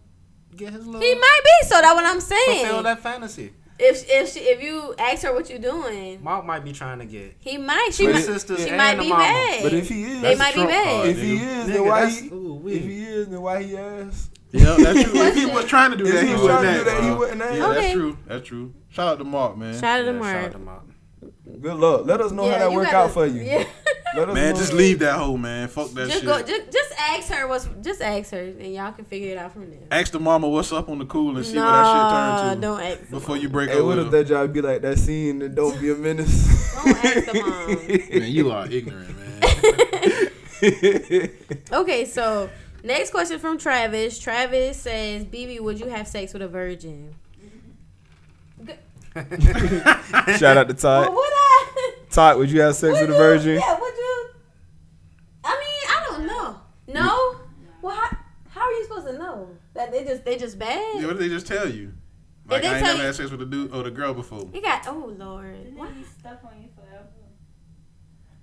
Speaker 12: get his little
Speaker 6: He might be. So that's what I'm
Speaker 12: fulfill
Speaker 6: saying.
Speaker 12: that fantasy.
Speaker 6: if if she, if you ask her what you doing,
Speaker 12: Mark might be trying to get
Speaker 6: he might. She
Speaker 12: But
Speaker 6: might.
Speaker 12: it- sisters
Speaker 6: she
Speaker 12: and
Speaker 6: might
Speaker 12: the
Speaker 6: be
Speaker 12: mama.
Speaker 6: bad.
Speaker 11: But if he is,
Speaker 6: they might be
Speaker 4: Trump
Speaker 6: bad.
Speaker 4: card,
Speaker 11: if he
Speaker 4: nigga.
Speaker 11: is,
Speaker 12: Nigga,
Speaker 11: then why
Speaker 12: that's-
Speaker 11: he?
Speaker 12: ooh, wee.
Speaker 11: If he is, then why he asked?
Speaker 4: Yeah, that's true. if he was trying to do
Speaker 11: If
Speaker 4: that,
Speaker 11: he
Speaker 4: he
Speaker 11: was
Speaker 4: would
Speaker 11: trying to
Speaker 4: not,
Speaker 11: do that, he
Speaker 4: bro.
Speaker 11: wouldn't act.
Speaker 4: Yeah,
Speaker 6: Okay.
Speaker 4: that's true. That's true. Shout out to Mark, man.
Speaker 6: Shout out to
Speaker 12: Yeah, shout
Speaker 6: Mark.
Speaker 12: them out.
Speaker 11: Good luck. Let us know
Speaker 6: Yeah,
Speaker 11: how that
Speaker 6: you
Speaker 11: work
Speaker 6: gotta-
Speaker 11: out for you.
Speaker 6: yeah.
Speaker 11: Let us
Speaker 4: Man,
Speaker 11: know.
Speaker 4: just leave that hoe, man. Fuck that
Speaker 6: Just
Speaker 4: shit.
Speaker 6: go. Just, just ask her what's. Just ask her, and y'all can figure it out from there.
Speaker 4: Ask the mama what's up on the cool and see what that shit turn to.
Speaker 6: No, don't ask the
Speaker 4: Before you break
Speaker 11: Hey,
Speaker 4: up
Speaker 11: what
Speaker 4: with
Speaker 11: if
Speaker 4: her.
Speaker 11: that job be like that scene and don't be a menace?
Speaker 4: Man, you are ignorant, man.
Speaker 6: Okay, so next question from Travis. Travis says, "BB, would you have sex with a virgin?"
Speaker 11: Shout out to Todd.
Speaker 4: Uh,
Speaker 6: Well, Oh, would I?
Speaker 11: Todd, would you have sex with a
Speaker 6: Would you?
Speaker 11: virgin?
Speaker 6: Yeah, would you? I mean, I don't know. No. Well, how, how are you supposed to know that they just they just bad?
Speaker 4: Yeah, what did they just tell you? Like
Speaker 6: they
Speaker 4: I ain't
Speaker 6: tell
Speaker 4: never
Speaker 6: you-
Speaker 4: had sex with a dude or the girl before.
Speaker 6: You got oh lord. What?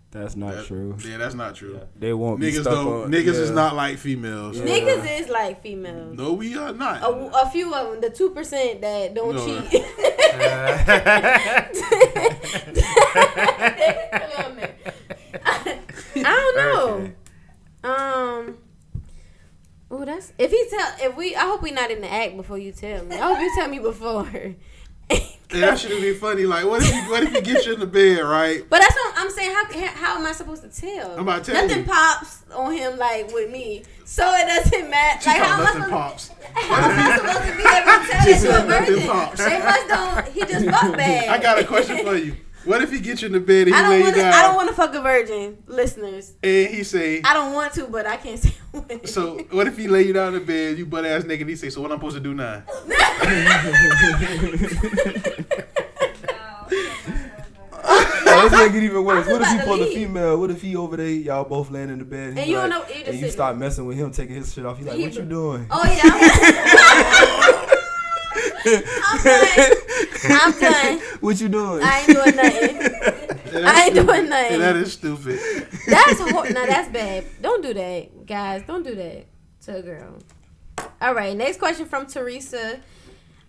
Speaker 11: That's not
Speaker 4: That-
Speaker 11: true.
Speaker 4: Yeah, that's not true.
Speaker 11: They won't be
Speaker 4: Niggas
Speaker 11: stuck
Speaker 4: don't.
Speaker 11: on-
Speaker 4: niggas is
Speaker 11: yeah.
Speaker 4: not like females.
Speaker 6: Niggas is like females.
Speaker 4: No, we are not.
Speaker 6: A, a few of them, the two percent that don't
Speaker 4: No.
Speaker 6: cheat. Come on, man. I don't know. Um. Oh, that's if he tell if we. I hope we not in the act before you tell me. I hope you tell me before.
Speaker 4: And that should be funny. Like, what if you, what if you get you in the bed, right?
Speaker 6: But that's what I'm saying. How how am I supposed to tell?
Speaker 4: I'm about to tell
Speaker 6: nothing
Speaker 4: you.
Speaker 6: pops on him like with me, so it doesn't matter.
Speaker 4: She
Speaker 6: like
Speaker 4: thought
Speaker 6: how am I
Speaker 4: nothing
Speaker 6: supposed?
Speaker 4: pops.
Speaker 6: How am I supposed to be able to tell that
Speaker 4: She
Speaker 6: you're
Speaker 4: said
Speaker 6: a
Speaker 4: nothing
Speaker 6: virgin?
Speaker 4: pops.
Speaker 6: They must don't. He just fuck bad.
Speaker 4: I got a question for you. What if he get you in the bed and he
Speaker 6: I don't
Speaker 4: lay you
Speaker 6: want to. I don't
Speaker 4: down
Speaker 6: want to fuck a virgin, listeners.
Speaker 4: and he say,
Speaker 6: I don't want to, but I can't say. when.
Speaker 4: so what if he lay you down in the bed, you butt ass nigga, and he say, so what I'm supposed to do now?
Speaker 11: Yeah, let's make it even worse.
Speaker 6: I'm
Speaker 11: What if he
Speaker 6: about to
Speaker 11: pull a
Speaker 6: leave.
Speaker 11: female? What if he over there, y'all both laying in the bed, and,
Speaker 6: And
Speaker 11: he
Speaker 6: you don't
Speaker 11: like-
Speaker 6: know- you just
Speaker 11: and you
Speaker 6: sitting
Speaker 11: start messing with him, taking his shit off. He like,
Speaker 6: He-
Speaker 11: what you doing?
Speaker 6: Oh yeah. I'm, I'm done. I'm done.
Speaker 11: What you doing?
Speaker 6: I ain't doing nothing. I ain't doing nothing.
Speaker 4: And that is stupid.
Speaker 6: That's hor- now that's bad. Don't do that, guys. Don't do that to a girl. All right, next question from Teresa.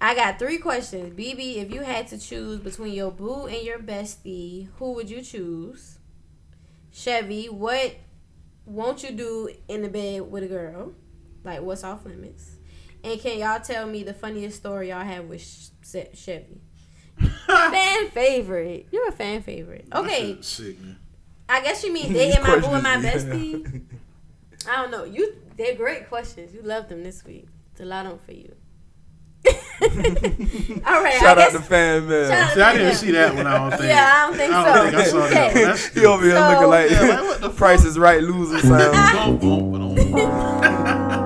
Speaker 6: I got three questions. BB, if you had to choose between your boo and your bestie, who would you choose? Chevy, what won't you do in the bed with a girl? Like, what's off limits? And can y'all tell me the funniest story y'all have with Sh- Chevy? fan favorite. You're a fan favorite. Okay.
Speaker 4: That shit's sick, man.
Speaker 6: I guess you mean
Speaker 11: These
Speaker 6: dating my boo and my
Speaker 11: questions,
Speaker 6: bestie. I don't know. You, they're great questions. You love them this week. It's a lot on for you. All right.
Speaker 11: Shout
Speaker 6: I
Speaker 11: out
Speaker 6: guess,
Speaker 11: to fan mail.
Speaker 6: Shout
Speaker 4: See, I didn't see that one. I don't think.
Speaker 6: Yeah, I don't think
Speaker 4: I don't think I
Speaker 6: so.
Speaker 4: saw that.
Speaker 6: Okay.
Speaker 4: One. That's
Speaker 11: He over here
Speaker 6: So-
Speaker 11: looking like,
Speaker 4: Yeah, like, what the
Speaker 11: Price is Right loser sound.
Speaker 4: stupid.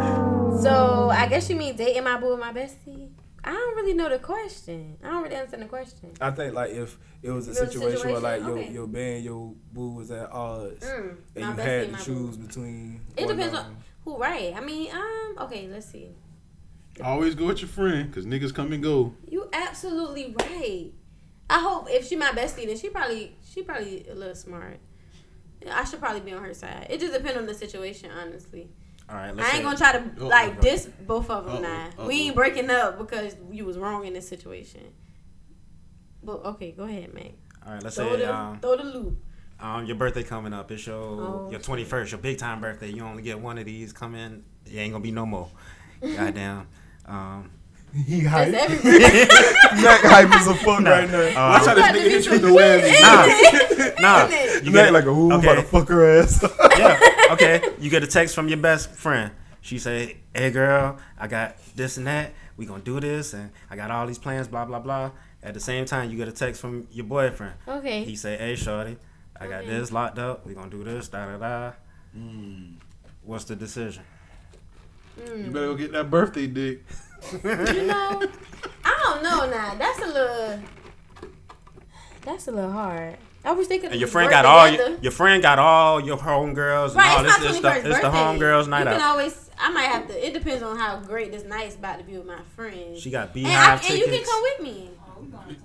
Speaker 6: so I guess you mean dating my boo and my bestie. I don't really know the question. I don't really understand the question.
Speaker 11: I think like if it was a
Speaker 6: It was a
Speaker 11: situation, where
Speaker 6: situation,
Speaker 11: like
Speaker 6: okay.
Speaker 11: your your band, your boo was at odds,
Speaker 6: Mm,
Speaker 11: and
Speaker 6: my
Speaker 11: you
Speaker 6: bestie
Speaker 11: had
Speaker 6: and
Speaker 11: to
Speaker 6: my
Speaker 11: choose between.
Speaker 6: It
Speaker 11: one
Speaker 6: depends
Speaker 11: of
Speaker 6: on
Speaker 11: them.
Speaker 6: who, right? I mean, um, okay, let's see.
Speaker 4: Always go with your friend, cause niggas come and go.
Speaker 6: You absolutely right. I hope if she my bestie, then she probably she probably a little smart. I should probably be on her side. It just depends on the situation, honestly.
Speaker 1: All right,
Speaker 6: I
Speaker 1: let's
Speaker 6: ain't
Speaker 1: say-
Speaker 6: gonna try to
Speaker 4: Uh-oh.
Speaker 6: like diss both of them.
Speaker 4: Oh, Uh-oh.
Speaker 6: Now
Speaker 4: Uh-oh.
Speaker 6: we ain't breaking up because you was wrong in this situation. But okay, go ahead, man.
Speaker 1: All right, let's
Speaker 6: Throw
Speaker 1: say
Speaker 6: the
Speaker 1: um,
Speaker 6: throw the loop.
Speaker 1: um, your birthday coming up. It's your
Speaker 6: Oh,
Speaker 1: your twenty first, your big time birthday. You only get one of these. Come in, it ain't gonna be no more. Goddamn. Um,
Speaker 11: He
Speaker 6: That's
Speaker 11: hype.
Speaker 6: everything.
Speaker 11: Mac hype is a fuck right now.
Speaker 4: Watch how this
Speaker 6: about to
Speaker 4: nigga hit
Speaker 6: be
Speaker 4: you with the whammy.
Speaker 1: nah,
Speaker 6: it?
Speaker 1: you
Speaker 11: Mac
Speaker 1: get
Speaker 11: like a who I'm
Speaker 1: Okay.
Speaker 11: about to fuck her ass.
Speaker 1: yeah, okay. You get a text from your best friend. She say, "Hey, girl, I got this and that. We gonna do this, and I got all these plans. Blah blah blah." At the same time, you get a text from your boyfriend. He
Speaker 6: Okay.
Speaker 1: say, "Hey, shorty, I got
Speaker 6: Okay.
Speaker 1: this locked up. We gonna do this. Da da da." Hmm. What's the decision?
Speaker 4: You better go get that birthday dick.
Speaker 6: You know, I don't know. Now that's a little. That's a little hard. I wish they could.
Speaker 1: And your friend got all your, your friend got all your homegirls.
Speaker 6: Right,
Speaker 1: and all
Speaker 6: it's
Speaker 1: this,
Speaker 6: my twenty
Speaker 1: it's, the,
Speaker 6: first
Speaker 1: it's
Speaker 6: birthday.
Speaker 1: the homegirls night
Speaker 6: you
Speaker 1: out.
Speaker 6: can always. I might have to. It depends on how great this night's about to be with my friends.
Speaker 1: she got
Speaker 6: and, I,
Speaker 1: beehive
Speaker 6: and you can
Speaker 1: tickets.
Speaker 6: come with me.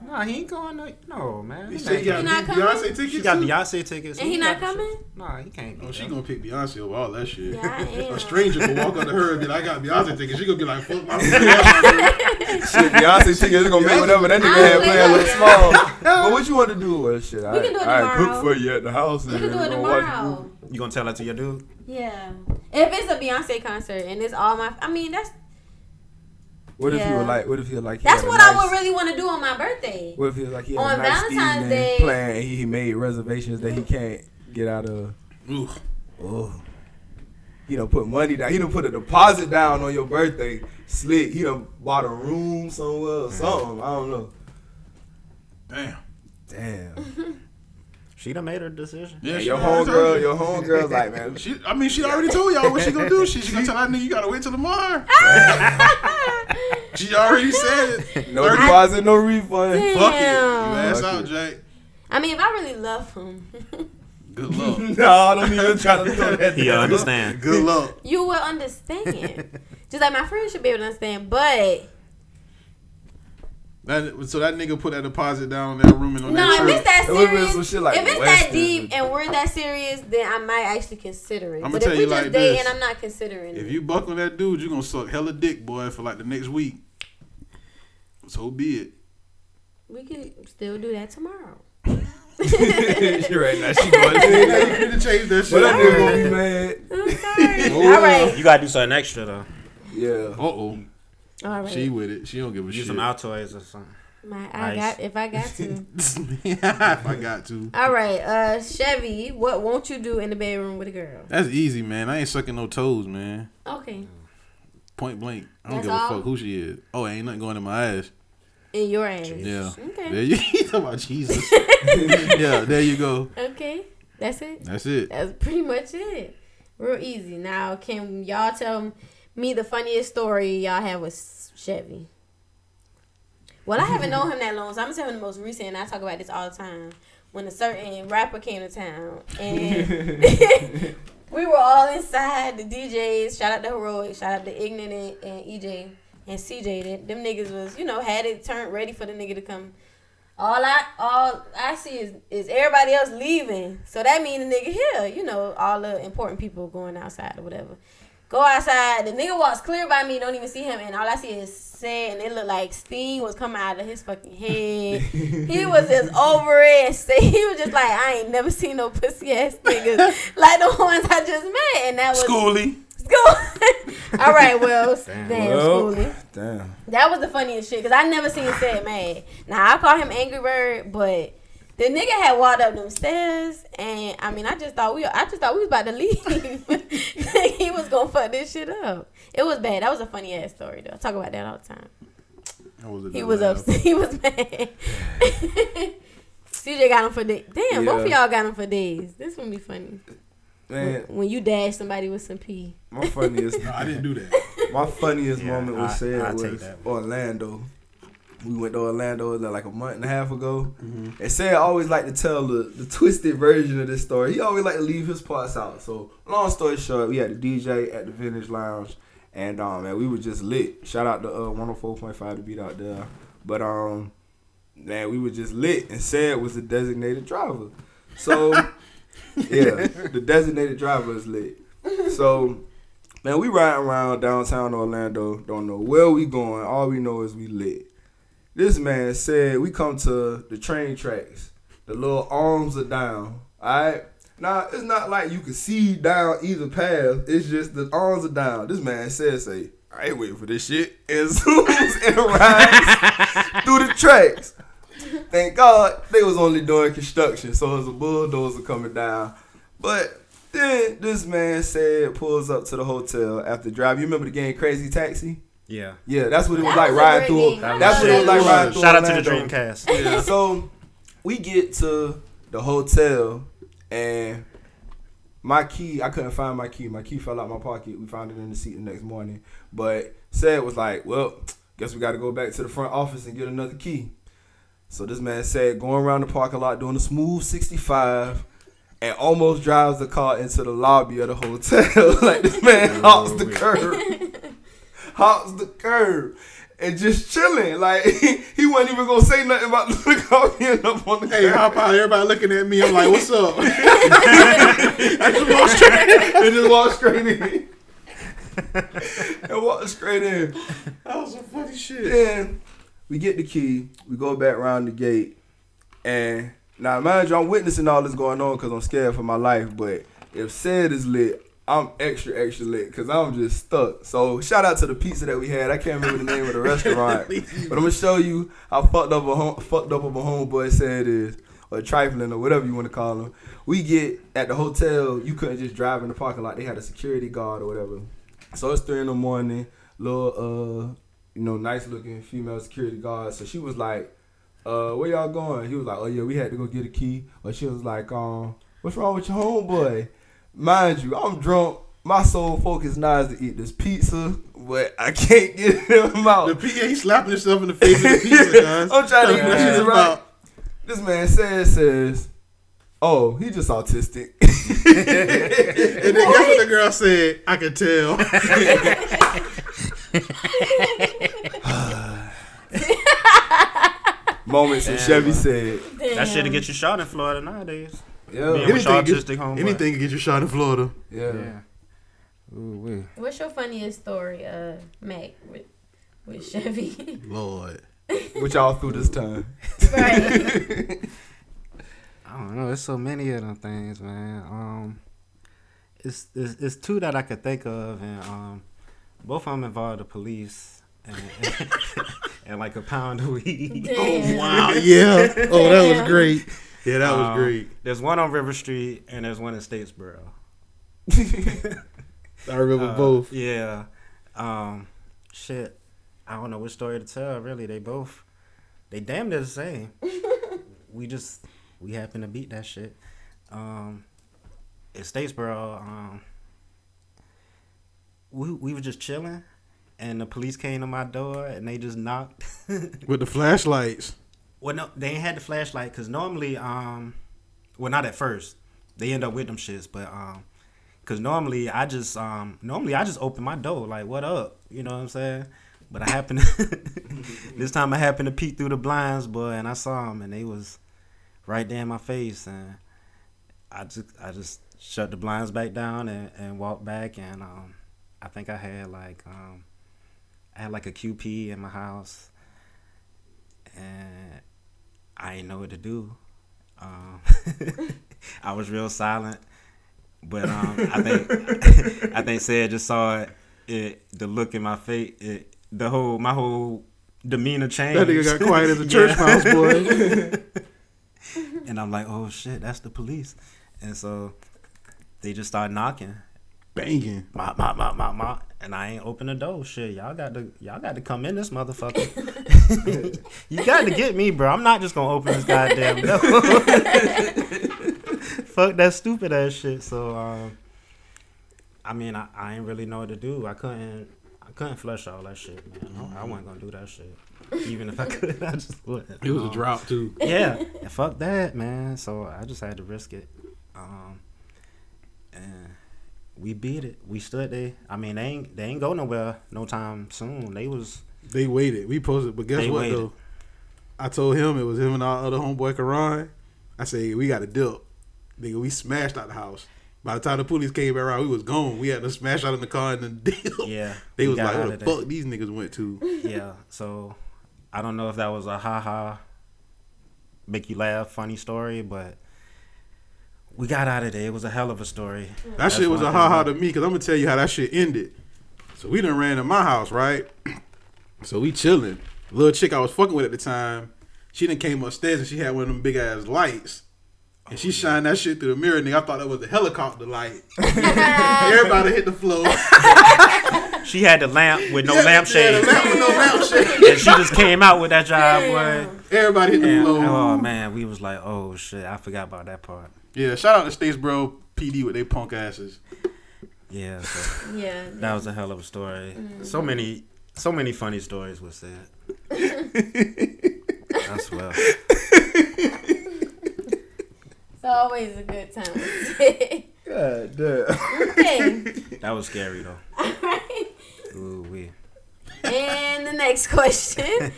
Speaker 1: Nah, he ain't going. No, no man. He
Speaker 4: You say
Speaker 1: ain't
Speaker 4: you got
Speaker 1: going.
Speaker 6: not
Speaker 4: Be-
Speaker 6: coming?
Speaker 4: Beyonce tickets.
Speaker 1: she got
Speaker 4: too?
Speaker 1: Beyonce tickets.
Speaker 6: And he not
Speaker 1: got-
Speaker 6: coming?
Speaker 1: Nah, he can't.
Speaker 4: Oh,
Speaker 1: be
Speaker 4: she
Speaker 1: there.
Speaker 4: gonna pick Beyonce over all that shit.
Speaker 6: Yeah, I am.
Speaker 4: A stranger can walk up to her and be like, "I got Beyonce tickets." She gonna be like, "Fuck my Beyonce."
Speaker 11: Shit, Beyonce, she just gonna make whatever that nigga had
Speaker 6: Honestly,
Speaker 11: planned look
Speaker 6: yeah.
Speaker 11: small. but what you want to do? Well, shit, I,
Speaker 6: can do it
Speaker 11: I cook
Speaker 6: tomorrow.
Speaker 11: for you at the house.
Speaker 6: We can do it tomorrow.
Speaker 1: You gonna tell that to your dude?
Speaker 6: Yeah. If it's a Beyonce concert and it's all my, I mean that's.
Speaker 11: What if he
Speaker 6: Yeah.
Speaker 11: was like? What if he was like? he
Speaker 6: That's
Speaker 11: had a
Speaker 6: what I
Speaker 11: nice-
Speaker 6: would really want to do on my birthday.
Speaker 11: What if he was like? He had
Speaker 6: on
Speaker 11: a nice
Speaker 6: Valentine's
Speaker 11: evening
Speaker 6: Day.
Speaker 11: planned. He made reservations that he can't get out of. Oh. You know, put money down. You done put a deposit down on your birthday. Slick. You done bought a room somewhere or something. I don't know.
Speaker 4: Damn.
Speaker 11: Damn.
Speaker 1: She done made her decision.
Speaker 11: Yeah,
Speaker 4: she
Speaker 11: your
Speaker 4: already told
Speaker 11: homegirl,
Speaker 4: you.
Speaker 11: your homegirl's like, man.
Speaker 4: She, I mean, she already told y'all what she gonna do. She, she gonna tell that nigga you gotta wait till tomorrow. she already said it.
Speaker 11: No deposit, no refund.
Speaker 6: Damn.
Speaker 4: Fuck it. You ass out, Jake.
Speaker 6: I mean, if I really love him,
Speaker 4: Good luck.
Speaker 11: no, I don't even try to throw that.
Speaker 1: He understand.
Speaker 4: Good luck.
Speaker 6: you will understand. Just like my friends should be able to understand. But
Speaker 4: That, so that nigga put that deposit down on that room and on
Speaker 6: no,
Speaker 4: that
Speaker 6: if
Speaker 4: trip.
Speaker 6: it's that
Speaker 11: It would've been
Speaker 6: serious,
Speaker 11: some shit like
Speaker 6: if it's that
Speaker 11: Western.
Speaker 6: deep and we're that serious, then I might actually consider it.
Speaker 4: I'ma
Speaker 6: but
Speaker 4: tell
Speaker 6: if we
Speaker 4: you
Speaker 6: just
Speaker 4: like
Speaker 6: date
Speaker 4: this.
Speaker 6: and I'm not considering
Speaker 4: If
Speaker 6: it,
Speaker 4: you buck on that dude, you gonna suck hella dick, boy, for like the next week. So be it.
Speaker 6: we could still do that tomorrow.
Speaker 11: She right now. She going to
Speaker 4: you need to change that
Speaker 11: But
Speaker 4: shit.
Speaker 11: that nigga gonna be mad.
Speaker 6: I'm sorry.
Speaker 4: Ooh.
Speaker 6: All right.
Speaker 1: You gotta do something extra though.
Speaker 11: Yeah.
Speaker 4: Uh oh,
Speaker 6: All right.
Speaker 4: she with it. She don't give a
Speaker 1: Use
Speaker 4: shit.
Speaker 1: some Altoids or something.
Speaker 6: My, I
Speaker 1: Nice.
Speaker 6: got if I got to.
Speaker 4: if I got to,
Speaker 6: All right, uh, Chevy, what won't you do in the bedroom with a girl?
Speaker 4: that's easy, man. I ain't sucking no toes, man.
Speaker 6: Okay,
Speaker 4: Point blank. I don't
Speaker 6: That's
Speaker 4: give a
Speaker 6: all?
Speaker 4: fuck who she is. Oh, ain't nothing going in my ass.
Speaker 6: in your ass.
Speaker 4: Yeah.
Speaker 6: Okay.
Speaker 4: There you you talking about Jesus. yeah, there you go.
Speaker 6: Okay, that's it.
Speaker 4: That's it.
Speaker 6: That's pretty much it. Real easy. Now, can y'all tell me the funniest story y'all have with Chevy? Well, I haven't known him that long, so I'm just having the most recent. And I talk about this all the time. When a certain rapper came to town, and we were all inside the DJs. Shout out to Heroic. Shout out to Ignorant and EJ and CJ. That them niggas was you know had it turned ready for the nigga to come all I all I see is, is everybody else leaving. So that means the nigga here, you know, all the important people going outside or whatever. Go outside, the nigga walks clear by me, don't even see him, and all I see is sand, and it looked like steam was coming out of his fucking head. he was just over it. So he was just like, I ain't never seen no pussy ass niggas like the ones I just met, and that was
Speaker 4: Schoolie.
Speaker 6: school. all right, well, damn,
Speaker 11: Well,
Speaker 6: schoolie.
Speaker 11: Damn.
Speaker 6: That was the funniest shit because I never seen Sad mad. Now I call him Angry Bird, but the nigga had walked up them stairs, and I mean, I just thought we, I just thought we was about to leave. he was gonna fuck this shit up. It was bad. That was a funny ass story though. I talk about that all the time.
Speaker 4: That was a
Speaker 6: He
Speaker 4: good
Speaker 6: was
Speaker 4: laugh.
Speaker 6: upset. He was mad. CJ got him for days. Damn, both of
Speaker 11: Yeah.
Speaker 6: y'all got him for days. This would be funny
Speaker 11: Man,
Speaker 6: when you dash somebody with some pee.
Speaker 11: my funniest.
Speaker 4: No, I didn't do that.
Speaker 11: My funniest
Speaker 1: Yeah,
Speaker 11: moment
Speaker 1: I-
Speaker 11: was said
Speaker 1: I take
Speaker 11: was
Speaker 1: that
Speaker 11: Orlando. We went to Orlando it was like a month and a half ago.
Speaker 1: Mm-hmm.
Speaker 11: And Sad always like to tell the, the twisted version of this story. He always like to leave his parts out. So long story short, we had the DJ at the Vintage Lounge, and um, man, we were just lit. Shout out to uh, 104.5 to beat out there. But um, man, we were just lit, and Sad was the designated driver. So yeah, the designated driver is lit. So Man, we riding around downtown Orlando. Don't know where we going. All we know is we lit. This man said we come to the train tracks. The little arms are down. Alright? Now it's not like you can see down either path. It's just the arms are down. This man said say, I ain't waiting for this shit. And zooms and rides through the tracks. Thank God they was only doing construction, so it was a bulldozer coming down. But then this man said pulls up to the hotel after driving. You remember the game Crazy Taxi?
Speaker 1: Yeah.
Speaker 11: Yeah, that's what it was
Speaker 6: That
Speaker 11: like
Speaker 6: was a
Speaker 11: riding
Speaker 6: great
Speaker 11: through.
Speaker 6: game. I
Speaker 11: That's what it was
Speaker 6: love
Speaker 11: like
Speaker 6: that
Speaker 11: riding through.
Speaker 1: Shout out to the
Speaker 11: Orlando.
Speaker 1: Dreamcast.
Speaker 11: So we get to the hotel and my key, I couldn't find my key. My key fell out my pocket. We found it in the seat the next morning. But said was like, well, guess we got to go back to the front office and get another key. So this man said going around the parking lot doing a smooth 65 and almost drives the car into the lobby of the hotel. like this man hops the curb. hops the curb. And just chilling. Like he wasn't even gonna say nothing about the car being up on the
Speaker 4: Hey,
Speaker 11: curb.
Speaker 4: hop out. Everybody looking at me. I'm like, what's up?
Speaker 11: and just walked straight in. and walked straight in.
Speaker 4: that was some funny shit.
Speaker 11: Then we get the key, we go back around the gate, and now mind you, I'm witnessing all this going on because I'm scared for my life. But if said is lit, I'm extra extra lit because I'm just stuck. So shout out to the pizza that we had. I can't remember the name of the restaurant, but I'm gonna show you how fucked up a home, fucked up of a homeboy said is, or trifling or whatever you want to call him. We get at the hotel. You couldn't just drive in the parking lot. They had a security guard or whatever. So it's three in the morning. Little uh, you know, nice looking female security guard. So she was like, uh, where y'all going? He was like, oh yeah, we had to go get a key. Or she was like, um, what's wrong with your homeboy? Mind you, I'm drunk. My sole focus now is to eat this pizza, but I can't get him out.
Speaker 4: The P- yeah, he's slapping himself in the face with the pizza, guys.
Speaker 11: I'm trying to
Speaker 4: That's
Speaker 11: get
Speaker 4: what
Speaker 11: this
Speaker 4: it's
Speaker 11: shit right.
Speaker 4: about.
Speaker 11: This man says, says, oh, he just autistic.
Speaker 4: And then guess what the girl said? I could tell.
Speaker 11: Moments and Chevy said,
Speaker 1: That shit'll get you shot in Florida nowadays.
Speaker 11: yeah,
Speaker 1: Yeah. What's your
Speaker 4: anything, get,
Speaker 1: autistic homeboy?
Speaker 4: anything to get you shot in Florida.
Speaker 11: yeah.
Speaker 13: Ooh, wait.
Speaker 6: What's your funniest story, uh, Mac, with, with Chevy?
Speaker 4: Lord.
Speaker 11: What y'all through this time?
Speaker 6: right.
Speaker 1: I don't know. There's so many of them things, man. Um, it's it's, it's two that I could think of, and um, both of them involve the police and, and, like a pound of weed.
Speaker 6: Damn.
Speaker 4: Wow, yeah. Oh, that was great. Yeah, that was
Speaker 1: Um,
Speaker 4: great.
Speaker 1: There's one on River Street and there's one in Statesboro.
Speaker 4: I remember
Speaker 1: Uh,
Speaker 4: both.
Speaker 1: Yeah. Um, shit. I don't know which story to tell. Really, they both they damn near the same. we just we happen to beat that shit. Um, in Statesboro, um, we we were just chilling, and the police came to my door and they just knocked.
Speaker 4: With the flashlights.
Speaker 1: Well, no, they ain't had the flashlight because normally, um, well, not at first. They end up with them shits, but um, cause normally I just um, normally I just open my door like, what up? You know what I'm saying? But I happened this time I happened to peek through the blinds, boy, and I saw them, and they was right there in my face, and I just I just shut the blinds back down and, and walked back, and um, I think I had like um, I had like a QP in my house and I didn't know what to do. Um, I was real silent, but um, I think I think Sid just saw it, it the look in my face, it, the whole my whole demeanor changed.
Speaker 4: That nigga got quiet as a church mouse, boy.
Speaker 1: and I'm like, oh shit, that's the police, and so they just start knocking,
Speaker 4: Banging.
Speaker 1: mop, mop, mop, mop, mop, and I ain't open the door. Shit, y'all got to y'all got to come in this motherfucker. you got to get me, bro. I'm not just gonna open this goddamn door. Fuck that stupid ass shit. So, um, I mean, I, I ain't really know what to do. I couldn't I couldn't flush all that shit, man. I, I wasn't gonna do that shit. Even if I could, I just wouldn't.
Speaker 4: It was a
Speaker 1: Um,
Speaker 4: drop, too.
Speaker 1: yeah, and fuck that, man. So I just had to risk it, um, and we beat it. We stood there. I mean, they ain't they ain't go nowhere no time soon. They was
Speaker 4: They waited. We posted, but guess
Speaker 1: They
Speaker 4: what
Speaker 1: waited.
Speaker 4: though? I told him it was him and our other homeboy Karan. I said we got to dip, nigga. We smashed out the house. By the time the police came back around, we was gone. We had to smash out in the car and then deal.
Speaker 1: Yeah,
Speaker 4: they
Speaker 1: we
Speaker 4: was
Speaker 1: got
Speaker 4: like,
Speaker 1: out
Speaker 4: "Where
Speaker 1: of
Speaker 4: the
Speaker 1: there."
Speaker 4: fuck these niggas went to?"
Speaker 1: yeah. So I don't know if that was a ha ha, make you laugh, funny story, but we got out of there. It was a hell of a story.
Speaker 4: That shit was a ha ha to me because I'm gonna tell you how that shit ended. So we done ran to my house, right? so we chilling. Little chick I was fucking with at the time, she done came upstairs and she had one of them big ass lights. And she shined that shit through the mirror, nigga. I thought that was the helicopter light. Everybody hit the floor.
Speaker 1: She had the lamp with no
Speaker 4: Yeah, Yeah,
Speaker 1: lampshade,
Speaker 4: the lamp with no lampshade.
Speaker 1: and she just came out with that job, boy.
Speaker 4: Everybody hit the
Speaker 1: And,
Speaker 4: floor.
Speaker 1: oh man, we was like, oh shit, I forgot about that part.
Speaker 4: Yeah, shout out to Statesboro PD with they punk asses.
Speaker 1: Yeah, so
Speaker 6: Yeah.
Speaker 1: that was a hell of a story.
Speaker 7: Mm-hmm.
Speaker 1: So many, so many funny stories was said. I swear.
Speaker 6: It's always a good time.
Speaker 11: God damn.
Speaker 6: okay.
Speaker 1: That was scary though.
Speaker 6: Alright.
Speaker 1: Ooh wee.
Speaker 6: And the next question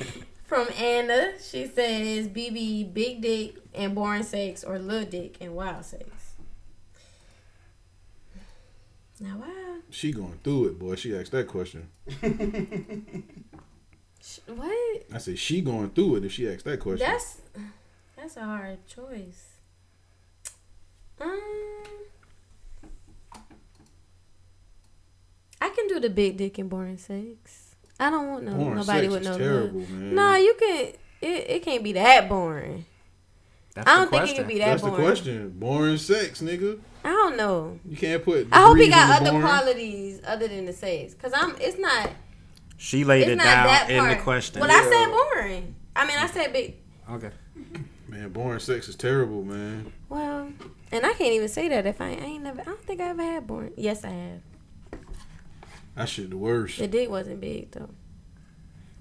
Speaker 6: from Anna. She says, BB, big dick and boring sex or little dick and wild sex? Now, wow.
Speaker 4: She going through it, boy. She asked that question.
Speaker 6: Sh- What?
Speaker 4: I said she going through it if she asked that question.
Speaker 6: That's that's a hard choice. Um,
Speaker 7: do the big dick and boring sex. I don't want no
Speaker 4: Boring
Speaker 7: nobody
Speaker 4: sex
Speaker 7: with
Speaker 4: is
Speaker 7: no.
Speaker 4: terrible,
Speaker 7: good.
Speaker 4: man.
Speaker 7: Nah, you can. It, it can't be that boring. I don't think it could be that
Speaker 4: That's
Speaker 7: boring.
Speaker 4: the question. Boring sex, nigga.
Speaker 7: I don't know.
Speaker 4: You can't put.
Speaker 7: I hope he
Speaker 4: degrees
Speaker 7: got
Speaker 4: in
Speaker 7: other
Speaker 4: boring.
Speaker 7: qualities other than the sex, cause I'm. It's not.
Speaker 1: She laid
Speaker 7: it's
Speaker 1: it
Speaker 7: not
Speaker 1: down
Speaker 7: that
Speaker 1: in
Speaker 7: part.
Speaker 1: the question.
Speaker 7: Well, I said boring. I mean, I said big.
Speaker 4: Okay. Man, boring sex is terrible, man.
Speaker 7: Well, and I can't even say that if I, I ain't never. I don't think I ever had boring. Yes, I have.
Speaker 4: That shit the worst.
Speaker 7: The dick wasn't big though.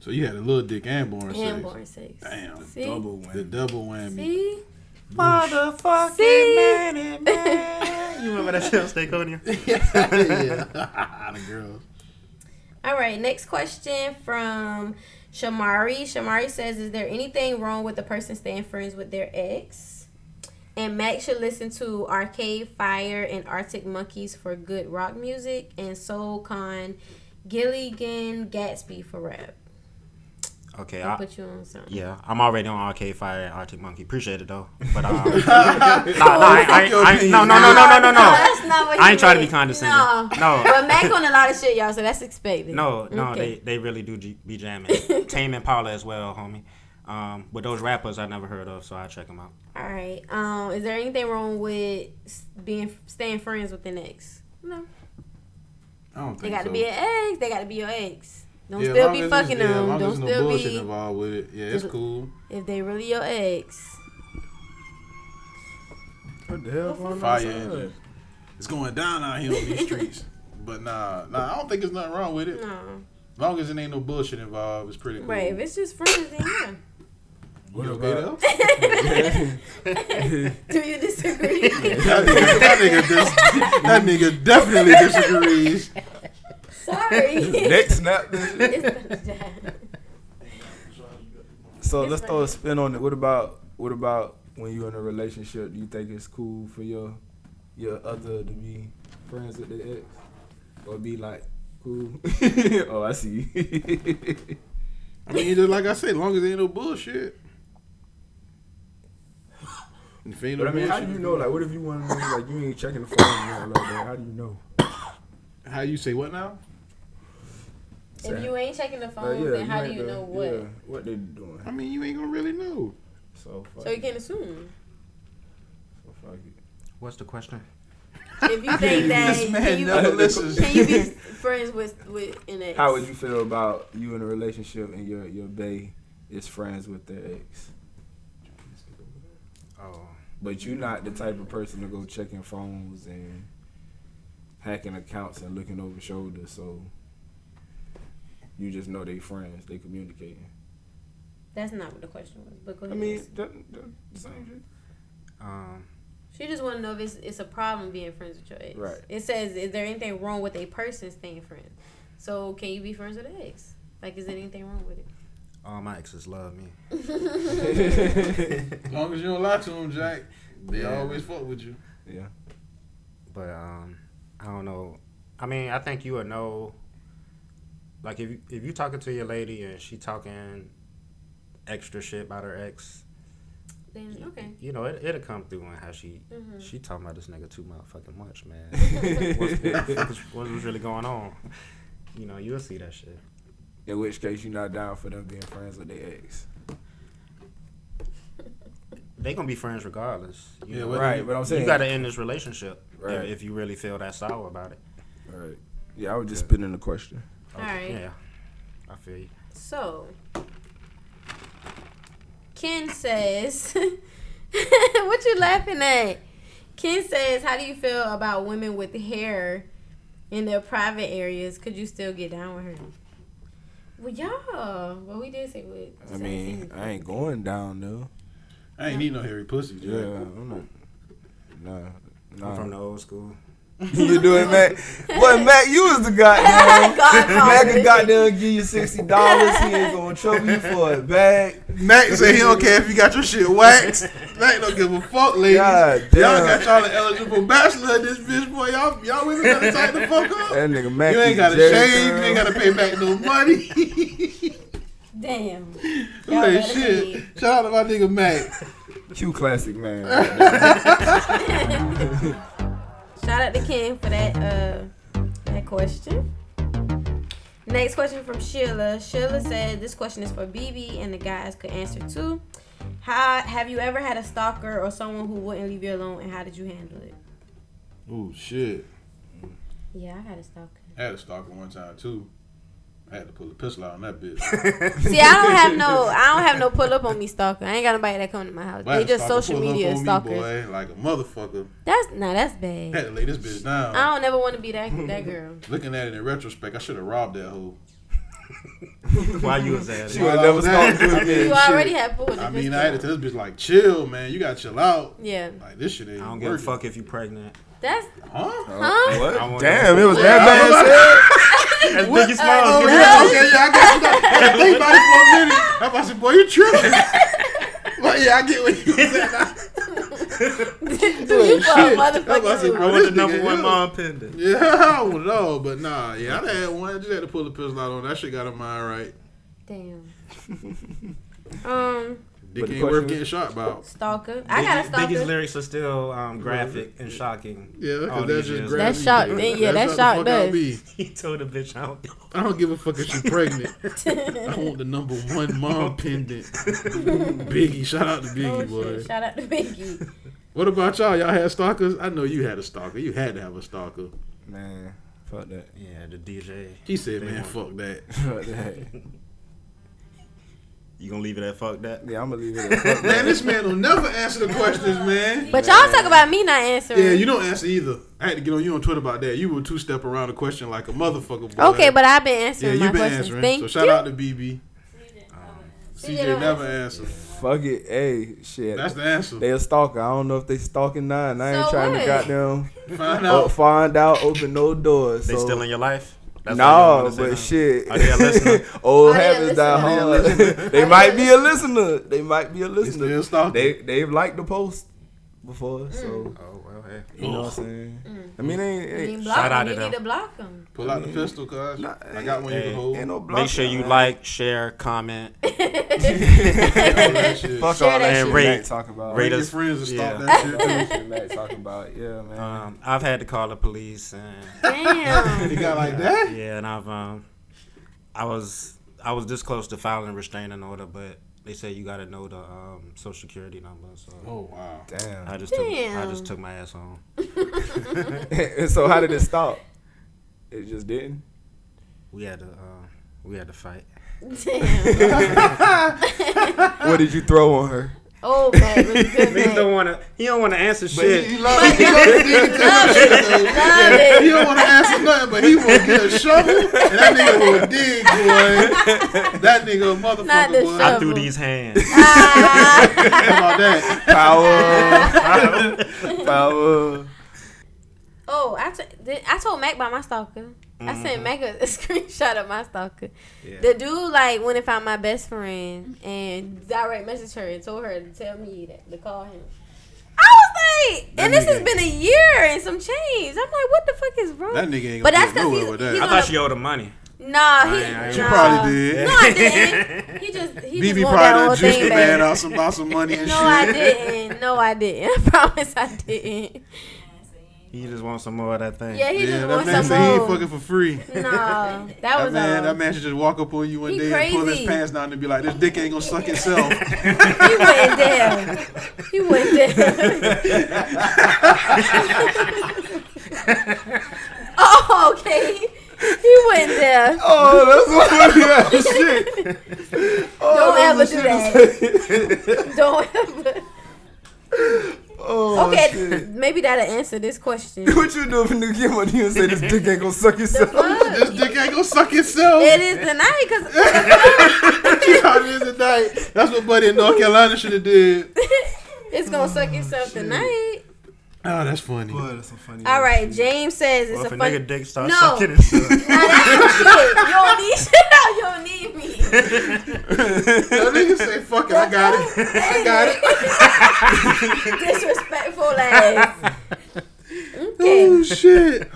Speaker 4: So you had a little dick and boring sex.
Speaker 7: And boring sex.
Speaker 4: Damn.
Speaker 7: See? Double
Speaker 4: The double whammy.
Speaker 7: See.
Speaker 12: Motherfucking
Speaker 7: See?
Speaker 12: man and man. You remember that shit on Staconia?
Speaker 4: yeah. the girls.
Speaker 6: All right, next question from Shamari. Shamari says, "Is there anything wrong with a person staying friends with their ex?" And Max should listen to Arcade Fire and Arctic Monkeys for good rock music, and Soul Con, Gilligan Gatsby for rap.
Speaker 1: Okay,
Speaker 6: I'll
Speaker 1: I,
Speaker 6: put you on something.
Speaker 1: yeah, I'm already on Arcade Fire and Arctic Monkey. Appreciate it though, but um, nah, nah, I, I, I, no, no, no, no, no, no, no.
Speaker 7: that's not what
Speaker 1: I
Speaker 7: he
Speaker 1: ain't trying to be
Speaker 7: meant.
Speaker 1: condescending.
Speaker 7: No.
Speaker 1: No.
Speaker 7: But Mac on a lot of shit, y'all, so that's expected.
Speaker 1: No, no,
Speaker 7: Okay.
Speaker 1: they, they really do j- be jamming. Tame and Paula as well, homie. Um, but those rappers I never heard of, so I check them out.
Speaker 6: All right. Um, is there anything wrong with s- being staying friends with an ex? No.
Speaker 4: I don't think
Speaker 6: They got to
Speaker 4: so.
Speaker 6: be an ex. They got to be your ex. Don't
Speaker 4: Yeah,
Speaker 6: still
Speaker 4: long
Speaker 6: be
Speaker 4: as
Speaker 6: fucking
Speaker 4: there's- yeah,
Speaker 6: them.
Speaker 4: long as
Speaker 6: Don't
Speaker 4: there's no
Speaker 6: still
Speaker 4: bullshit
Speaker 6: be
Speaker 4: involved with it. Yeah, it's
Speaker 6: Just-
Speaker 4: cool.
Speaker 6: if they really your ex.
Speaker 3: What the hell going on
Speaker 4: Fire
Speaker 3: outside?
Speaker 4: engine. It's going down out here on these streets. But nah, nah, I don't think there's nothing wrong with it.
Speaker 6: No.
Speaker 4: Long as it ain't no bullshit involved, it's pretty cool.
Speaker 6: Right. If it's just friends, then yeah.
Speaker 4: You okay though?
Speaker 6: Do you disagree?
Speaker 4: that, nigga, that, nigga dis- that nigga definitely disagrees.
Speaker 6: Sorry.
Speaker 11: Next snap.
Speaker 6: It's the job.
Speaker 11: So let's throw a spin on it. What about what about when you're in a relationship? Do you think it's cool for your your other to be friends with the ex, or be like cool? oh, I see.
Speaker 4: I mean, just like I said, long as there ain't no bullshit. If ain't no
Speaker 11: but I mean, how
Speaker 4: bullshit,
Speaker 11: do you
Speaker 4: it's
Speaker 11: know?
Speaker 4: cool.
Speaker 11: Like, what if you want to know? Like, you ain't checking the phone or nothing like that. How do you know?
Speaker 4: How you say what now?
Speaker 6: If you ain't checking the
Speaker 11: Like,
Speaker 6: phone, then how do
Speaker 11: ain't
Speaker 6: you
Speaker 11: the-
Speaker 6: know what?
Speaker 11: Yeah, what they doing?
Speaker 4: I mean, you ain't gonna really know.
Speaker 11: So fuck.
Speaker 6: So you can assume.
Speaker 11: so fuck it.
Speaker 1: What's the question?
Speaker 6: If you think that
Speaker 4: This man
Speaker 6: can you,
Speaker 11: never
Speaker 6: be,
Speaker 11: listens.
Speaker 6: can you be friends with with an ex?
Speaker 11: How would you feel about you in a relationship and your your bae is friends with their ex?
Speaker 1: Oh,
Speaker 11: But you're not the type of person to go checking phones and hacking accounts and looking over shoulders. So you just know they friends. They communicating.
Speaker 6: That's not what the question was. But
Speaker 11: I
Speaker 6: go ahead.
Speaker 11: mean, the, the, the same shit.
Speaker 1: um,
Speaker 6: she just want to know if it's, it's a problem being friends with your ex.
Speaker 11: Right.
Speaker 6: It says, is there anything wrong with a person staying friends? So can you be friends with an ex? Like, is there anything wrong with it?
Speaker 1: all my exes love me.
Speaker 4: As long as you don't lie to them, Jack, they
Speaker 11: Yeah.
Speaker 4: always fuck with you.
Speaker 11: Yeah.
Speaker 1: But um, I don't know. I mean, I think you would know. Like if you, if you talking to your lady and she talking extra shit about her ex,
Speaker 6: Then okay.
Speaker 1: you know it, it'll come through on how she
Speaker 6: Mhm.
Speaker 1: she talking about this nigga too motherfucking much, man. what's, what, what's, what's really going on? You know, you'll see that shit.
Speaker 11: In which case, you're not down for them being friends with their ex.
Speaker 1: They gonna be friends regardless. You
Speaker 4: Yeah,
Speaker 1: know?
Speaker 4: But
Speaker 11: right.
Speaker 4: you-
Speaker 11: But I'm saying.
Speaker 1: You gotta end this relationship
Speaker 11: Right.
Speaker 1: if, if you really feel that sour about it.
Speaker 11: Right. Yeah, I was just spinning the question.
Speaker 6: All right.
Speaker 1: Yeah, I feel you.
Speaker 6: So, Ken says, "What you laughing at?" Ken says, "How do you feel about women with hair in their private areas? Could you still get down with her?" Well, yeah. Well, we did say what.
Speaker 11: I mean, I ain't going down though.
Speaker 4: I ain't need no hairy pussy, Jack.
Speaker 11: Yeah, I'm not. Nah,
Speaker 1: I'm from
Speaker 11: nah.
Speaker 1: the old school.
Speaker 11: you doing, Matt? Boy, Matt, you was the goddamn. Matt
Speaker 6: Godfather.
Speaker 11: could goddamn give you sixty dollars. He ain't gonna trouble you for a bag.
Speaker 4: Mac say he don't care if you got your shit waxed. Mac don't give a fuck, ladies.
Speaker 11: God
Speaker 4: y'all
Speaker 11: damn.
Speaker 4: got y'all an eligible bachelor in this bitch, boy. Y'all, y'all women gotta tighten the fuck up.
Speaker 11: That nigga Matt.
Speaker 4: you ain't gotta shave. You ain't gotta pay back no money.
Speaker 6: Damn. Y'all
Speaker 4: Like
Speaker 6: better
Speaker 4: shit.
Speaker 6: believe.
Speaker 4: Shout out to my nigga Mac.
Speaker 11: Q classic man.
Speaker 6: Shout out to Ken for that uh that question. Next question from Sheila. Sheila said this question is for BB and the guys could answer too. How have you ever had a stalker or someone who wouldn't leave you alone and how did you handle it?
Speaker 4: Oh shit!
Speaker 6: Yeah, I had a stalker.
Speaker 4: I had a stalker one time too. I had to pull a pistol out on that bitch.
Speaker 6: See, I don't have no I don't have no pull up on me stalker. I ain't got nobody that come to my house.
Speaker 4: But I
Speaker 6: They
Speaker 4: had a
Speaker 6: just
Speaker 4: stalker
Speaker 6: social
Speaker 4: pull up
Speaker 6: media
Speaker 4: on me,
Speaker 6: stalkers.
Speaker 4: boy, like a motherfucker.
Speaker 6: That's nah, that's bad.
Speaker 4: Had to lay this bitch down.
Speaker 6: I don't ever want to be that that girl.
Speaker 4: Looking at it in retrospect, I should have robbed that hoe.
Speaker 1: Why you was at
Speaker 4: She
Speaker 1: it?
Speaker 4: would
Speaker 1: You
Speaker 4: never stop doing that
Speaker 6: You
Speaker 4: shit.
Speaker 6: already have pulled the
Speaker 4: I mean,
Speaker 6: pistol.
Speaker 4: I had to tell this bitch like, chill, man. You gotta chill out.
Speaker 6: Yeah.
Speaker 4: Like this shit ain't.
Speaker 1: I don't give a
Speaker 4: working.
Speaker 1: fuck if you pregnant.
Speaker 6: That's
Speaker 4: Huh?
Speaker 6: Huh?
Speaker 1: I want
Speaker 14: Damn,
Speaker 1: that.
Speaker 14: it was that bad.
Speaker 1: That's Biggie Smalls.
Speaker 4: Oh,
Speaker 1: Give me
Speaker 4: yeah,
Speaker 1: that.
Speaker 4: okay, yeah, I got you. got- I had to think about it for a minute. I'm about to say, boy, you tripping. Like, yeah, I get what you said.
Speaker 6: Do you for a
Speaker 4: Shit.
Speaker 6: motherfucking
Speaker 4: I'm about to say,
Speaker 6: rule. I
Speaker 4: bro,
Speaker 1: want
Speaker 4: this
Speaker 1: the number
Speaker 4: nigga
Speaker 1: one
Speaker 4: ill.
Speaker 1: mom pendant.
Speaker 4: Yeah, I don't know, but nah, yeah, I had one. I just had to pull the pistol out on that shit. Got on mine right.
Speaker 6: Damn. um,
Speaker 4: Dick
Speaker 1: the
Speaker 4: ain't worth
Speaker 1: question-
Speaker 4: getting shot about.
Speaker 6: stalker. I got a
Speaker 1: Biggie's- Biggie's
Speaker 6: stalker.
Speaker 1: lyrics are still um, graphic and shocking.
Speaker 4: Yeah, 'cause
Speaker 1: all
Speaker 4: that's
Speaker 1: these
Speaker 4: just
Speaker 1: years
Speaker 4: graphic.
Speaker 6: That shocked
Speaker 4: That's
Speaker 6: me. Yeah, that
Speaker 4: how the
Speaker 6: shocked
Speaker 4: fuck I
Speaker 6: us.
Speaker 4: be.
Speaker 1: later. He told the bitch, I don't.
Speaker 4: I don't give a fuck if she's pregnant. I want the number one mom pendant. Biggie, shout out to
Speaker 6: Oh,
Speaker 4: Biggie,
Speaker 6: shit.
Speaker 4: boy.
Speaker 6: Shout out to Biggie.
Speaker 4: What about y'all? Y'all had stalkers? I know you had a stalker. You had to have a stalker.
Speaker 11: Man, fuck that.
Speaker 1: Yeah, the DJ.
Speaker 4: He said,
Speaker 1: They
Speaker 4: man,
Speaker 1: want-
Speaker 4: fuck that.
Speaker 11: Fuck that.
Speaker 1: You gonna leave it at fuck that?
Speaker 11: Yeah, I'm gonna leave it. At fuck
Speaker 4: Man,
Speaker 11: that.
Speaker 4: this man will never answer the questions, man.
Speaker 6: But y'all talk about me not answering.
Speaker 4: Yeah, you don't answer either. I had to get on you on Twitter about that. You were two step around the question like a motherfucker. Boy.
Speaker 6: Okay, but I've been answering
Speaker 4: yeah,
Speaker 6: my
Speaker 4: you been
Speaker 6: questions.
Speaker 4: answering.
Speaker 6: Thank
Speaker 4: so shout
Speaker 6: you.
Speaker 4: out to BB. CJ
Speaker 6: don't
Speaker 4: never answer.
Speaker 11: Fuck it, hey, shit.
Speaker 4: That's the answer.
Speaker 11: They a stalker. I don't know if they stalking not. And I ain't
Speaker 6: So
Speaker 11: trying
Speaker 6: what?
Speaker 11: to goddamn
Speaker 4: Find
Speaker 11: oh,
Speaker 4: out.
Speaker 11: find out, open no doors.
Speaker 1: They
Speaker 11: so.
Speaker 1: still in your life? why you
Speaker 11: no,
Speaker 1: don't wanna
Speaker 11: but
Speaker 1: say
Speaker 11: shit.
Speaker 1: Are they a listener?
Speaker 11: Old
Speaker 6: Are they a
Speaker 11: habits die
Speaker 6: listener?
Speaker 11: hard. they might be a listener. They might be a listener.
Speaker 4: still stalking.
Speaker 11: They they've liked the post
Speaker 6: Mm.
Speaker 11: before, so
Speaker 1: nothing? Oh, well, hey.
Speaker 11: you know what I'm saying. I mean, ain't,
Speaker 6: You
Speaker 11: ain't,
Speaker 6: need, Mm. block
Speaker 1: Shout
Speaker 6: them.
Speaker 1: out
Speaker 6: you
Speaker 1: to
Speaker 6: need
Speaker 1: them.
Speaker 6: to block them.
Speaker 4: Pull out the pistol, cuz. I got one you
Speaker 1: Hey,
Speaker 4: can hold.
Speaker 11: ain't no block.
Speaker 1: Make sure you
Speaker 11: man.
Speaker 1: like, share, comment,
Speaker 4: That shit.
Speaker 11: Fuck
Speaker 6: share
Speaker 11: all
Speaker 6: that
Speaker 11: that
Speaker 6: shit.
Speaker 11: shit.
Speaker 1: Rate-
Speaker 11: Matt talk about.
Speaker 1: rate
Speaker 4: Bring your
Speaker 1: us.
Speaker 4: friends and stalk
Speaker 1: Yeah.
Speaker 4: that shit.
Speaker 11: Shit Matt talk about. Yeah, man.
Speaker 1: Um, I've had to call the police, and
Speaker 6: Damn.
Speaker 4: You got like that?
Speaker 1: yeah, and I've um, I was I was this close to filing a restraining order, but they said you got to know the um, social security number, so
Speaker 4: Oh wow.
Speaker 11: Damn.
Speaker 1: I just took, I
Speaker 6: Damn.
Speaker 1: just took my ass home.
Speaker 11: and so how did it stop? It just didn't.
Speaker 1: We had to uh, we had to fight.
Speaker 6: Damn.
Speaker 11: What did you throw on her?
Speaker 6: Oh, man. It was a good
Speaker 1: Niggas
Speaker 6: night.
Speaker 1: don't want to. He don't want to answer shit.
Speaker 4: He love he love the nigga tell him shit, though. Yeah, He don't want to answer nothing, but he will get a shovel and that nigga will dig, boy. That nigga a
Speaker 6: Not
Speaker 4: motherfucker,
Speaker 6: the
Speaker 4: boy.
Speaker 6: shovel.
Speaker 1: I threw these hands.
Speaker 6: Ah,
Speaker 4: How about that?
Speaker 11: Power. Power.
Speaker 6: oh, I, t- th- I told Mac about my stalker. I
Speaker 4: Mm-hmm.
Speaker 6: sent Mac a, a screenshot of my stalker. The dude like went and found my best friend and direct messaged her and told her to tell me that to call him. I was like, and this has been a year and some change. I'm like, what the fuck is wrong?
Speaker 4: That nigga ain't
Speaker 6: But
Speaker 4: gonna
Speaker 6: that's
Speaker 4: get
Speaker 6: 'cause
Speaker 4: nowhere
Speaker 6: he's-
Speaker 4: with that.
Speaker 6: he's
Speaker 1: I
Speaker 6: on
Speaker 1: thought
Speaker 6: a-
Speaker 1: she owed him money.
Speaker 6: Nah, he.
Speaker 1: I- I-
Speaker 4: You
Speaker 6: nah.
Speaker 4: probably did.
Speaker 6: No, I didn't. He just he
Speaker 4: BB
Speaker 6: just want that
Speaker 4: probably
Speaker 6: whole
Speaker 4: done juiced
Speaker 6: thing
Speaker 4: the man
Speaker 6: back.
Speaker 4: out some about some money and
Speaker 6: No,
Speaker 4: shit.
Speaker 6: I didn't. No, I didn't. I promise I didn't.
Speaker 1: He just wants some more of that thing.
Speaker 6: Yeah, he
Speaker 4: yeah,
Speaker 6: just
Speaker 4: that man
Speaker 6: wants
Speaker 4: said he ain't
Speaker 6: some more.
Speaker 4: fucking for free.
Speaker 6: No, that,
Speaker 4: That
Speaker 6: was
Speaker 4: man,
Speaker 6: all.
Speaker 4: that man should just walk up on you one
Speaker 6: He
Speaker 4: day and pull his
Speaker 6: crazy.
Speaker 4: pants down and be like, "This dick ain't gonna suck itself."
Speaker 6: He went down. He went down. oh, okay. He went down.
Speaker 11: Oh, that's what we had. Shit.
Speaker 6: Don't
Speaker 11: Oh,
Speaker 6: ever
Speaker 11: that's
Speaker 6: do
Speaker 11: what
Speaker 6: that.
Speaker 11: she was saying.
Speaker 6: Don't ever.
Speaker 11: Oh,
Speaker 6: Okay,
Speaker 11: shit.
Speaker 6: maybe that'll answer this question.
Speaker 11: What you do if a nigga get money you and say this dick ain't gonna suck yourself?
Speaker 6: Fuck.
Speaker 4: this dick ain't gonna suck itself.
Speaker 6: It is the night because
Speaker 4: You know, it is a night. That's what Buddy in North Carolina should have did.
Speaker 6: it's gonna suck itself tonight.
Speaker 4: Oh, that's funny.
Speaker 11: Boy, that's a funny
Speaker 6: All
Speaker 11: one.
Speaker 6: right, James says it's
Speaker 1: Well, if a
Speaker 6: a funny.
Speaker 1: nigga dick starts
Speaker 6: No.
Speaker 1: sucking himself,
Speaker 6: Now that's some shit. You don't need shit. You don't need me.
Speaker 4: That nigga say, "Fuck it, I got it."
Speaker 6: I
Speaker 4: got
Speaker 6: Disrespectful ass. Okay.
Speaker 4: Oh shit!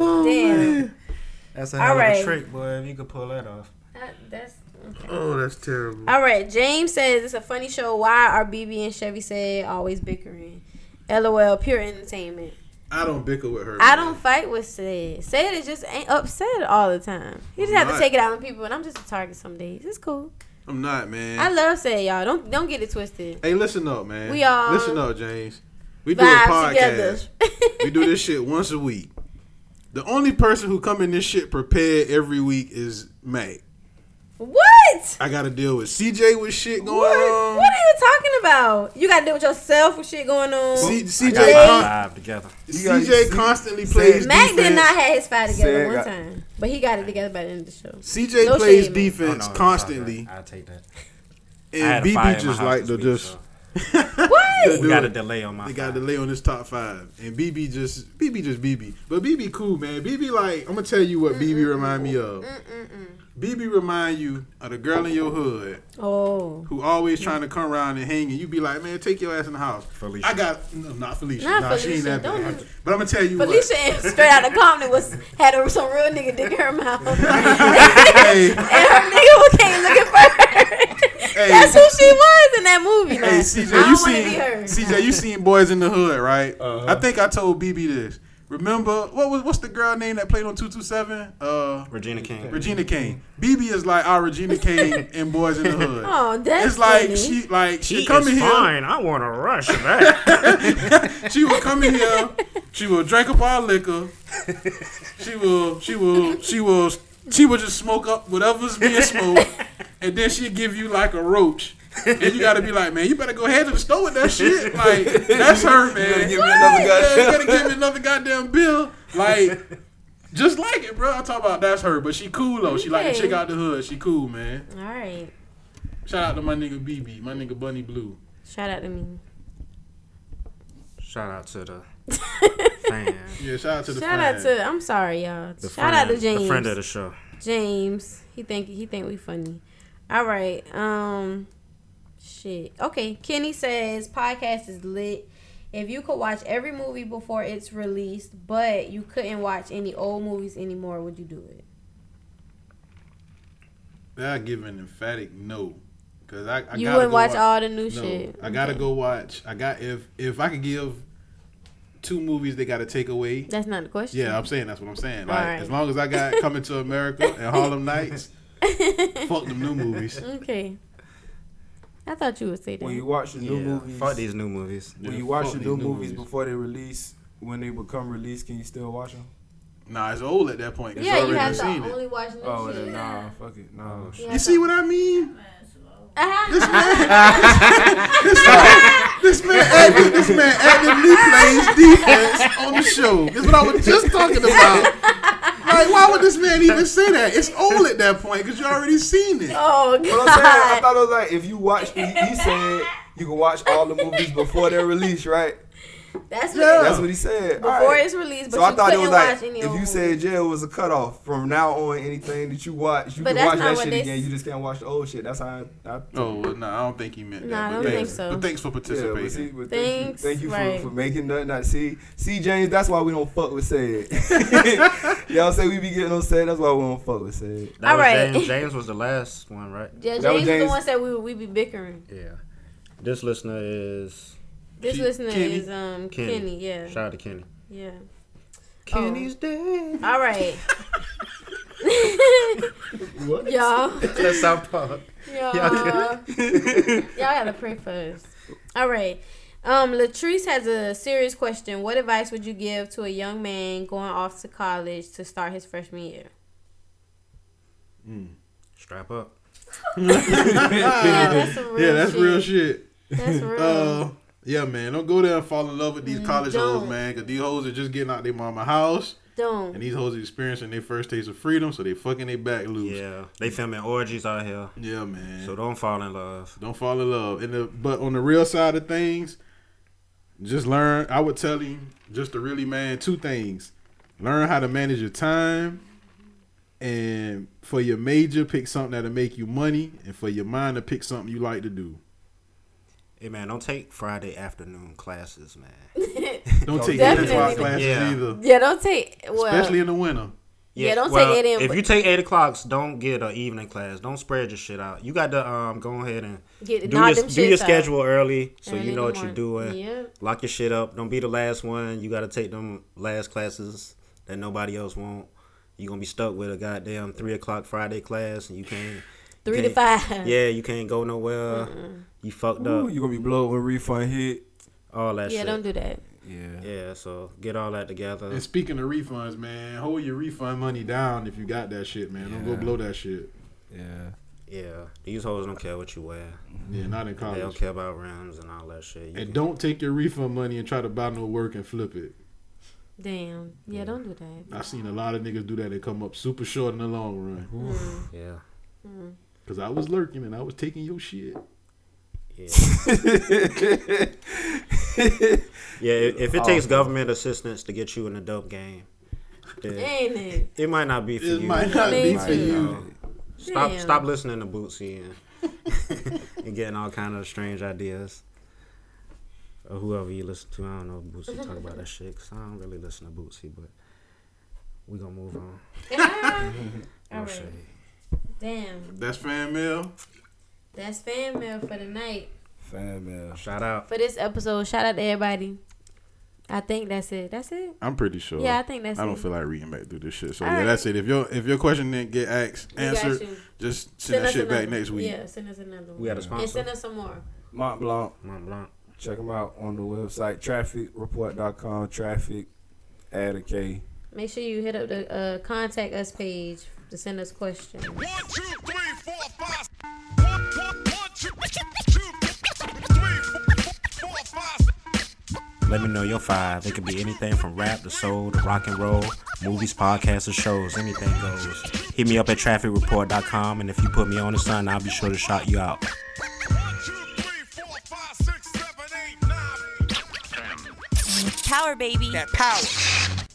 Speaker 4: Oh,
Speaker 6: Damn.
Speaker 1: that's a
Speaker 6: All
Speaker 1: hell of
Speaker 6: right.
Speaker 1: a trick, boy. If you could pull that off.
Speaker 6: That- that's.
Speaker 4: Oh, that's terrible.
Speaker 6: All right, James says it's a funny show. Why are BB and Chevy said always bickering? LOL, pure entertainment.
Speaker 4: I don't bicker with her.
Speaker 6: I don't fight with Sid. Sid is just ain't upset all the time. He just
Speaker 4: I'm
Speaker 6: have
Speaker 4: not.
Speaker 6: to take it out on people, and I'm just a target some days. It's cool.
Speaker 4: I'm not, man.
Speaker 6: I love Sid, y'all. Don't don't get it twisted.
Speaker 4: Hey, listen up, man.
Speaker 6: We all
Speaker 4: listen up, James. We do a
Speaker 6: vibe together.
Speaker 4: podcast. we do this shit once a week. The only person who come in this shit prepared every week is Mac.
Speaker 6: What?
Speaker 4: I got to deal with CJ with shit going on.
Speaker 6: What are you talking about? You gotta deal with yourself with shit going on.
Speaker 4: C-
Speaker 6: Leg.
Speaker 4: CJ, con-
Speaker 1: Vibe together.
Speaker 4: CJ constantly plays
Speaker 6: Mac did
Speaker 4: defense.
Speaker 6: not have his fight together
Speaker 4: Sid
Speaker 6: one
Speaker 4: got-
Speaker 6: time, but he got it together by the end of the show.
Speaker 4: CJ
Speaker 6: No
Speaker 4: plays
Speaker 6: shade.
Speaker 4: defense
Speaker 1: Oh, no,
Speaker 4: constantly.
Speaker 1: I take that. I had
Speaker 4: And
Speaker 1: a fire in
Speaker 4: BB
Speaker 1: my
Speaker 4: just
Speaker 1: house this
Speaker 4: like to
Speaker 1: week,
Speaker 4: just.
Speaker 6: what?
Speaker 1: We got a delay on my
Speaker 4: They got a delay on this top five, and BB just BB just BB, but BB cool man. BB like I'm gonna tell you what BB remind me of. BB remind you of the girl in your hood
Speaker 6: Oh,
Speaker 4: who always trying to come around and hang, and you be like, man, take your ass in the house. Felicia. I got no, not Felicia.
Speaker 6: Not
Speaker 4: nah, she
Speaker 6: Felicia.
Speaker 4: ain't that
Speaker 6: Don't
Speaker 4: bad.
Speaker 6: do-
Speaker 4: But I'm gonna tell you
Speaker 6: Felicia and straight out of Compton was had a, some real nigga dick in her mouth, and
Speaker 4: what. hey,
Speaker 6: her nigga who came looking for her. That's who she was in that movie. now.
Speaker 4: hey, CJ,
Speaker 6: I
Speaker 4: you
Speaker 6: don't want to be her.
Speaker 4: seen CJ, you seen Boys in the Hood, right? I think I told BB this. Remember what was what's the girl name that played on two two seven? Uh,
Speaker 1: Regina King.
Speaker 4: Regina King. BB is like our Regina King in Boys in the Hood.
Speaker 6: Oh, that's
Speaker 4: it's like
Speaker 6: funny.
Speaker 4: she like she
Speaker 1: He
Speaker 4: come in
Speaker 1: is
Speaker 4: here.
Speaker 1: fine. I want to rush back.
Speaker 4: She will come in here. She will drink up our liquor. She will. She will. She will. She will just smoke up whatever's being smoked, and then she'll give you like a roach. And you gotta be like, man, you better go ahead to the store with that shit. Like that's her, man.
Speaker 11: gotta give me another
Speaker 4: Yeah, you
Speaker 11: goddamn-
Speaker 4: gotta give me another goddamn bill. Like, just like it, bro. I talk about that's her, but she cool though. She like a
Speaker 6: Okay.
Speaker 4: chick out the hood. She cool, man.
Speaker 6: All right,
Speaker 4: Shout out to my nigga BB, my nigga Bunny Blue.
Speaker 6: shout out to me.
Speaker 1: Shout out to the fan.
Speaker 4: Yeah, shout out to the
Speaker 6: Shout out to I'm sorry, y'all.
Speaker 1: The
Speaker 6: Shout out to
Speaker 1: friend-
Speaker 6: James.
Speaker 1: The friend of the show.
Speaker 6: James. He think he think we funny. All right. Um shit. Okay. Kenny says podcast is lit. If you could watch every movie before it's released, but you couldn't watch any old movies anymore, would you do it?
Speaker 4: I give an emphatic no, cause I, I
Speaker 6: You
Speaker 4: gotta
Speaker 6: wouldn't
Speaker 4: go
Speaker 6: watch all the new
Speaker 4: no,
Speaker 6: shit.
Speaker 4: I gotta
Speaker 6: Okay.
Speaker 4: go watch. I got if if I could give two movies, they gotta take away.
Speaker 6: That's not the question.
Speaker 4: Yeah, I'm saying that's what I'm saying. Like
Speaker 6: Alright.
Speaker 4: as long as I got Coming to America and Harlem Nights, fuck them new movies.
Speaker 6: Okay. I thought you would say that.
Speaker 11: When you watch the new
Speaker 1: Yeah,
Speaker 11: movies,
Speaker 1: Fuck these new movies.
Speaker 11: when
Speaker 4: Yeah,
Speaker 11: you watch
Speaker 4: fuck
Speaker 11: the
Speaker 4: these
Speaker 11: new
Speaker 4: new
Speaker 11: movies
Speaker 4: movies.
Speaker 11: before they release, when they become released, can you still watch them?
Speaker 4: Nah, it's old at that point. 'cause
Speaker 6: yeah,
Speaker 4: already
Speaker 6: you have to
Speaker 4: seen it.
Speaker 6: only watch new
Speaker 11: Oh
Speaker 6: shit.
Speaker 11: then nah, fuck it, nah.
Speaker 4: You see what I mean? This man, active, this man actively plays defense on the show. That's what I was just talking about. Like, why would this man even say that? It's old at that point because you already seen it.
Speaker 6: Oh
Speaker 11: But I'm saying, I
Speaker 6: god.
Speaker 11: thought it was like if you watch, the, he said you can watch all the movies before they're released, right?
Speaker 6: That's what
Speaker 11: That's what he said. All
Speaker 6: before
Speaker 11: right.
Speaker 6: it's released, but
Speaker 11: So
Speaker 6: you
Speaker 11: I thought it
Speaker 6: couldn't
Speaker 11: was like
Speaker 6: watch any
Speaker 11: if
Speaker 6: old
Speaker 11: you
Speaker 6: movies.
Speaker 11: said jail was a cutoff from now on, anything that you watch, you can
Speaker 6: But that's
Speaker 11: watch
Speaker 6: not
Speaker 11: that
Speaker 6: what
Speaker 11: shit
Speaker 6: they
Speaker 11: again.
Speaker 6: s-
Speaker 11: You just can't watch the old shit. That's how. I, I
Speaker 4: Oh, well, no, I don't think he meant that.
Speaker 6: Nah, I
Speaker 4: but
Speaker 6: don't
Speaker 4: thanks,
Speaker 6: think so.
Speaker 4: But thanks for
Speaker 11: Yeah, but see,
Speaker 4: participating.
Speaker 11: but
Speaker 6: Thanks,
Speaker 11: Thank you, thank you
Speaker 6: right.
Speaker 11: for, for making that. Not see, see James. That's why we don't fuck with said. Y'all say we be getting on said. That's why we don't fuck with said.
Speaker 1: That
Speaker 6: All
Speaker 1: was
Speaker 6: right.
Speaker 1: James. James was the last one, right?
Speaker 6: Yeah,
Speaker 11: That was
Speaker 6: James, was the
Speaker 11: James-
Speaker 6: one said we would we be bickering.
Speaker 1: Yeah. This listener is
Speaker 6: This
Speaker 4: Ke-
Speaker 6: listener
Speaker 4: Kenny?
Speaker 6: is um
Speaker 1: Kenny.
Speaker 6: Kenny. yeah, Oh.
Speaker 1: Shout out to Kenny.
Speaker 6: yeah.
Speaker 1: Kenny's dead.
Speaker 6: All right, y'all,
Speaker 1: That's South Park.
Speaker 6: y'all,
Speaker 1: Yeah.
Speaker 6: y'all gotta pray for us. All right, um, Latrice has a serious question. What advice would you give to a young man going off to college to start his freshman year?
Speaker 1: Strap up.
Speaker 6: yeah, that's some real
Speaker 4: yeah, that's
Speaker 6: shit.
Speaker 4: real shit.
Speaker 6: That's real.
Speaker 4: Uh, yeah, man, don't go there and fall in love with these college hoes,
Speaker 6: Mm, don't.
Speaker 4: man, because these hoes are just getting out their mama house, and
Speaker 6: Don't.
Speaker 4: these hoes are experiencing their first taste of freedom, so they fucking their back loose. Yeah,
Speaker 1: Yeah. They filming orgies out here.
Speaker 4: man.
Speaker 1: So don't fall in love.
Speaker 4: Don't fall in love. And the, but on the real side of things, just learn. I would tell him just to really man two things: learn how to manage your time, and for your major, pick something that'll make you money, and for your minor, pick something you like to do.
Speaker 1: Hey man, don't take Friday afternoon classes, man.
Speaker 4: Don't take
Speaker 6: Definitely.
Speaker 4: any classes
Speaker 1: Yeah.
Speaker 4: either,
Speaker 6: Yeah, don't take. Well,
Speaker 4: especially in the winter.
Speaker 6: Yeah, don't
Speaker 1: well,
Speaker 6: take eight in.
Speaker 1: If you take eight o'clocks, don't get an evening class. Don't spread your shit out. You got to um go ahead and
Speaker 6: Get-
Speaker 1: do
Speaker 6: knock
Speaker 1: your,
Speaker 6: them
Speaker 1: do your
Speaker 6: shits out.
Speaker 1: schedule early so
Speaker 6: Early
Speaker 1: you
Speaker 6: in
Speaker 1: know
Speaker 6: the
Speaker 1: what you're
Speaker 6: morning.
Speaker 1: doing.
Speaker 6: Yep.
Speaker 1: Lock your shit up. Don't be the last one. You got to take them last classes that nobody else won't. You gonna be stuck with a goddamn three o'clock Friday class, and you can't. you
Speaker 6: Three to
Speaker 1: can't-
Speaker 6: five.
Speaker 1: Yeah, you can't go nowhere. You fucked up.
Speaker 11: Ooh, you gonna be blowed when refund hit.
Speaker 1: All that.
Speaker 6: yeah,
Speaker 1: shit.
Speaker 6: don't do that.
Speaker 11: Yeah.
Speaker 1: Yeah. So get all that together.
Speaker 4: And speaking of refunds, man, hold your refund money down if you got that shit, man. Don't go blow that shit.
Speaker 11: Yeah.
Speaker 1: Yeah, these hoes don't care what you wear.
Speaker 4: Yeah, not in
Speaker 1: They
Speaker 4: college.
Speaker 1: don't care about rims and all that shit. You
Speaker 4: And
Speaker 1: can-
Speaker 4: don't take your refund money and try to buy no work and flip it.
Speaker 6: Damn. Yeah, don't do that.
Speaker 4: I've seen a lot of niggas do that. They come up super short in the long run.
Speaker 1: Yeah.
Speaker 6: Mm.
Speaker 4: Cause I was lurking and I was taking your shit.
Speaker 1: yeah, i- if it
Speaker 4: Oh,
Speaker 1: takes
Speaker 4: no.
Speaker 1: government assistance to get you in the dope game, then
Speaker 6: Ain't it?
Speaker 1: it might not be for
Speaker 4: It
Speaker 1: you.
Speaker 4: might not
Speaker 6: Me
Speaker 4: be for
Speaker 6: too.
Speaker 4: you.
Speaker 1: Stop
Speaker 6: Damn.
Speaker 1: stop listening to Bootsy and, and getting all kind of strange ideas. Or whoever you listen to, I don't know if Bootsy talk about that shit because I don't really listen to Bootsy, but we gonna move on. No
Speaker 6: All right.
Speaker 1: shade.
Speaker 6: Damn.
Speaker 4: That's fan mail.
Speaker 6: That's fan mail for the night.
Speaker 11: Fan mail.
Speaker 1: Shout out.
Speaker 6: For this episode, shout out to everybody. I think that's it. That's it.
Speaker 4: I'm pretty sure.
Speaker 6: Yeah, I think that's
Speaker 4: I don't
Speaker 6: it.
Speaker 4: feel like reading back through this shit. So
Speaker 6: All
Speaker 4: yeah,
Speaker 6: right.
Speaker 4: that's it. If your if your question didn't get asked
Speaker 6: We got
Speaker 4: answered,
Speaker 6: you.
Speaker 4: just send, that
Speaker 6: us
Speaker 4: shit back
Speaker 6: another-
Speaker 4: next week.
Speaker 6: Yeah, send us another one.
Speaker 1: We got a
Speaker 6: And
Speaker 1: sponsor.
Speaker 6: send us some more.
Speaker 11: Mont Blanc.
Speaker 1: Mont Blanc.
Speaker 11: Check them out on the website trafficreport.com. Traffic. Add a K.
Speaker 6: Make sure you hit up the uh, contact us page to send us questions.
Speaker 1: Let me know your five. It could be anything from rap to soul to rock and roll, movies, podcasts, or shows. Anything goes. Hit me up at trafficreport.com, and if you put me on the sun, I'll be sure to shout you out.
Speaker 9: Power baby. That power.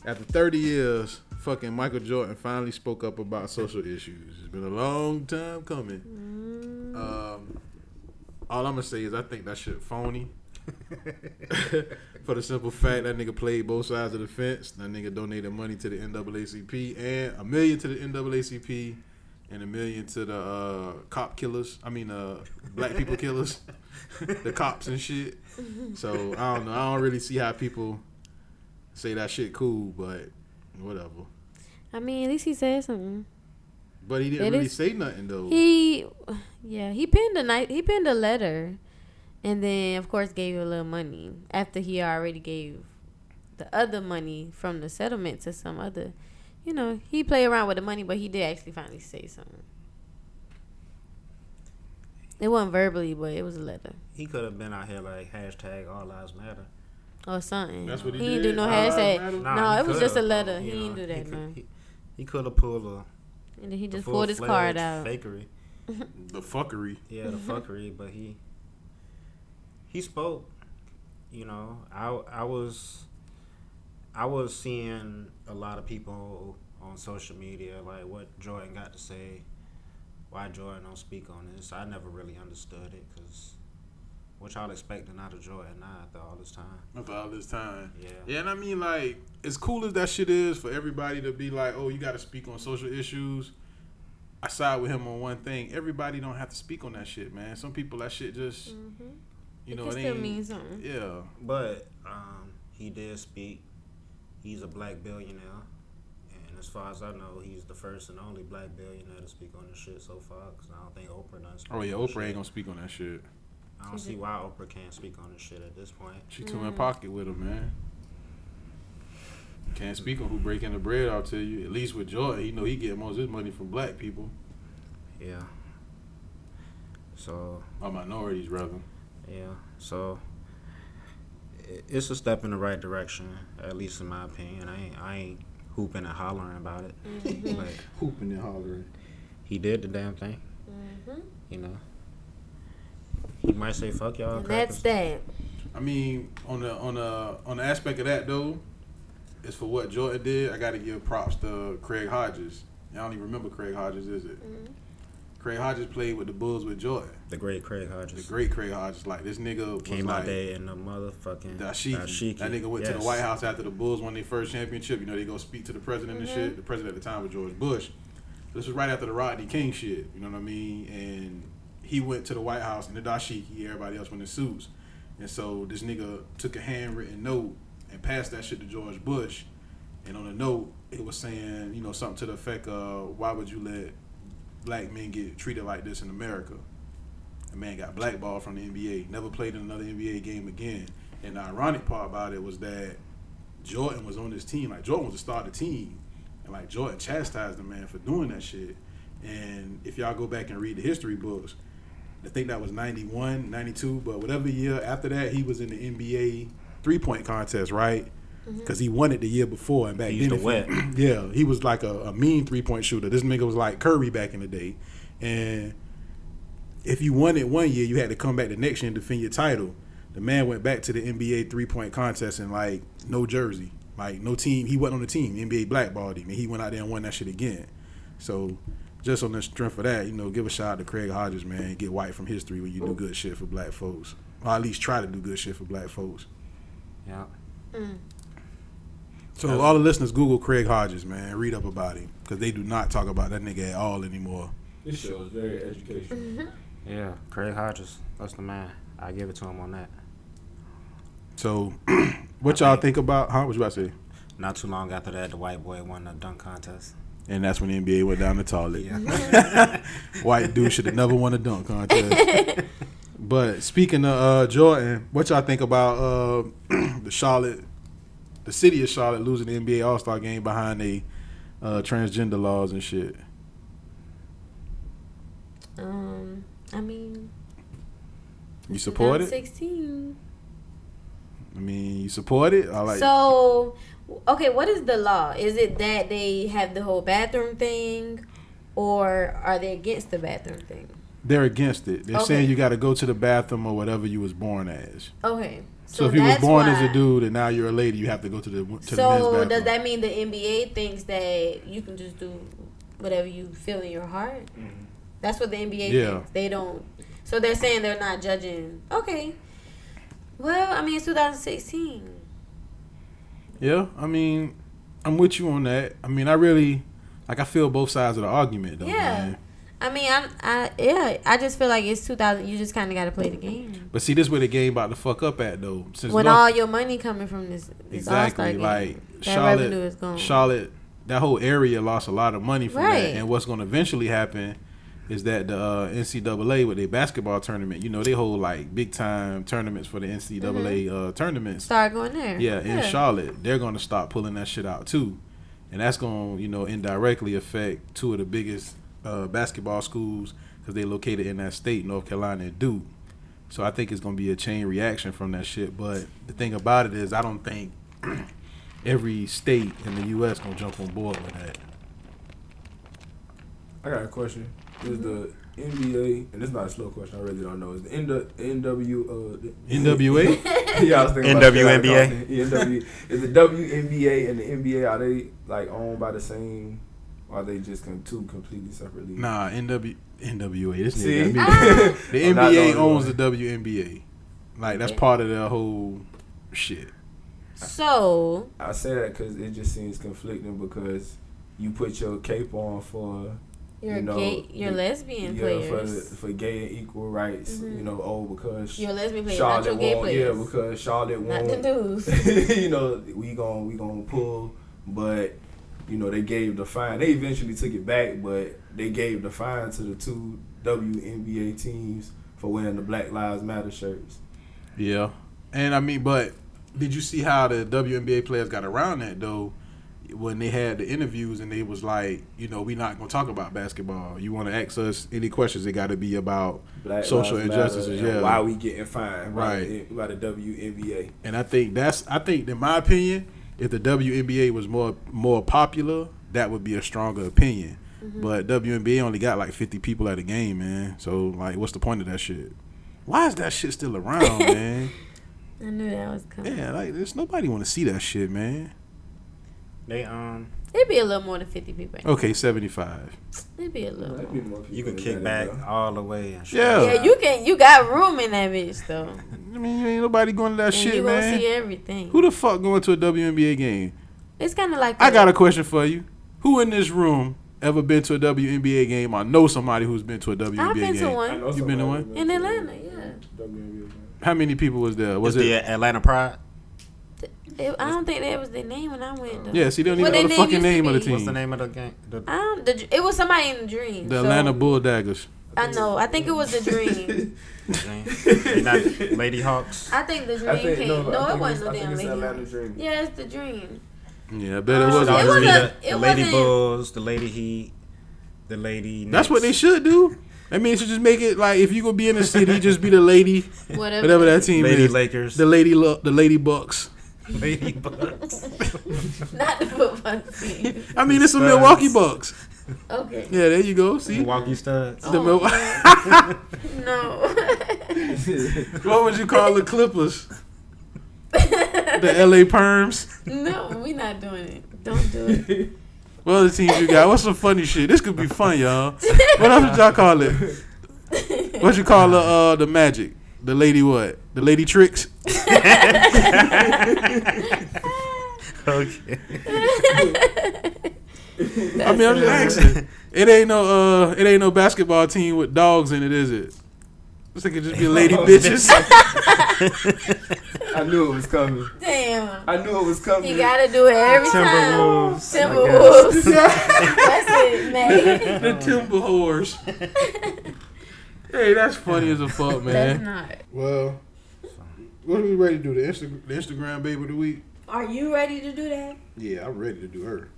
Speaker 4: After 30 years, fucking Michael Jordan finally spoke up about social issues. It's been a long time coming. Um, all I'm gonna say is I think that shit phony. For the simple fact that nigga played both sides of the fence. That nigga donated money to the NAACP and a million to the NAACP and a million to the uh, cop killers. I mean, uh, black people killers, the cops and shit. So I don't know. I don't really see how people say that shit cool, but whatever.
Speaker 6: I mean, at least he said something.
Speaker 4: But he didn't
Speaker 6: It
Speaker 4: really
Speaker 6: is-
Speaker 4: say nothing though.
Speaker 6: He, yeah, he penned a night. He penned a letter, and then of course gave you a little money after he already gave the other money from the settlement to some other. You know, he played around with the money, but he did actually finally say something. It wasn't verbally, but it was a letter
Speaker 1: He could have been out here like hashtag All Lives Matter.
Speaker 6: or something.
Speaker 4: That's what he
Speaker 6: didn't
Speaker 4: did?
Speaker 6: do no
Speaker 4: All lives
Speaker 6: hashtag.
Speaker 4: matter?
Speaker 1: Nah,
Speaker 6: no,
Speaker 1: he
Speaker 6: it was just a
Speaker 1: could've,
Speaker 6: letter. He
Speaker 1: you
Speaker 6: didn't
Speaker 1: know,
Speaker 6: do that.
Speaker 1: could-
Speaker 6: man.
Speaker 1: He, he could have pulled a,
Speaker 6: And then he
Speaker 1: a
Speaker 6: just pulled his card
Speaker 1: full-fledged
Speaker 6: out.
Speaker 1: fakery.
Speaker 4: the fuckery.
Speaker 1: Yeah, the fuckery, but he he spoke. You know, I I was I was seeing a lot of people on social media like what Jordan got to say, why Jordan don't speak on this. I never really understood it because what y'all expecting out of Jordan now after all this time?
Speaker 4: After all this time.
Speaker 1: Yeah,
Speaker 4: Yeah, and I mean like as cool as that shit is for everybody to be like, oh, you got to speak on social issues. I side with him on one thing. Everybody don't have to speak on that shit, man. Some people that shit just, you
Speaker 6: Mm-hmm. It
Speaker 4: know,
Speaker 6: can
Speaker 4: it,
Speaker 6: still
Speaker 4: ain't.
Speaker 6: mean something.
Speaker 4: Yeah,
Speaker 1: but um, he did speak. He's a black billionaire. And as far as I know, he's the first and only black billionaire to speak on this shit so far. Because I don't think Oprah done speak
Speaker 4: Oh yeah,
Speaker 1: on this
Speaker 4: Oprah ain't
Speaker 1: shit.
Speaker 4: gonna speak on that shit.
Speaker 1: I don't see why Oprah can't speak on this shit at this point.
Speaker 4: She too
Speaker 6: Mm-hmm.
Speaker 4: in pocket with him, man. Can't speak on who breaking the bread out to you. At least with Jordan, he know he get most of his money from black people
Speaker 1: Yeah. So
Speaker 4: or minorities rather.
Speaker 1: yeah, so i- it's a step in the right direction, at least in my opinion. I ain't, I ain't hooping and hollering about it, but
Speaker 4: Hooping and hollering.
Speaker 1: he did the damn thing.
Speaker 6: Mm-hmm.
Speaker 1: You know, he might say fuck y'all.
Speaker 6: And that's
Speaker 1: crackers."
Speaker 6: that.
Speaker 4: I mean, on the on the on the aspect of that though, is for what Jordan did. I got to give props to Craig Hodges. I don't even remember Craig Hodges, is it? Craig Hodges played with the Bulls with Jordan.
Speaker 1: The great Craig Hodges.
Speaker 4: The great Craig Hodges. Like this nigga was
Speaker 1: Came
Speaker 4: like,
Speaker 1: out there in the motherfucking
Speaker 4: Dashiki.
Speaker 1: dashiki.
Speaker 4: That nigga went to the
Speaker 1: Mm-hmm. Yes.
Speaker 4: White House after the Bulls won their first championship. You know, they go speak to the president
Speaker 1: Mhm.
Speaker 4: and shit. The president at the time was George Bush. This was right after the Rodney King shit. You know what I mean? And he went to the White House in the dashiki. Everybody else went in suits. And so this nigga took a handwritten note and passed that shit to George Bush. And on the note, it was saying, you know, something to the effect of, why would you let black men get treated like this in America? The man got blackballed from the NBA, never played in another NBA game again. And the ironic part about it was that Jordan was on this team. Like, Jordan was the star of the team. And, like, Jordan chastised the man for doing that shit. And if y'all go back and read the history books, I think that was 91, 92, but whatever year after that, he was in the NBA three point contest, right? Because he won it the year before, and back
Speaker 1: Mm-hmm. He used
Speaker 4: then,
Speaker 1: to
Speaker 4: if you- yeah, he was like a, a mean three point shooter. This nigga was like Curry back in the day, and if you won it one year, you had to come back the next year and defend your title. The man went back to the NBA three point contest and like no jersey, like no team. He wasn't on the team. NBA blackballed him, and he went out there and won that shit again. So, just on the strength of that, you know, give a shout out to Craig Hodges, man. Get white from history when you do good shit for black folks, or at least try to do good shit for black folks.
Speaker 12: Yeah.
Speaker 4: So all the listeners, Google Craig Hodges, man. Read up about him because they do not talk about that nigga at all anymore.
Speaker 11: This show is very educational.
Speaker 12: Yeah, Craig Hodges. That's the man. I give it to him on that.
Speaker 4: So, what y'all think about? Huh? What you about to say?
Speaker 12: Not too long after that, the white boy won the dunk contest.
Speaker 4: And that's when the NBA went down the toilet. White dude should have never won a dunk contest. but speaking of uh, Jordan, what y'all think about uh, the Charlotte, the city of Charlotte losing the NBA All Star game behind the uh, transgender laws and shit?
Speaker 7: Um, I mean, Mm-hmm.
Speaker 4: You support
Speaker 7: I'm
Speaker 4: it?
Speaker 7: 16.
Speaker 4: I mean, you support it? I like.
Speaker 7: so, okay, what is the law? Is it that they have the whole bathroom thing, or are they against the bathroom thing?
Speaker 4: They're against it. They're saying
Speaker 7: Okay.
Speaker 4: you got to go to the bathroom or whatever you was born as.
Speaker 7: Okay,
Speaker 4: So, if you was
Speaker 7: that's
Speaker 4: born as
Speaker 7: why-
Speaker 4: a dude and now you're a lady, you have to go to the to the men's
Speaker 7: so
Speaker 4: bathroom.
Speaker 7: does that mean the NBA thinks that you can just do whatever you feel in your heart? That's what the NBA
Speaker 4: Yeah.
Speaker 7: thinks. They don't. So they're saying they're not judging. Okay. Well, I mean, it's 2016.
Speaker 4: Yeah, I mean, I'm with you on that. I mean, I really like I feel both sides of the argument though.
Speaker 7: yeah.
Speaker 4: man.
Speaker 7: I mean, I, I, yeah, I just feel like it's 2000. You just kind of got to play the game.
Speaker 4: But see, this where the game about to fuck up at though. Since
Speaker 7: With
Speaker 4: no-
Speaker 7: all your money coming from this, this All-Star
Speaker 4: exactly
Speaker 7: game,
Speaker 4: like
Speaker 7: that revenue is gone.
Speaker 4: Charlotte, Charlotte, that whole area lost a lot of money from
Speaker 7: Right.
Speaker 4: that. And what's going to eventually happen is that the uh, NCAA with their basketball tournament, you know, they hold like big time tournaments for the NCAA
Speaker 7: Mm-hmm.
Speaker 4: uh, tournaments.
Speaker 7: Start going there.
Speaker 4: Yeah, in
Speaker 7: Yeah.
Speaker 4: Charlotte, they're going to start pulling that shit out too, and that's going to you know indirectly affect two of the biggest uh, basketball schools because they located in that state, North Carolina and Duke. So I think it's going to be a chain reaction from that shit. But the thing about it is, I don't think every state in the U.S. gonna jump on board with that.
Speaker 11: I got a question. Is the NBA, and it's not a slow question, I really don't know. Is the NW, NW, uh, the-
Speaker 4: NWA?
Speaker 11: yeah, I was thinking about
Speaker 1: NWNBA.
Speaker 11: that. I was thinking- yeah, NW Is the WNBA and the NBA, are they like owned by the same, or are they just com- two completely separate leagues?
Speaker 4: Nah, NW NWA. This
Speaker 11: See? Ah.
Speaker 4: nigga got me. the
Speaker 11: I'm not the only
Speaker 4: NBA owns the
Speaker 11: one.
Speaker 4: WNBA. Like that's
Speaker 11: Okay.
Speaker 4: part of their whole shit.
Speaker 7: So
Speaker 11: I say that because it just seems conflicting because you put your cape on for
Speaker 7: Your
Speaker 11: you know,
Speaker 7: gay- your
Speaker 11: the-
Speaker 7: lesbian
Speaker 11: for,
Speaker 7: players.
Speaker 11: for gay and equal rights.
Speaker 7: Mhm.
Speaker 11: You know, oh because
Speaker 7: Your lesbian players, not your gay
Speaker 11: won't,
Speaker 7: players.
Speaker 11: yeah, because Charlotte
Speaker 7: Not
Speaker 11: won't.
Speaker 7: them
Speaker 11: you know, we gon' we gon' pull, but you know they gave the fine. They eventually took it back, but they gave the fine to the two WNBA teams for wearing the Black Lives Matter shirts.
Speaker 4: Yeah, and I mean, but did you see how the WNBA players got around that though? When they had the interviews and they was like, you know, we not gonna talk about basketball. You want to ask us any questions? It got to be about
Speaker 11: Black
Speaker 4: social
Speaker 11: Lives
Speaker 4: injustices.
Speaker 11: Matter and
Speaker 4: Yeah,
Speaker 11: why we getting fined
Speaker 4: Right.
Speaker 11: by, the, by the WNBA.
Speaker 4: And I think that's I think in my opinion, if the WNBA was more more popular, that would be a stronger opinion.
Speaker 11: Mhm.
Speaker 4: But WNBA only got like fifty people at a game, man. So like, what's the point of that shit? Why is that shit still around, man?
Speaker 7: I knew that was coming.
Speaker 4: Yeah, like there's nobody want to see that shit, man.
Speaker 12: They um
Speaker 6: It'd be a little more than fifty people.
Speaker 4: Okay, seventy five.
Speaker 6: It'd be a little. more.
Speaker 1: You can kick back all the way. And shit.
Speaker 4: Yeah.
Speaker 6: Yeah, you can. You got room in that bitch though.
Speaker 4: I mean, you ain't nobody going to that
Speaker 6: And
Speaker 4: shit,
Speaker 6: you gonna
Speaker 4: man.
Speaker 6: see everything.
Speaker 4: Who the fuck going to a WNBA game?
Speaker 6: It's kind of like
Speaker 4: I
Speaker 6: I
Speaker 4: got a question for you. Who in this room ever been to a WNBA game? I know somebody who's been to a WNBA
Speaker 6: been to
Speaker 4: game.
Speaker 6: one. I know
Speaker 4: You been to one?
Speaker 6: in Atlanta. Yeah,
Speaker 4: How many people was there? Was
Speaker 1: It's
Speaker 4: it?
Speaker 1: the Atlanta Pride?
Speaker 6: It- I don't think that was their name when I went. Though.
Speaker 4: Yeah, see, they don't
Speaker 6: What
Speaker 4: even
Speaker 6: their
Speaker 4: know the fucking
Speaker 6: used to
Speaker 4: name of the
Speaker 6: be.
Speaker 4: team.
Speaker 1: What's the name of the game? The,
Speaker 6: I don't, the, it was somebody in the dream.
Speaker 4: The
Speaker 6: so-
Speaker 4: Atlanta Bull Daggers.
Speaker 6: I know. I think it was the dream.
Speaker 1: They not- Lady Hawks.
Speaker 6: I think the dream
Speaker 11: I think-
Speaker 6: came.
Speaker 11: no,
Speaker 6: No,
Speaker 11: no, I
Speaker 6: it
Speaker 11: think
Speaker 6: wasn't no
Speaker 11: it's- I think
Speaker 6: damn
Speaker 11: it's
Speaker 6: lady.
Speaker 11: Atlanta
Speaker 6: Hawks.
Speaker 11: Dream.
Speaker 6: Yeah, it's the dream.
Speaker 4: Yeah, I bet it was.
Speaker 1: Shout out
Speaker 6: Oh, it
Speaker 1: to
Speaker 6: wasn't-
Speaker 1: the,
Speaker 6: it
Speaker 1: the Lady
Speaker 6: wasn't-
Speaker 1: Bulls, the Lady Heat, the Lady.
Speaker 4: That's what they should do. I mean, it should just make it like if you gonna be in the city, just be the lady,
Speaker 6: Whatever.
Speaker 4: whatever that team
Speaker 1: Lady
Speaker 4: is,
Speaker 1: Lakers.
Speaker 4: the lady, Lu- the lady Bucks.
Speaker 1: Lady Bucks.
Speaker 6: Not the football team.
Speaker 4: I mean, it's the
Speaker 1: Studs.
Speaker 4: Milwaukee Bucks.
Speaker 6: Okay. Oh,
Speaker 4: Yeah, there you go. See,
Speaker 1: Milwaukee Studs.
Speaker 4: the Mil-
Speaker 6: No.
Speaker 4: what would you call the Clippers? the LA Perms.
Speaker 6: no, we not doing it. Don't do it.
Speaker 4: What other teams you got? What's some funny shit? This could be fun, y'all. What else would y'all call it? What you call the uh, the Magic? The lady what? The lady tricks.
Speaker 1: Okay.
Speaker 4: I mean, I'm just asking. It ain't no uh, it ain't no basketball team with dogs in it, is it? This could just be lady bitches.
Speaker 11: I knew it was coming.
Speaker 6: Damn.
Speaker 11: I knew it was coming.
Speaker 6: You gotta do it every time.
Speaker 1: Timberwolves.
Speaker 6: Timberwolves. That's it, man.
Speaker 4: the timber whores. hey, that's funny as a fuck,
Speaker 6: That's
Speaker 4: man.
Speaker 6: not.
Speaker 4: Well, what are we ready to do? The, Insta- the Instagram babe of the week.
Speaker 6: Are you ready to do that?
Speaker 4: Yeah, I'm ready to do her.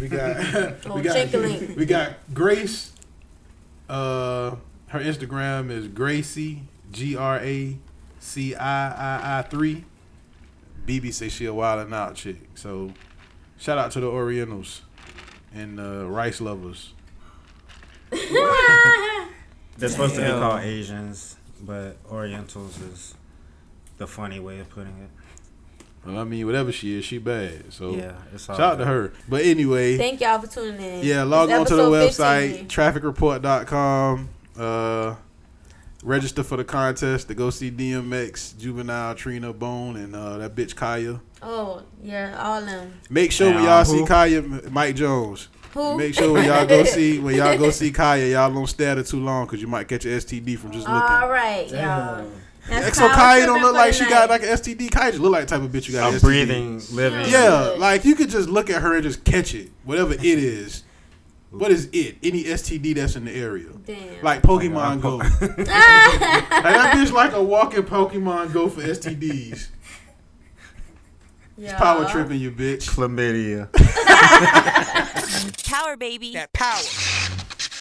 Speaker 4: We got
Speaker 6: Oh,
Speaker 4: we got
Speaker 6: jiggling.
Speaker 4: we got Grace. Uh, her Instagram is Gracie G R A C I I I three. BB say she a wild and out chick. So, shout out to the Orientals and uh, rice lovers.
Speaker 1: They're supposed to be
Speaker 11: Damn.
Speaker 1: called Asians, but Orientals is the funny way of putting it.
Speaker 4: Well, I mean, whatever she is, she bad. So,
Speaker 1: Yeah, it's all
Speaker 4: shout out to
Speaker 1: good.
Speaker 4: her. But anyway,
Speaker 6: Thank y'all for tuning in.
Speaker 4: Yeah, log
Speaker 6: It's
Speaker 4: on to the
Speaker 6: episode
Speaker 4: website,
Speaker 6: 15.
Speaker 4: trafficreport.com. Uh, register for the contest to go see DMX, Juvenile, Trina, Bone, and uh, that bitch Kaya.
Speaker 6: Oh, yeah, all them.
Speaker 4: Make sure when
Speaker 1: And,
Speaker 4: y'all
Speaker 1: uh,
Speaker 4: see
Speaker 1: who?
Speaker 4: Kaya, M- Mike Jones.
Speaker 6: Who?
Speaker 4: Make sure when y'all go see when y'all go see Kaya, y'all don't stare at her too long because you might catch an STD from just looking.
Speaker 6: All right, y'all. That's
Speaker 4: Exo
Speaker 6: how
Speaker 4: Kaya
Speaker 6: it's
Speaker 4: don't
Speaker 6: been
Speaker 4: look
Speaker 6: for
Speaker 4: like she got
Speaker 6: tonight.
Speaker 4: like an STD. Kaya just look like the type of bitch you got.
Speaker 1: A
Speaker 4: STD.
Speaker 1: breathing, living.
Speaker 4: Yeah, like you could just look at her and just catch it, whatever it is. What is it? Any STD that's in the area,
Speaker 6: Damn.
Speaker 4: like Pokemon Go. like that bitch like a walking Pokemon Go for STDs.
Speaker 6: Y'all.
Speaker 4: Power tripping you, bitch.
Speaker 1: Chlamydia.
Speaker 9: Power, baby. That power.